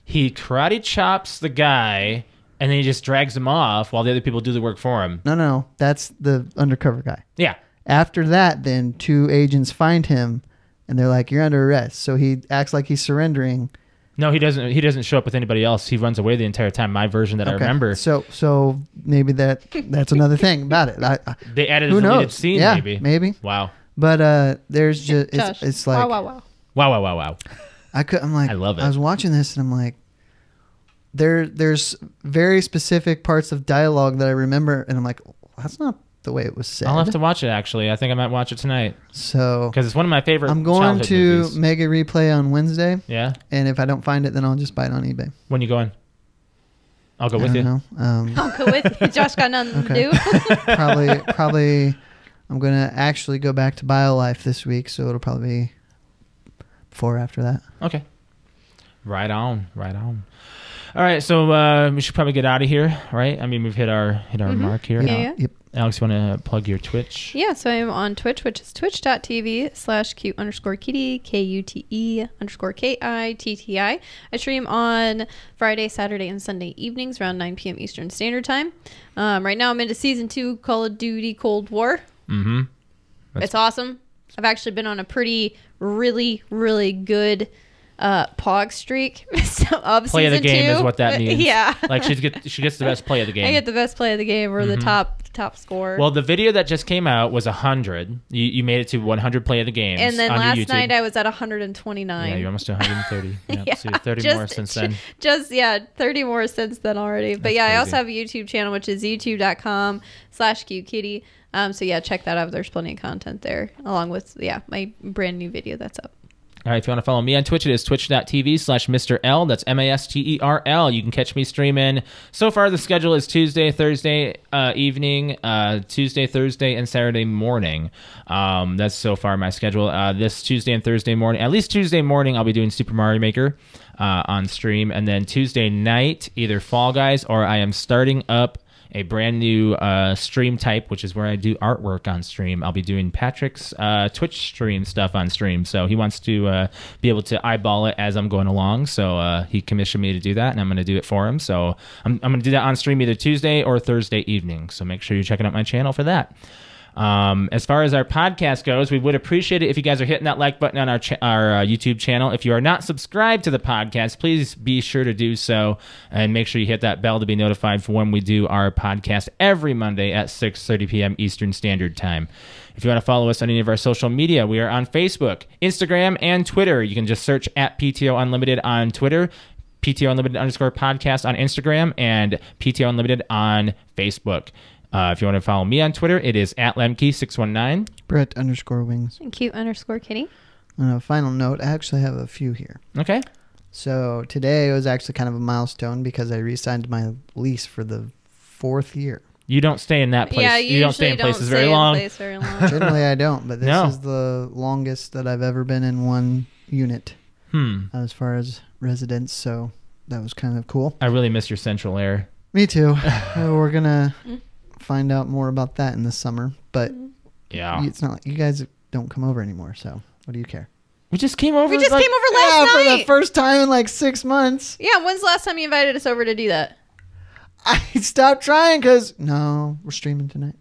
Speaker 4: he karate chops the guy and then he just drags him off while the other people do the work for him.
Speaker 1: No, no, that's the undercover guy.
Speaker 4: Yeah.
Speaker 1: After that, then two agents find him and they're like, You're under arrest. So he acts like he's surrendering.
Speaker 4: No, he doesn't. He doesn't show up with anybody else. He runs away the entire time. My version that I remember.
Speaker 1: So so maybe that that's another thing about it. I, I,
Speaker 4: They added
Speaker 1: who
Speaker 4: a deleted
Speaker 1: knows?
Speaker 4: scene.
Speaker 1: yeah,
Speaker 4: maybe.
Speaker 1: maybe.
Speaker 4: Wow.
Speaker 1: But uh, there's just it's,
Speaker 3: Josh.
Speaker 1: it's like
Speaker 3: wow, wow, wow.
Speaker 4: Wow. Wow. Wow. Wow.
Speaker 1: I could. I'm like
Speaker 4: I love
Speaker 1: I
Speaker 4: it.
Speaker 1: was watching this and I'm like, there there's very specific parts of dialogue that I remember and I'm like, that's not the way it was said.
Speaker 4: I'll have to watch it. Actually, I think I might watch it tonight
Speaker 1: so
Speaker 4: because it's one of my favorite.
Speaker 1: I'm going
Speaker 4: childhood
Speaker 1: to
Speaker 4: movies.
Speaker 1: make a replay on Wednesday,
Speaker 4: Yeah.
Speaker 1: and if I don't find it, then I'll just buy it on eBay.
Speaker 4: When you going? I'll go
Speaker 1: I
Speaker 4: with
Speaker 1: don't
Speaker 4: you.
Speaker 1: know. Um,
Speaker 3: I'll go with you. Josh got nothing to
Speaker 1: Okay.
Speaker 3: do.
Speaker 1: probably probably I'm gonna actually go back to BioLife this week, so it'll probably be before or after that.
Speaker 4: Okay. Right on. Right on. All right. So uh, we should probably get out of here, right? I mean, we've hit our hit our mark here.
Speaker 3: Mm-hmm. Yeah, yeah.
Speaker 1: Yep.
Speaker 4: Alex, you want to plug your Twitch?
Speaker 3: yeah, so I'm on Twitch, which is twitch.tv slash cute underscore kitty, K U T E underscore K I T T I. I stream on Friday, Saturday, and Sunday evenings around 9 p.m. Eastern Standard Time. Um, right now, I'm into season two Call of Duty Cold War.
Speaker 4: Mm-hmm. That's-
Speaker 3: it's awesome. I've actually been on a pretty, really, really good uh, pog streak so- of
Speaker 4: Play of the
Speaker 3: season
Speaker 4: game
Speaker 3: two. Uh,
Speaker 4: is what that means.
Speaker 3: Yeah,
Speaker 4: Like she gets she gets the best play of the game. Mm-hmm.
Speaker 3: I get the best play of the game or the top top score.
Speaker 4: Well, the video that just came out was 100. You, you made it to 100 play of the games.
Speaker 3: and then
Speaker 4: on your
Speaker 3: last
Speaker 4: YouTube.
Speaker 3: night I was at 129.
Speaker 4: Yeah, you're almost to 130. Yeah, so you're 30 more since then.
Speaker 3: Just yeah, 30 more since then already. But
Speaker 4: That's
Speaker 3: yeah, I
Speaker 4: crazy.
Speaker 3: also have a YouTube channel which is youtube.com slash qkitty. Um, so yeah, check that out. There's plenty of content there, along with yeah, my brand new video that's up.
Speaker 4: All right, if you want to follow me on Twitch, it is twitch.tv slash Mr. L. That's M A S T E R L. You can catch me streaming. So far, the schedule is Tuesday, Thursday uh, evening, uh, Tuesday, Thursday, and Saturday morning. Um, that's so far my schedule. Uh, this Tuesday and Thursday morning, at least Tuesday morning, I'll be doing Super Mario Maker uh, on stream. And then Tuesday night, either Fall Guys or I am starting up a brand new uh, stream type, which is where I do artwork on stream. I'll be doing Patrick's uh, Twitch stream stuff on stream. So he wants to uh, be able to eyeball it as I'm going along. So uh, he commissioned me to do that, and I'm going to do it for him. So I'm, I'm going to do that on stream either Tuesday or Thursday evening. So make sure you're checking out my channel for that. Um, as far as our podcast goes, we would appreciate it if you guys are hitting that like button on our cha- our uh, YouTube channel. If you are not subscribed to the podcast, please be sure to do so, and make sure you hit that bell to be notified for when we do our podcast every Monday at 6:30 p.m. Eastern Standard Time. If you want to follow us on any of our social media, we are on Facebook, Instagram, and Twitter. You can just search at PTO Unlimited on Twitter. PTO Unlimited underscore podcast on Instagram and PTO Unlimited on Facebook. Uh, if you want to follow me on Twitter, it is at lemke619.
Speaker 1: Brett underscore wings.
Speaker 3: And cute underscore kitty.
Speaker 1: On a final note, I actually have a few here.
Speaker 4: Okay.
Speaker 1: So today was actually kind of a milestone because I re-signed my lease for the fourth year.
Speaker 4: You don't stay in that place.
Speaker 3: yeah,
Speaker 4: you don't stay
Speaker 3: usually
Speaker 4: in places
Speaker 3: stay
Speaker 4: very
Speaker 3: in
Speaker 4: long.
Speaker 3: place very long.
Speaker 1: Generally, I don't, but this
Speaker 4: No.
Speaker 1: is the longest that I've ever been in one unit
Speaker 4: Hmm.
Speaker 1: as far as residence. So that was kind of cool.
Speaker 4: I really miss your central air.
Speaker 1: Me too. Uh, We're gonna find out more about that in the summer, but
Speaker 3: Mm-hmm.
Speaker 4: Yeah.
Speaker 1: it's not like you guys don't come over anymore. So what do you care?
Speaker 4: we just came over.
Speaker 3: we just
Speaker 4: like-
Speaker 3: came over last
Speaker 1: yeah, for the
Speaker 3: night.
Speaker 1: first time in like six months,
Speaker 3: yeah, when's the last time you invited us over to do that?
Speaker 1: I stopped trying because no, we're streaming tonight.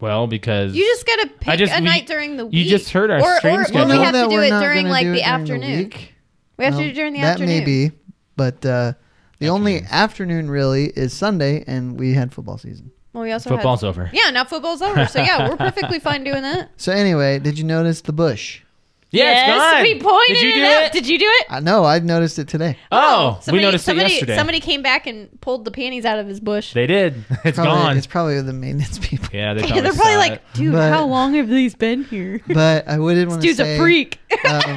Speaker 4: Well, because
Speaker 3: You just gotta pick
Speaker 4: just-
Speaker 3: a
Speaker 4: we-
Speaker 3: night during the week.
Speaker 4: you just heard our
Speaker 3: or,
Speaker 4: stream
Speaker 3: or,
Speaker 4: schedule.
Speaker 3: Or we
Speaker 4: You know
Speaker 3: have
Speaker 1: that
Speaker 3: to do
Speaker 1: we're
Speaker 3: it
Speaker 1: not
Speaker 3: during
Speaker 1: gonna
Speaker 3: like
Speaker 1: do it
Speaker 3: the
Speaker 1: during
Speaker 3: afternoon.
Speaker 1: week.
Speaker 3: we have
Speaker 1: Well,
Speaker 3: to do it during the
Speaker 1: that
Speaker 3: afternoon.
Speaker 1: may be, but uh, the only afternoon really is Sunday, and we had football season.
Speaker 3: Well, we also
Speaker 4: football's
Speaker 3: had,
Speaker 4: over.
Speaker 3: Yeah, now football's over. So yeah, we're perfectly fine doing that.
Speaker 1: So anyway, did you notice the bush?
Speaker 4: Yeah, it's gone.
Speaker 3: we pointed
Speaker 4: Did you
Speaker 3: it
Speaker 4: do
Speaker 3: out.
Speaker 4: it?
Speaker 3: Did you do it?
Speaker 1: I know I've noticed it today.
Speaker 4: Oh,
Speaker 3: somebody,
Speaker 4: we noticed
Speaker 3: somebody,
Speaker 4: it yesterday.
Speaker 3: Somebody came back and pulled the panties out of his bush.
Speaker 4: they did. It's
Speaker 1: Probably-
Speaker 4: gone.
Speaker 1: It's probably the maintenance people.
Speaker 4: yeah, they
Speaker 3: Yeah,
Speaker 4: probably
Speaker 3: they're probably
Speaker 4: saw
Speaker 3: like,
Speaker 4: it.
Speaker 3: dude,
Speaker 1: But-
Speaker 3: how long have these been here?
Speaker 1: But uh, I wouldn't want to
Speaker 3: Dude's
Speaker 1: say
Speaker 3: a freak.
Speaker 1: um,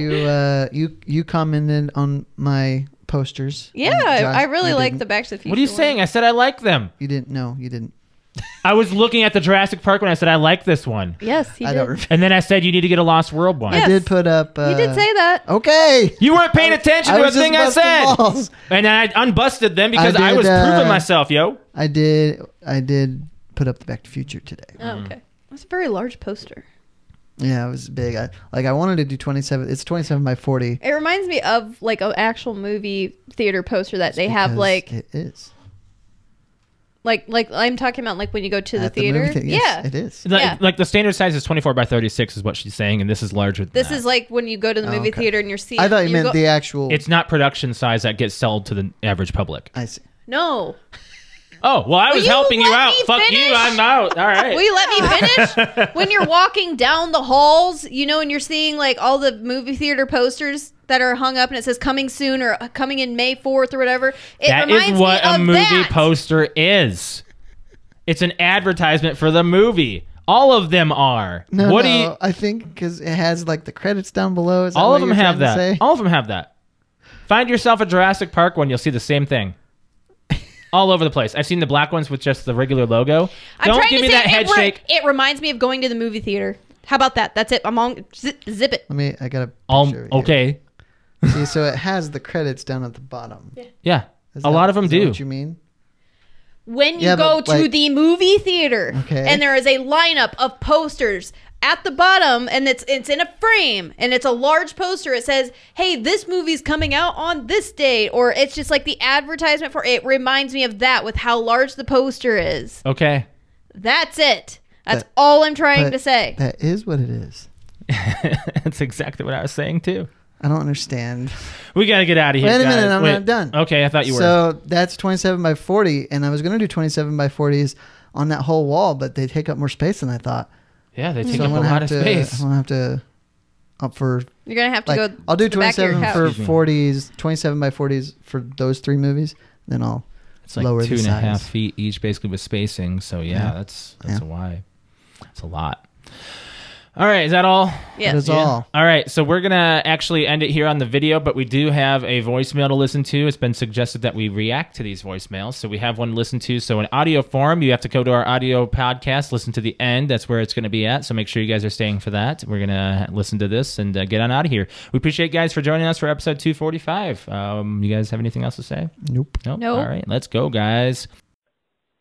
Speaker 1: you uh, you you commented on my posters.
Speaker 3: Yeah,
Speaker 1: And Josh-
Speaker 3: I I really
Speaker 1: you
Speaker 3: like the
Speaker 1: didn't-
Speaker 3: Back to the Future.
Speaker 4: What are you
Speaker 3: one.
Speaker 4: saying? I said I like them.
Speaker 1: You didn't know. You didn't.
Speaker 4: I was looking at the Jurassic Park when I said I like this one,
Speaker 3: Yes, he
Speaker 1: I
Speaker 3: did.
Speaker 1: don't remember.
Speaker 4: and then I said you need to get a Lost World one.
Speaker 3: Yeah.
Speaker 1: I did put up.
Speaker 3: He
Speaker 1: Uh,
Speaker 3: did say that.
Speaker 1: Okay.
Speaker 4: You weren't paying attention
Speaker 1: I
Speaker 4: to a
Speaker 1: was just
Speaker 4: thing I
Speaker 1: busting
Speaker 4: said,
Speaker 1: balls.
Speaker 4: and then I unbusted them because I,
Speaker 1: I did,
Speaker 4: was
Speaker 1: uh,
Speaker 4: proving myself, yo.
Speaker 1: I did. I did put up the Back to Future today.
Speaker 3: Oh, okay. That's a very large poster.
Speaker 1: Yeah, it was big. I like. I wanted to do twenty seven. It's twenty seven by forty.
Speaker 3: It reminds me of like an actual movie theater poster that they have
Speaker 1: because
Speaker 3: like
Speaker 1: it is
Speaker 3: like like I'm talking about like when you go to the
Speaker 1: At
Speaker 3: theater.
Speaker 1: movie thea- yes,
Speaker 3: yeah.
Speaker 1: it is.
Speaker 4: Like,
Speaker 3: Yeah.
Speaker 4: like the standard size is 24 by 36 is what she's saying, and this is larger. Than
Speaker 3: This
Speaker 4: that.
Speaker 3: is like when you go to the
Speaker 1: Oh,
Speaker 3: movie
Speaker 1: okay.
Speaker 3: theater and you're seeing.
Speaker 1: I thought you, meant
Speaker 3: go-
Speaker 1: the actual.
Speaker 4: it's not production size that gets sold to the average public.
Speaker 1: I see.
Speaker 3: No.
Speaker 4: Oh well, I
Speaker 3: Will
Speaker 4: was
Speaker 3: you
Speaker 4: helping you
Speaker 3: let
Speaker 4: out.
Speaker 3: me
Speaker 4: Fuck
Speaker 3: finish?
Speaker 4: you, I'm out. All right.
Speaker 3: Will you let me finish? when you're walking down the halls, you know, and you're seeing like all the movie theater posters that are hung up and it says coming soon or uh, coming in May 4th or whatever. It
Speaker 4: that
Speaker 3: reminds
Speaker 4: is what
Speaker 3: me
Speaker 4: a
Speaker 3: of
Speaker 4: movie
Speaker 3: that.
Speaker 4: poster is. It's an advertisement for the movie. All of them are.
Speaker 1: No,
Speaker 4: what
Speaker 1: no,
Speaker 4: do you?
Speaker 1: I think because it has like the credits down below. Is that
Speaker 4: All
Speaker 1: what
Speaker 4: of them
Speaker 1: you're
Speaker 4: have
Speaker 1: trying to
Speaker 4: that.
Speaker 1: say?
Speaker 4: All of them have that. Find yourself a Jurassic Park one. You'll see the same thing. All over the place. I've seen the black ones with just the regular logo.
Speaker 3: I'm
Speaker 4: Don't
Speaker 3: trying
Speaker 4: give
Speaker 3: to
Speaker 4: me
Speaker 3: say
Speaker 4: that
Speaker 3: it
Speaker 4: head
Speaker 3: re-
Speaker 4: shake.
Speaker 3: It reminds me of going to the movie theater. How about that? That's it. I'm on zip, zip it.
Speaker 1: Let me. I got a.
Speaker 4: Um,
Speaker 1: picture here.
Speaker 4: okay.
Speaker 1: See, so it has the credits down at the bottom.
Speaker 4: Yeah. a
Speaker 1: Is that-
Speaker 4: lot of them
Speaker 1: is that
Speaker 4: do.
Speaker 1: What you mean?
Speaker 3: When you
Speaker 1: Yeah,
Speaker 3: go
Speaker 1: but,
Speaker 3: to
Speaker 1: like-
Speaker 3: the movie theater
Speaker 1: Okay.
Speaker 3: and there is a lineup of posters at the bottom and it's it's in a frame and it's a large poster it says hey this movie's coming out on this date or it's just like the advertisement for it reminds me of that with how large the poster is
Speaker 4: okay.
Speaker 3: that's it that's
Speaker 1: That-
Speaker 3: all i'm trying
Speaker 1: But
Speaker 3: to say
Speaker 1: That is what it is.
Speaker 4: That's exactly what I was saying too.
Speaker 1: I don't understand.
Speaker 4: We gotta get out of here.
Speaker 1: Wait a minute,
Speaker 4: guys.
Speaker 1: I'm
Speaker 4: Wait.
Speaker 1: not done.
Speaker 4: Okay, I thought you were.
Speaker 1: So that's 27 by 40, and I was going to do 27 by 40s on that whole wall, but they take up more space than I thought.
Speaker 4: yeah, they take
Speaker 1: So
Speaker 4: up
Speaker 1: I'm
Speaker 4: a
Speaker 1: going to
Speaker 4: lot
Speaker 1: have
Speaker 4: of
Speaker 1: to.
Speaker 4: space.
Speaker 1: I'm going to have to up for
Speaker 3: you're gonna have to
Speaker 1: like
Speaker 3: go
Speaker 1: I'll do
Speaker 3: to the back of your
Speaker 1: 27
Speaker 3: house.
Speaker 1: for
Speaker 4: Excuse me.
Speaker 1: 40s, 27 by 40s for those three movies, then I'll
Speaker 4: It's like
Speaker 1: lower
Speaker 4: two
Speaker 1: the
Speaker 4: and a half
Speaker 1: size.
Speaker 4: feet each, basically with spacing. So yeah,
Speaker 1: Yeah.
Speaker 4: that's that's
Speaker 1: Yeah.
Speaker 4: a why. It's a lot. All right, is that all?
Speaker 3: yeah
Speaker 1: That is all.
Speaker 4: All right, so we're gonna actually end it here on the video, but we do have a voicemail to listen to. It's been suggested that we react to these voicemails, so we have one to listen to. So in audio form, you have to go to our audio podcast, listen to the end. That's where it's gonna be at. So make sure you guys are staying for that. We're gonna listen to this and uh, get on out of here. We appreciate you guys for joining us for episode two forty five. Um, you guys have anything else to say?
Speaker 1: Nope.
Speaker 4: Nope.
Speaker 3: Nope.
Speaker 4: All right, let's go, guys.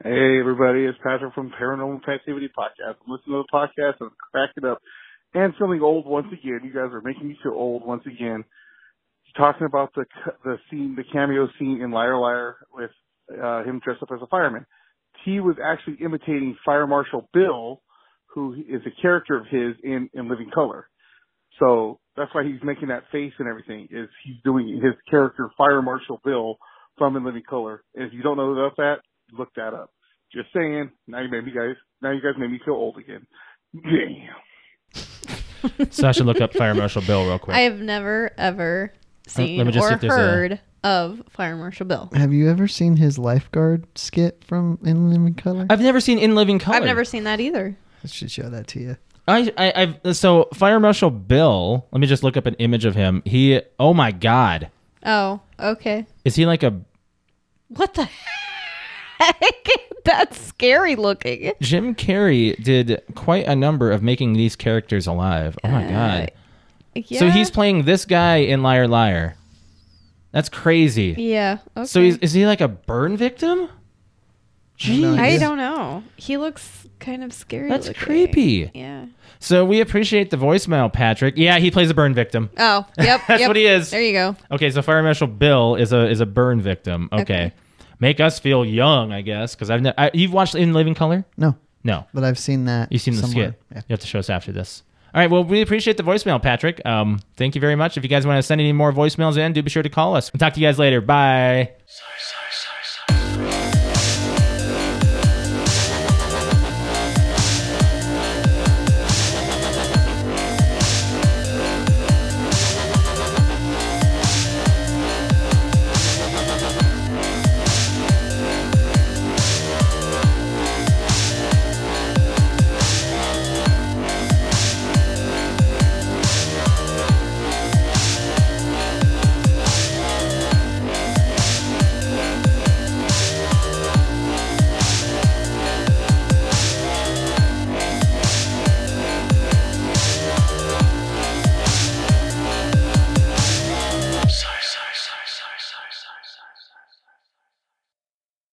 Speaker 5: Hey, everybody. It's Patrick from Paranormal Activity Podcast. I'm listening to the podcast and I'm cracking up and feeling old once again. You guys are making me feel old once again. Talking about the the scene, the cameo scene in Liar Liar with uh, him dressed up as a fireman. He was actually imitating Fire Marshal Bill, who is a character of his in, in Living Color. So that's why he's making that face and everything is he's doing his character Fire Marshal Bill from In Living Color. And if you don't know about that, look that up. Just saying. Now you made me guys. Now you guys made me feel old again. Damn.
Speaker 4: So I should look up Fire Marshal Bill real quick.
Speaker 3: i have never ever seen
Speaker 4: me just see
Speaker 3: or
Speaker 4: if there's a-
Speaker 3: heard of fire marshal bill
Speaker 1: Have you ever seen his lifeguard skit from In Living Color?
Speaker 4: I've never seen In Living Color.
Speaker 3: i've never seen that either
Speaker 1: I should show that to you.
Speaker 4: I, I, I've so Fire Marshal Bill. Let me just look up an image of him. He, oh my God,
Speaker 3: Oh, okay.
Speaker 4: is he like a
Speaker 3: What the heck? That's scary looking.
Speaker 4: Jim Carrey? Did quite a number of making these characters alive. Oh my God.
Speaker 3: Uh, Yeah.
Speaker 4: So he's playing this guy in Liar Liar. That's crazy.
Speaker 3: yeah. Okay.
Speaker 4: So he's, is he like a burn victim?
Speaker 1: no
Speaker 4: Jeez.
Speaker 3: I
Speaker 1: Yeah.
Speaker 3: don't know. He looks kind of scary.
Speaker 4: That's
Speaker 3: looking.
Speaker 4: creepy.
Speaker 3: Yeah.
Speaker 4: So we appreciate the voicemail, Patrick. Yeah, he plays a burn victim.
Speaker 3: Oh, yep.
Speaker 4: That's
Speaker 3: yep.
Speaker 4: what he is.
Speaker 3: There you go.
Speaker 4: Okay, so Fire Marshal Bill is a is a burn victim. Okay,
Speaker 3: Okay.
Speaker 4: make us feel young, I guess, because I've never I, you've watched In Living Color.
Speaker 1: No,
Speaker 4: No,
Speaker 1: but I've seen that.
Speaker 4: you've seen the
Speaker 1: somewhere.
Speaker 4: skit. You have to show us after this. All right. Well, we appreciate the voicemail, Patrick. Um, thank you very much. If you guys want to send any more voicemails in, do be sure to call us. We'll talk to you guys later. Bye.
Speaker 6: Sorry, sorry.